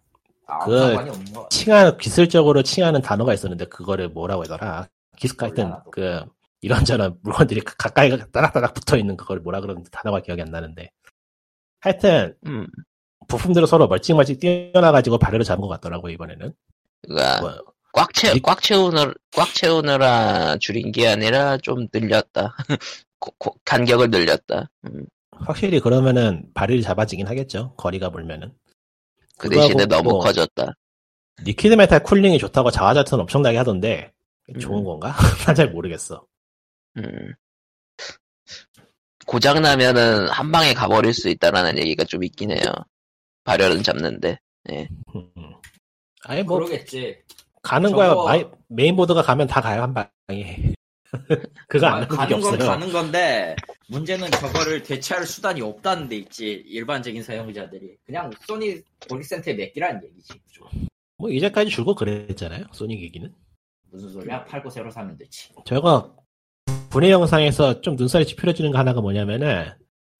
[SPEAKER 5] 아무
[SPEAKER 4] 그-
[SPEAKER 5] 상관이 없는 것 같아.
[SPEAKER 4] 칭하 기술적으로 칭하는 단어가 있었는데 그거를 뭐라고 하더라? 기술가 하여튼
[SPEAKER 5] 몰라, 나도.
[SPEAKER 4] 그 이런저런 물건들이 가- 가까이 따닥따닥 붙어 있는 그걸 뭐라 그러는데 단어가 기억이 안 나는데 하여튼
[SPEAKER 1] 음.
[SPEAKER 4] 부품들은 서로 멀찍멀찍 뛰어나가지고 발열을 잡은 것 같더라고 요 이번에는
[SPEAKER 1] 그니까,
[SPEAKER 4] 뭐,
[SPEAKER 1] 꽉 채,
[SPEAKER 4] 리-
[SPEAKER 1] 꽉 채우느, 꽉 채우느라 줄인 게 아니라 좀 늘렸다. 고- 고- 간격을 늘렸다. 음.
[SPEAKER 4] 확실히 그러면은 발열이 잡아지긴 하겠죠 거리가 멀면은
[SPEAKER 1] 그
[SPEAKER 4] 그거하고
[SPEAKER 1] 대신에 너무
[SPEAKER 4] 뭐-
[SPEAKER 1] 커졌다.
[SPEAKER 4] 리퀴드 메탈 쿨링이 좋다고 자화자찬 엄청나게 하던데 좋은
[SPEAKER 1] 음.
[SPEAKER 4] 건가? 난 잘 모르겠어
[SPEAKER 1] 음. 고장 나면은 한 방에 가버릴 수 있다라는 얘기가 좀 있긴 해요. 발열은 잡는데.
[SPEAKER 4] 음, 음. 아니 뭐
[SPEAKER 5] 그러겠지.
[SPEAKER 4] 가는
[SPEAKER 5] 저거-
[SPEAKER 4] 거야 마이, 메인보드가 가면 다 가요 한 방에 그거 안 하는 게
[SPEAKER 5] 가는 건
[SPEAKER 4] 없어요
[SPEAKER 5] 가는 건데 문제는 저거를 대체할 수단이 없다는 데 있지 일반적인 사용자들이 그냥 소니 고객센터에 맡기라는 얘기지 그죠?
[SPEAKER 4] 뭐 이제까지 줄고 그랬잖아요 소닉 얘기는
[SPEAKER 5] 무슨 소리야 팔고 새로 사면 되지
[SPEAKER 4] 제가 분해 영상에서 좀 눈살이 찌푸려지는 거 하나가 뭐냐면은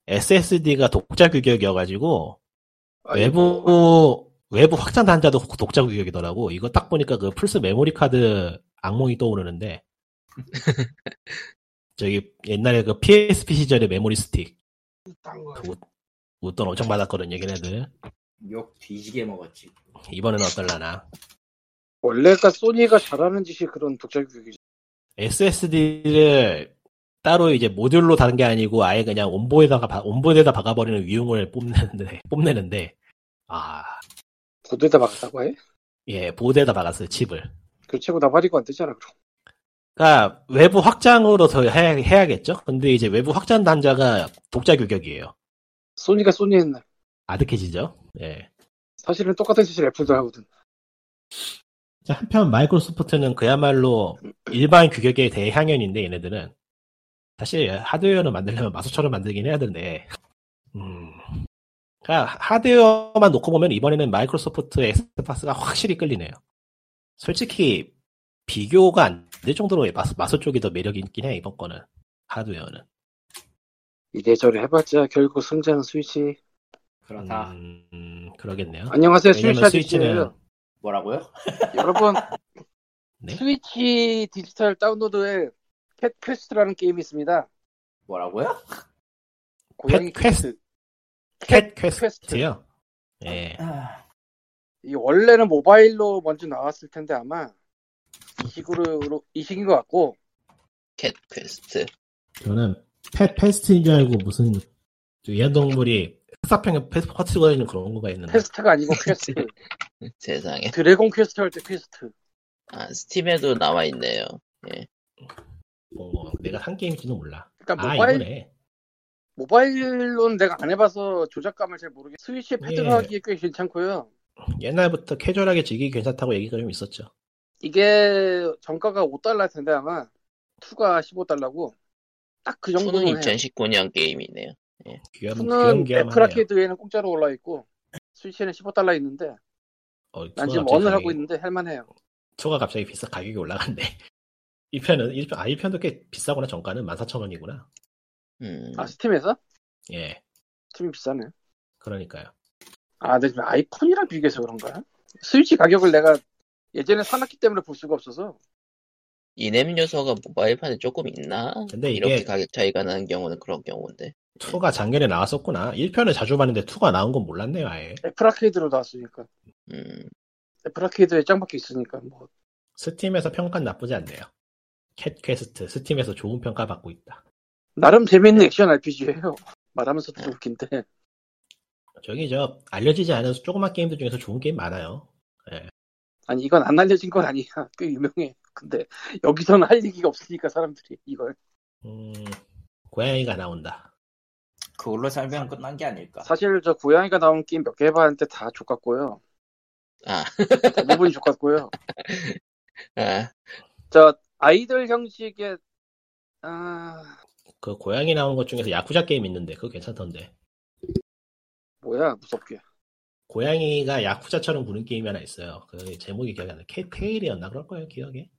[SPEAKER 4] SSD가 독자 규격이어가지고 외부 외부 확장 단자도 독자 규격이더라고 이거 딱 보니까 그 플스 메모리 카드 악몽이 떠오르는데 저기 옛날에 그 PSP 시절의 메모리 스틱
[SPEAKER 3] 딴 거.
[SPEAKER 4] 웃돈 엄청 받았거든요 걔네들
[SPEAKER 5] 욕 뒤지게 먹었지
[SPEAKER 4] 이번에는 어떨라나
[SPEAKER 3] 원래가 소니가 잘하는 짓이 그런 독자 교육이지.
[SPEAKER 4] SSD를 따로 이제 모듈로 다는 게 아니고 아예 그냥 온보에다가 바- 온보에다 박아버리는 위용을 뽐내는데 뽐내는데 아 예
[SPEAKER 3] 고대다 박았다고 해?
[SPEAKER 4] 보드에다 박았어요 칩을
[SPEAKER 3] 교체고 나발이고 안 되잖아 그럼.
[SPEAKER 4] 그러니까 외부 확장으로 더 해야, 해야겠죠 근데 이제 외부 확장 단자가 독자 규격이에요
[SPEAKER 3] 소니가 소니 옛날.
[SPEAKER 4] 아득해지죠 예
[SPEAKER 3] 사실은 똑같은 짓을 애플도 하거든.
[SPEAKER 4] 자, 한편 마이크로소프트는 그야말로 일반 규격에 대항연인데 얘네들은 사실 하드웨어를 만들려면 마소처럼 만들긴 해야 되는데 음. 그러니까 하드웨어만 놓고 보면 이번에는 마이크로소프트의 엑스박스가 확실히 끌리네요. 솔직히 비교가 안 될 정도로 마소, 마소 쪽이 더 매력이 있긴 해 이번 거는 하드웨어는.
[SPEAKER 3] 이래저래 해봤자 결국 승자는 스위치.
[SPEAKER 5] 그렇다
[SPEAKER 4] 음, 음, 그러겠네요.
[SPEAKER 3] 안녕하세요 스위치
[SPEAKER 4] 왜냐면
[SPEAKER 3] 아저씨예요.
[SPEAKER 4] 스위치는
[SPEAKER 5] 뭐라고요?
[SPEAKER 3] 여러분
[SPEAKER 4] 네?
[SPEAKER 3] 스위치 디지털 다운로드에 펫 퀘스트라는 게임이 있습니다.
[SPEAKER 5] 뭐라고요?
[SPEAKER 3] 고양이
[SPEAKER 4] 펫 퀘스트.
[SPEAKER 3] 퀘스트.
[SPEAKER 4] 캣
[SPEAKER 3] 퀘스트.
[SPEAKER 4] 퀘스트요. 예.
[SPEAKER 5] 아,
[SPEAKER 3] 이 원래는 모바일로 먼저 나왔을 텐데 아마 이식으로 이식인 것 같고
[SPEAKER 1] 캣 퀘스트.
[SPEAKER 4] 저는 펫 패스트인 줄 알고 무슨 애완동물이 흑사평에 패스 퍼트리고 다니는 그런 거가 있는데
[SPEAKER 3] 퀘스트가 아니고 퀘스트.
[SPEAKER 1] 세상에.
[SPEAKER 3] 드래곤 퀘스트 할 때 퀘스트.
[SPEAKER 1] 아, 스팀에도 나와 있네요.
[SPEAKER 4] 뭐, 내가 산 게임인지도 몰라.
[SPEAKER 3] 일단
[SPEAKER 4] 아,
[SPEAKER 3] 그러니까 모바일
[SPEAKER 4] 이거네.
[SPEAKER 3] 모바일로는 내가 안 해봐서 조작감을 잘 모르겠. 스위치에
[SPEAKER 4] 예.
[SPEAKER 3] 패드하기에 꽤 괜찮고요.
[SPEAKER 4] 옛날부터 캐주얼하게 즐기기 괜찮다고 얘기가 좀 있었죠.
[SPEAKER 3] 이게 정가가 5달러 텐데 아마 2가 15달러고 딱 그 정도는 그
[SPEAKER 1] 저는
[SPEAKER 3] 해요.
[SPEAKER 1] 2019년 게임이네요.
[SPEAKER 4] 귀염,
[SPEAKER 3] 투는 애플
[SPEAKER 4] 귀염귀염하네요.
[SPEAKER 3] 아케이드에는 공짜로 올라 있고 스위치는 15달러 있는데
[SPEAKER 4] 어, 투가
[SPEAKER 3] 난 지금
[SPEAKER 4] 갑자기
[SPEAKER 3] 원을 하고
[SPEAKER 4] 가격이-
[SPEAKER 3] 있는데 할만해요.
[SPEAKER 4] 투가 갑자기 비싸 가격이 올라갔네. 이 편은 이 편, 아이 편도 꽤 비싸구나 정가는 14,000원이구나.
[SPEAKER 1] 음,
[SPEAKER 3] 아 스팀에서?
[SPEAKER 4] 예,
[SPEAKER 3] 스팀이 비싸네.
[SPEAKER 4] 그러니까요.
[SPEAKER 3] 아, 근데 지금 아이폰이랑 비교해서 그런가? 스위치 가격을 내가 예전에 사놨기 때문에 볼 수가 없어서
[SPEAKER 1] 이냄 요소가 모바일판에 조금 있나?
[SPEAKER 4] 근데 이게-
[SPEAKER 1] 이렇게 가격 차이가 나는 경우는 그런 경우인데.
[SPEAKER 4] 투가 작년에 나왔었구나. 1편을 자주 봤는데 투가 나온 건 몰랐네요 아예.
[SPEAKER 3] 애플 아케이드로 나왔으니까
[SPEAKER 1] 음,
[SPEAKER 3] 애플 아케이드에 짱밖에 있으니까 뭐
[SPEAKER 4] 스팀에서 평가는 나쁘지 않네요. 캣퀘스트 스팀에서 좋은 평가 받고 있다.
[SPEAKER 3] 나름 재밌는 액션 RPG예요. 말하면서도 좀 웃긴데
[SPEAKER 4] 저기 저 알려지지 않은 조그만 게임들 중에서 좋은 게임 많아요.
[SPEAKER 3] 아니 이건 안 알려진 건 아니야. 꽤 유명해. 근데 여기서는 할 얘기가 없으니까 사람들이 이걸
[SPEAKER 4] 음, 고양이가 나온다.
[SPEAKER 2] 그걸로 살면 끝난 게 아닐까.
[SPEAKER 3] 사실 저 고양이가 나온 게임 몇 개 해봤는데 다 족같고요. 그
[SPEAKER 1] 아,
[SPEAKER 3] 대부분이 족같고요.
[SPEAKER 1] 아,
[SPEAKER 3] 저 아이들 형식의 아
[SPEAKER 4] 그 고양이 나온 것 중에서 야쿠자 게임 있는데 그거 괜찮던데.
[SPEAKER 3] 뭐야 무섭게
[SPEAKER 4] 고양이가 야쿠자처럼 부는 게임이 하나 있어요. 그 제목이 기억이 안 나. 케테일이었나 그럴 거예요 기억에.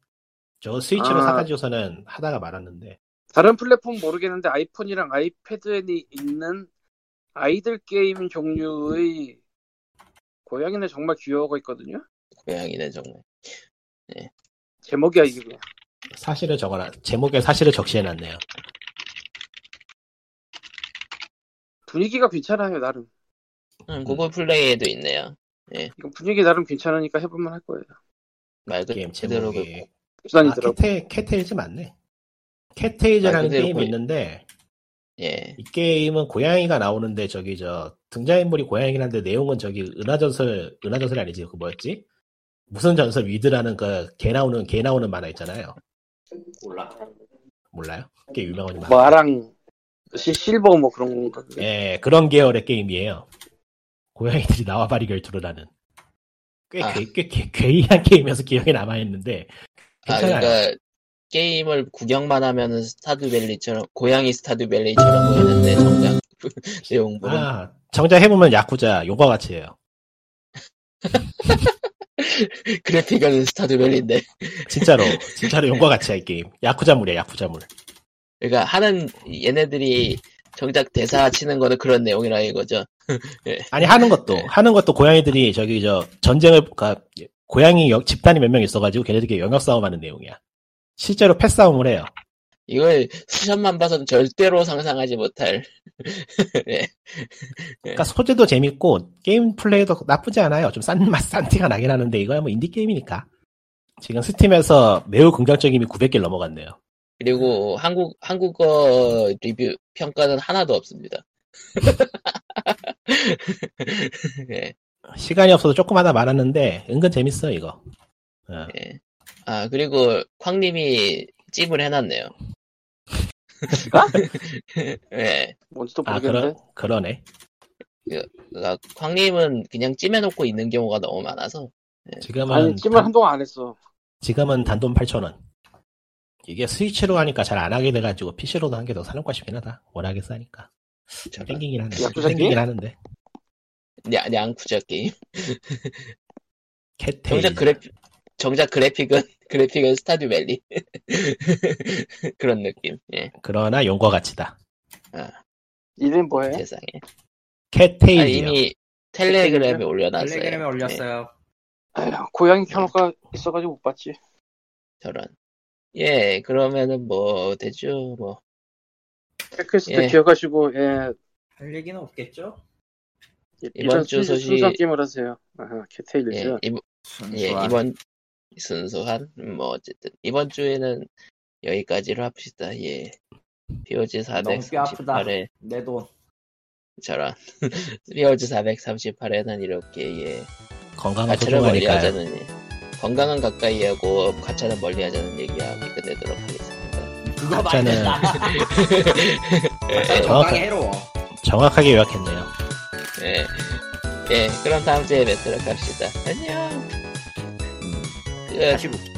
[SPEAKER 4] 저 스위치로
[SPEAKER 3] 아.
[SPEAKER 4] 사가지고서는 하다가 말았는데
[SPEAKER 3] 다른 플랫폼 모르겠는데 아이폰이랑 아이패드에 있는 아이들 게임 종류의 고양이는 정말 귀여워가 있거든요.
[SPEAKER 1] 고양이는 정말.
[SPEAKER 3] 제목이야 이게 그냥.
[SPEAKER 4] 사실을 적어라 제목에 사실을 적시해놨네요.
[SPEAKER 3] 분위기가 괜찮아요 나름.
[SPEAKER 1] 음, 구글 플레이에도 있네요.
[SPEAKER 3] 이건 분위기 나름 괜찮으니까 해볼만 할 거예요.
[SPEAKER 1] 말
[SPEAKER 4] 게임
[SPEAKER 1] 그대로 그
[SPEAKER 4] 제목이 아,
[SPEAKER 3] 부산이더라고.
[SPEAKER 4] 캐테 캐테일즈 맞네. 캐테일즈라는
[SPEAKER 1] 말 그대로
[SPEAKER 4] 게임이
[SPEAKER 1] 고양-
[SPEAKER 4] 있는데
[SPEAKER 1] 예,
[SPEAKER 4] 이 게임은 고양이가 나오는데 저기 저 등장인물이 고양이긴 한데 내용은 저기 은하전설 은하전설이 아니지 그 뭐였지? 무슨 전설 위드라는 그 개 나오는 개 나오는 만화 있잖아요.
[SPEAKER 2] 몰라.
[SPEAKER 4] 몰라요? 꽤 유명한
[SPEAKER 1] 아.
[SPEAKER 4] 만화.
[SPEAKER 3] 마랑 뭐 시- 실버 뭐 그런
[SPEAKER 1] 네.
[SPEAKER 3] 건가? 그게?
[SPEAKER 4] 예, 그런 계열의 게임이에요. 고양이들이 나와바리 결투를 하는. 꽤,
[SPEAKER 1] 아.
[SPEAKER 4] 괴, 꽤, 괴- 괴이한 게임이어서 기억에 남아있는데.
[SPEAKER 1] 아,
[SPEAKER 4] 괜찮아요.
[SPEAKER 1] 그러니까 게임을 구경만 하면은 스타듀밸리처럼 고양이 스타듀밸리처럼 보이는데 정작 내용물은
[SPEAKER 4] 아, 정작 해보면 야쿠자 요거 같이 해요.
[SPEAKER 1] 그래픽은 스타듀밸리인데
[SPEAKER 4] 진짜로. 진짜로 요거 같이 할 게임. 야쿠자물이야, 야쿠자물.
[SPEAKER 1] 그러니까 하는 얘네들이 정작 대사 치는 거는 그런 내용이라 이거죠.
[SPEAKER 4] 아니, 하는 것도.
[SPEAKER 3] 네.
[SPEAKER 4] 하는 것도 고양이들이 저기 저 전쟁을, 그니까, 고양이 여- 집단이 몇 명 있어가지고 걔네들끼리 영역 싸움하는 내용이야. 실제로 패싸움을 해요.
[SPEAKER 1] 이걸 수천만 봐서는 절대로 상상하지 못할.
[SPEAKER 3] 네.
[SPEAKER 4] 그러니까 소재도 재밌고 게임 플레이도 나쁘지 않아요. 좀 싼 맛, 싼 티가 나긴 하는데 이거야 뭐 인디 게임이니까. 지금 스팀에서 매우 긍정적인 이 900개 를 넘어갔네요.
[SPEAKER 1] 그리고 한국 한국어 리뷰 평가는 하나도 없습니다. 예,
[SPEAKER 4] 시간이 없어서 조금 하다 말았는데 은근 재밌어 이거. 어,
[SPEAKER 1] 예. 아 그리고 광님이 찜을 해놨네요. 예.
[SPEAKER 3] 뭔지도
[SPEAKER 4] 아
[SPEAKER 3] 모르겠는데.
[SPEAKER 4] 그러 그러네.
[SPEAKER 1] 그러니까 광님은 그냥 찜해놓고 있는 경우가 너무 많아서
[SPEAKER 4] 지금은
[SPEAKER 3] 아니
[SPEAKER 1] 그
[SPEAKER 3] 찜을
[SPEAKER 4] 단-
[SPEAKER 3] 한동안 안 했어.
[SPEAKER 4] 지금은 단돈 8,000원. 이게 스위치로 하니까 잘 안 하게 돼가지고 PC로도 한 개 더 사는 것 싶긴 하다. 워낙에 싸니까. 좀
[SPEAKER 1] 그러니까.
[SPEAKER 2] 아.
[SPEAKER 4] 땡기긴 하네. 좀
[SPEAKER 3] 야쿠자
[SPEAKER 4] 땡기긴
[SPEAKER 3] 게임?
[SPEAKER 4] 하는데.
[SPEAKER 1] 냥 냥쿠자 게임.
[SPEAKER 2] 예.
[SPEAKER 4] 캣테일.
[SPEAKER 1] 정작 그래 정작 그래픽은 그래픽은 스타듀 밸리 그런 느낌. 예.
[SPEAKER 4] 그러나 용과 같이다.
[SPEAKER 3] 이름 뭐예요?
[SPEAKER 1] 세상에. 아,
[SPEAKER 4] 캣테일이요.
[SPEAKER 1] 이미 텔레그램에
[SPEAKER 3] 텔레그램?
[SPEAKER 1] 올려놨어요.
[SPEAKER 2] 텔레그램에
[SPEAKER 1] 예,
[SPEAKER 2] 올렸어요.
[SPEAKER 3] 에휴, 고양이 켜놓고 있어가지고 못 봤지.
[SPEAKER 1] 저런. 예, 그러면은 뭐 대충 뭐
[SPEAKER 3] 퀘스트
[SPEAKER 1] 예.
[SPEAKER 3] 기억하시고 예,
[SPEAKER 2] 할 얘기는 없겠죠?
[SPEAKER 3] 이-
[SPEAKER 1] 이번
[SPEAKER 3] 이런
[SPEAKER 1] 주
[SPEAKER 3] 순수,
[SPEAKER 1] 소식-
[SPEAKER 3] 순수한 게임을 하세요. 아하, 캐테일즈.
[SPEAKER 1] 예, 이번 예,
[SPEAKER 2] 순수한.
[SPEAKER 1] 이번 순수한 음, 뭐 어쨌든 이번 주에는 여기까지로 합시다. 예. POG
[SPEAKER 2] 너무 뼈 아프다.
[SPEAKER 1] 438에
[SPEAKER 2] 내 돈.
[SPEAKER 1] 저런 POG 438에는 이렇게 예.
[SPEAKER 4] 건강한
[SPEAKER 1] 가치를
[SPEAKER 2] 아,
[SPEAKER 1] 아,
[SPEAKER 4] 소중하니까요.
[SPEAKER 1] 멀리하자느니 건강은 가까이 하고 가차는 멀리 하자는 얘기야. 이렇게 내도록 하겠습니다.
[SPEAKER 2] 그거
[SPEAKER 4] 저는-
[SPEAKER 2] 말면 나
[SPEAKER 4] 정확하,
[SPEAKER 2] 건강에 해로워.
[SPEAKER 4] 정확하게 요약했네요.
[SPEAKER 1] 예. 예, 그럼 다음 주에 뵙도록 합시다. 안녕. 끝.
[SPEAKER 2] 다시 웃기.